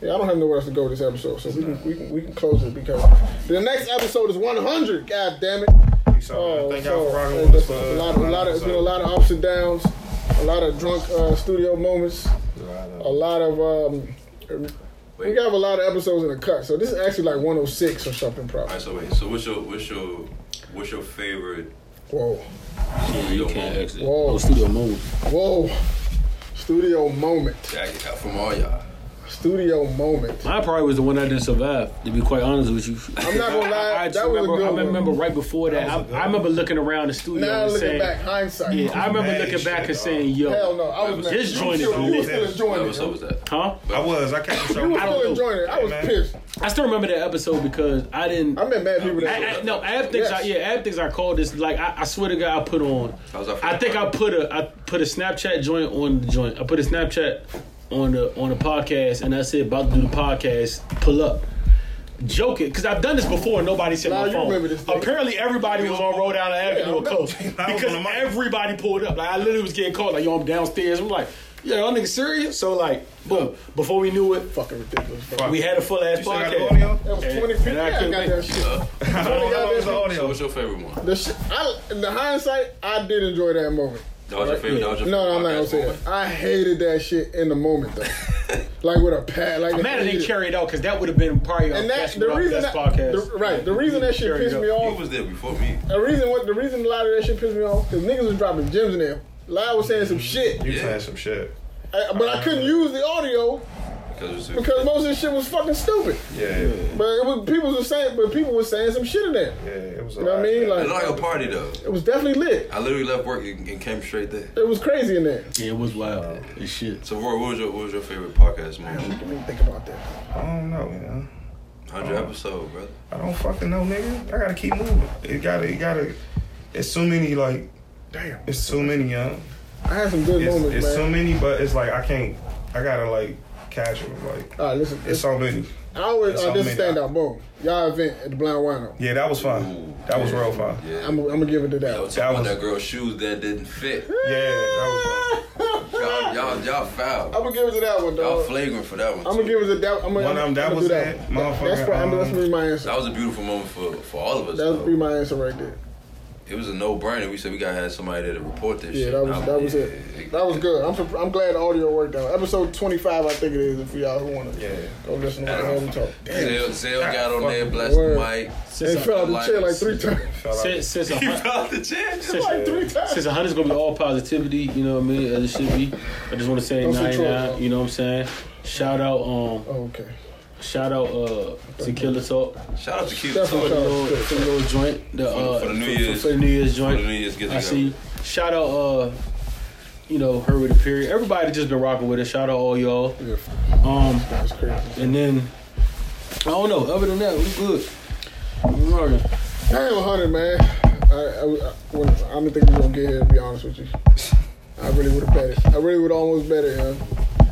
[SPEAKER 2] Yeah, I don't have nowhere else to go this episode, so we can, we can we can close it because the next episode is 100. God damn it!
[SPEAKER 3] So, thank
[SPEAKER 2] so,
[SPEAKER 3] y'all for rocking
[SPEAKER 2] uh,
[SPEAKER 3] with
[SPEAKER 2] that's
[SPEAKER 3] us. for,
[SPEAKER 2] a lot, a lot of, it's been a lot of ups and downs, a lot of drunk uh, studio moments, a lot of. Um, we
[SPEAKER 5] Wait.
[SPEAKER 2] got a lot of episodes in the cut, so this is actually like 106 or something, probably.
[SPEAKER 5] Alright, so wait. So what's your what's your what's your favorite
[SPEAKER 2] Whoa,
[SPEAKER 5] studio
[SPEAKER 6] Can't
[SPEAKER 5] moment
[SPEAKER 6] ask that.
[SPEAKER 2] Whoa.
[SPEAKER 6] Oh, studio mode.
[SPEAKER 2] whoa, studio moment.
[SPEAKER 5] that you got from all y'all?
[SPEAKER 2] Studio moment.
[SPEAKER 6] Mine probably was the one that didn't survive. To be quite honest with you,
[SPEAKER 2] I'm not gonna lie,
[SPEAKER 6] I, I just
[SPEAKER 2] that was
[SPEAKER 6] remember,
[SPEAKER 2] a good
[SPEAKER 6] I remember
[SPEAKER 2] one.
[SPEAKER 6] right before that. I, I remember looking around the studio
[SPEAKER 2] Now
[SPEAKER 6] and
[SPEAKER 2] looking
[SPEAKER 6] saying,
[SPEAKER 2] back, hindsight.
[SPEAKER 6] "Yeah." I remember
[SPEAKER 3] Mad
[SPEAKER 6] looking
[SPEAKER 3] shit,
[SPEAKER 6] back and
[SPEAKER 3] dog.
[SPEAKER 6] saying, "Yo,
[SPEAKER 2] Hell no, I was
[SPEAKER 5] That was
[SPEAKER 6] his joint
[SPEAKER 2] You
[SPEAKER 6] is
[SPEAKER 2] still- You were
[SPEAKER 6] lit.
[SPEAKER 2] still
[SPEAKER 5] What
[SPEAKER 2] enjoying it.
[SPEAKER 5] episode
[SPEAKER 2] yo.
[SPEAKER 5] was that?
[SPEAKER 6] huh?"
[SPEAKER 3] I was. I can't
[SPEAKER 2] You were
[SPEAKER 3] show.
[SPEAKER 2] still
[SPEAKER 6] know.
[SPEAKER 2] enjoying it. I was
[SPEAKER 3] man.
[SPEAKER 2] pissed.
[SPEAKER 6] I still remember that episode because I didn't.
[SPEAKER 2] I met mad people that.
[SPEAKER 6] I, I, no, I have things. I,
[SPEAKER 2] Yes.
[SPEAKER 6] yeah, I have things. I called this. Like I, I swear to God, I put on.
[SPEAKER 5] That was our
[SPEAKER 6] I think I put a I put a Snapchat joint on the joint. I put a Snapchat on the on the podcast, and I said about to do the podcast. Pull up. Joking, because I've done this before and nobody said
[SPEAKER 2] Nah,
[SPEAKER 6] my
[SPEAKER 2] you
[SPEAKER 6] phone.
[SPEAKER 2] remember this thing.
[SPEAKER 6] Apparently, everybody was on Rhode Island Avenue or
[SPEAKER 2] I know.
[SPEAKER 6] coast
[SPEAKER 3] I was
[SPEAKER 6] because
[SPEAKER 3] on the mic.
[SPEAKER 6] everybody pulled up. Like I literally was getting called. Like yo, I'm downstairs. I'm like, yo, y'all niggas serious? So like, boom. Before we knew it,
[SPEAKER 2] Fucking ridiculous. bro.
[SPEAKER 6] we had a full ass
[SPEAKER 3] You still got the
[SPEAKER 6] podcast.
[SPEAKER 3] audio?
[SPEAKER 2] That was
[SPEAKER 6] And-
[SPEAKER 2] 20 people.
[SPEAKER 6] and I
[SPEAKER 2] Yeah, I
[SPEAKER 6] couldn't
[SPEAKER 2] got
[SPEAKER 6] make
[SPEAKER 2] that shit.
[SPEAKER 7] How long how long was the
[SPEAKER 5] So
[SPEAKER 7] audio?
[SPEAKER 5] what's your favorite one?
[SPEAKER 2] The, sh- I, in the hindsight, I did enjoy that moment.
[SPEAKER 5] That was your favorite. That was your
[SPEAKER 2] No, no, I'm not
[SPEAKER 5] favorite
[SPEAKER 2] gonna
[SPEAKER 5] podcast
[SPEAKER 2] say
[SPEAKER 5] moment?
[SPEAKER 2] that. I hated that shit in the moment though. like with a pat, like
[SPEAKER 6] I'm mad they
[SPEAKER 2] hated it.
[SPEAKER 6] carried out because that would have been probably our
[SPEAKER 2] And
[SPEAKER 6] best,
[SPEAKER 2] that the reason
[SPEAKER 6] best
[SPEAKER 2] that,
[SPEAKER 6] podcast.
[SPEAKER 2] the- right, the reason that shit
[SPEAKER 6] Carried
[SPEAKER 2] pissed
[SPEAKER 6] out.
[SPEAKER 2] me
[SPEAKER 5] You
[SPEAKER 2] off.
[SPEAKER 5] was there before me.
[SPEAKER 2] The reason what the reason a lot of that shit pissed me off because niggas was dropping gems in there. Lyle was saying some shit,
[SPEAKER 3] You saying some shit.
[SPEAKER 2] I- but I couldn't use the audio
[SPEAKER 5] Because it was-
[SPEAKER 2] because most of this shit was fucking stupid.
[SPEAKER 3] Yeah, yeah,
[SPEAKER 2] But it was people was saying, but people was saying some shit in there.
[SPEAKER 3] yeah, it was.
[SPEAKER 2] You know what I
[SPEAKER 3] alright,
[SPEAKER 2] mean?
[SPEAKER 3] man.
[SPEAKER 5] it
[SPEAKER 2] Like
[SPEAKER 5] looked like a party though.
[SPEAKER 2] it was definitely lit.
[SPEAKER 5] I literally left work and, and came straight there.
[SPEAKER 2] It was crazy in there.
[SPEAKER 6] Yeah, it was wild. It's shit.
[SPEAKER 5] So Roy, what was your what was your favorite podcast moment?
[SPEAKER 2] Let me think about that.
[SPEAKER 3] I don't know, you know.
[SPEAKER 5] Hundred episode, brother.
[SPEAKER 3] I don't fucking know, nigga. I gotta keep moving. It gotta, it gotta. It's so many, like,
[SPEAKER 2] Damn,
[SPEAKER 3] it's so many, young.
[SPEAKER 2] I had some good
[SPEAKER 3] It's,
[SPEAKER 2] moments,
[SPEAKER 3] it's
[SPEAKER 2] man.
[SPEAKER 3] so many, but it's like I can't. I gotta like catch them. Like,
[SPEAKER 2] All right, listen.
[SPEAKER 3] it's so many.
[SPEAKER 2] I always
[SPEAKER 3] it's
[SPEAKER 2] uh, this
[SPEAKER 3] so
[SPEAKER 2] is
[SPEAKER 3] many.
[SPEAKER 2] standout boom. Y'all event at the Blind Wino.
[SPEAKER 3] Yeah, that was fine. That was real fine. Yeah,
[SPEAKER 5] Yeah.
[SPEAKER 2] I'm I'm gonna give it to
[SPEAKER 5] I
[SPEAKER 2] that.
[SPEAKER 5] was talking about
[SPEAKER 3] was-
[SPEAKER 5] that girl's shoes that didn't fit.
[SPEAKER 3] that
[SPEAKER 5] Y'all, y'all, y'all
[SPEAKER 2] I'm
[SPEAKER 5] foul.
[SPEAKER 2] gonna give it to that one,
[SPEAKER 5] Y'all
[SPEAKER 2] dog.
[SPEAKER 5] flagrant for that one.
[SPEAKER 2] I'm gonna
[SPEAKER 5] too.
[SPEAKER 2] give it to that. I'm gonna,
[SPEAKER 3] One of them,
[SPEAKER 2] I'm
[SPEAKER 3] that
[SPEAKER 2] gonna
[SPEAKER 3] was
[SPEAKER 2] do
[SPEAKER 3] that
[SPEAKER 2] that. one. That's
[SPEAKER 3] motherfucker,
[SPEAKER 2] probably I'm- that's
[SPEAKER 3] um,
[SPEAKER 2] gonna be my answer.
[SPEAKER 5] That was a beautiful moment for, for all of us.
[SPEAKER 2] That would
[SPEAKER 5] though.
[SPEAKER 2] be my answer right there.
[SPEAKER 5] It was a no brainer. We said we gotta have somebody there to report this
[SPEAKER 2] Yeah,
[SPEAKER 5] shit.
[SPEAKER 2] that was
[SPEAKER 5] Nah,
[SPEAKER 2] that was
[SPEAKER 5] yeah,
[SPEAKER 2] it. That was good. I'm surp- I'm glad the audio worked out. Episode 25, I think it is. If y'all who want to
[SPEAKER 3] Yeah.
[SPEAKER 2] go listen to how we talk. Damn,
[SPEAKER 5] Zell, Zell got on there, blessed
[SPEAKER 2] word.
[SPEAKER 5] Mike.
[SPEAKER 2] they
[SPEAKER 6] Since
[SPEAKER 2] fell out the chair like
[SPEAKER 5] lights.
[SPEAKER 2] three times.
[SPEAKER 3] was fine.
[SPEAKER 6] since since a
[SPEAKER 5] He
[SPEAKER 6] hun-
[SPEAKER 5] found the chance.
[SPEAKER 6] since-
[SPEAKER 2] Like three times.
[SPEAKER 6] since 100 is gonna be all positivity, you know what I mean, as it should be. I just want to say
[SPEAKER 2] Don't say
[SPEAKER 6] 99,
[SPEAKER 2] Troy.
[SPEAKER 6] you know what I'm saying. Shout out, um,
[SPEAKER 2] Oh, okay.
[SPEAKER 6] shout out, uh, Tequila Talk,
[SPEAKER 5] Shout out to Keith
[SPEAKER 2] That's
[SPEAKER 5] Talk
[SPEAKER 2] what I'm
[SPEAKER 5] for
[SPEAKER 2] talking
[SPEAKER 6] little, for the little joint, the, uh,
[SPEAKER 5] for the New Year's-
[SPEAKER 6] for the New Year's
[SPEAKER 5] the
[SPEAKER 6] joint.
[SPEAKER 5] New Year's get
[SPEAKER 6] I
[SPEAKER 5] together.
[SPEAKER 6] see. Shout out, uh, you know, her with the period. Everybody just been rocking with it. Shout out all y'all.
[SPEAKER 2] Yeah,
[SPEAKER 6] Um,
[SPEAKER 2] that's crazy.
[SPEAKER 6] and then I don't know. Other than that, we good. We rocking.
[SPEAKER 2] Damn, 100, man. I, I, I, when, I didn't think we were going to get here, to be honest with you. I really would have bet it. I really would have almost bet it, huh?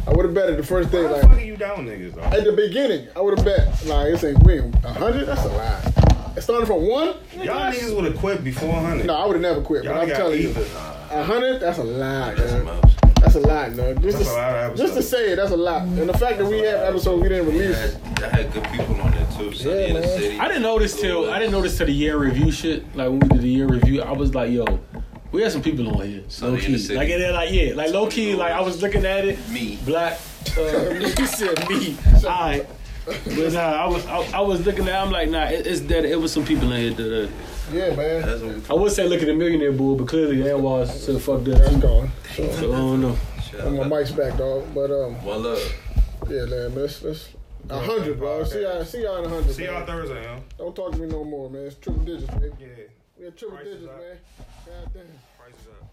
[SPEAKER 2] I would have bet it the first day,
[SPEAKER 3] How the fuck are
[SPEAKER 2] like,
[SPEAKER 3] you down, niggas? Though?
[SPEAKER 2] at the beginning, I would have bet, like, this ain't we. 100? That's a lie. It started from one?
[SPEAKER 3] Y'all niggas would have quit before hundred.
[SPEAKER 2] No, I would have never quit, but
[SPEAKER 3] Y'all
[SPEAKER 2] I'm
[SPEAKER 3] got
[SPEAKER 2] telling you.
[SPEAKER 3] either.
[SPEAKER 2] 100? That's a lie,
[SPEAKER 5] That's
[SPEAKER 2] man.
[SPEAKER 5] Mouse.
[SPEAKER 2] That's a lie, man. Just,
[SPEAKER 3] That's a
[SPEAKER 2] to,
[SPEAKER 3] lot of
[SPEAKER 2] just to
[SPEAKER 3] episodes.
[SPEAKER 2] say it, that's a lot. And the fact that we have episodes we didn't
[SPEAKER 5] I
[SPEAKER 2] release.
[SPEAKER 5] had, I had good people on there too. So
[SPEAKER 2] Yeah,
[SPEAKER 5] in the
[SPEAKER 2] man.
[SPEAKER 5] city.
[SPEAKER 6] I didn't notice till I didn't notice till the year review shit. Like when we did the year review, I was like, yo. We had some people on here,
[SPEAKER 5] Sunny
[SPEAKER 6] low
[SPEAKER 5] in the
[SPEAKER 6] key.
[SPEAKER 5] city.
[SPEAKER 6] Like and they're like, yeah, like low key. Like I was looking at it,
[SPEAKER 5] Me.
[SPEAKER 6] black. Uh, you said me, I. But nah, I was I, I was looking at. it, I'm like, nah, it, it's that it was some people in here that. Uh,
[SPEAKER 2] Yeah, man.
[SPEAKER 5] That's when we
[SPEAKER 6] I would say look at the millionaire bull, but clearly that was so fucked
[SPEAKER 2] That's
[SPEAKER 6] up.
[SPEAKER 2] gone.
[SPEAKER 6] So I don't know.
[SPEAKER 2] And my mic's back, dog. But, um,
[SPEAKER 5] One love.
[SPEAKER 2] yeah, man, let's, let's, a hundred, bro. See y'all, see y'all in a hundred.
[SPEAKER 3] See
[SPEAKER 2] man.
[SPEAKER 3] y'all Thursday, huh?
[SPEAKER 2] Don't talk to me no more, man. It's triple digits, baby.
[SPEAKER 3] Yeah.
[SPEAKER 2] We had triple
[SPEAKER 3] Price is
[SPEAKER 2] digits,
[SPEAKER 3] up.
[SPEAKER 2] man. God damn.
[SPEAKER 3] Prices up.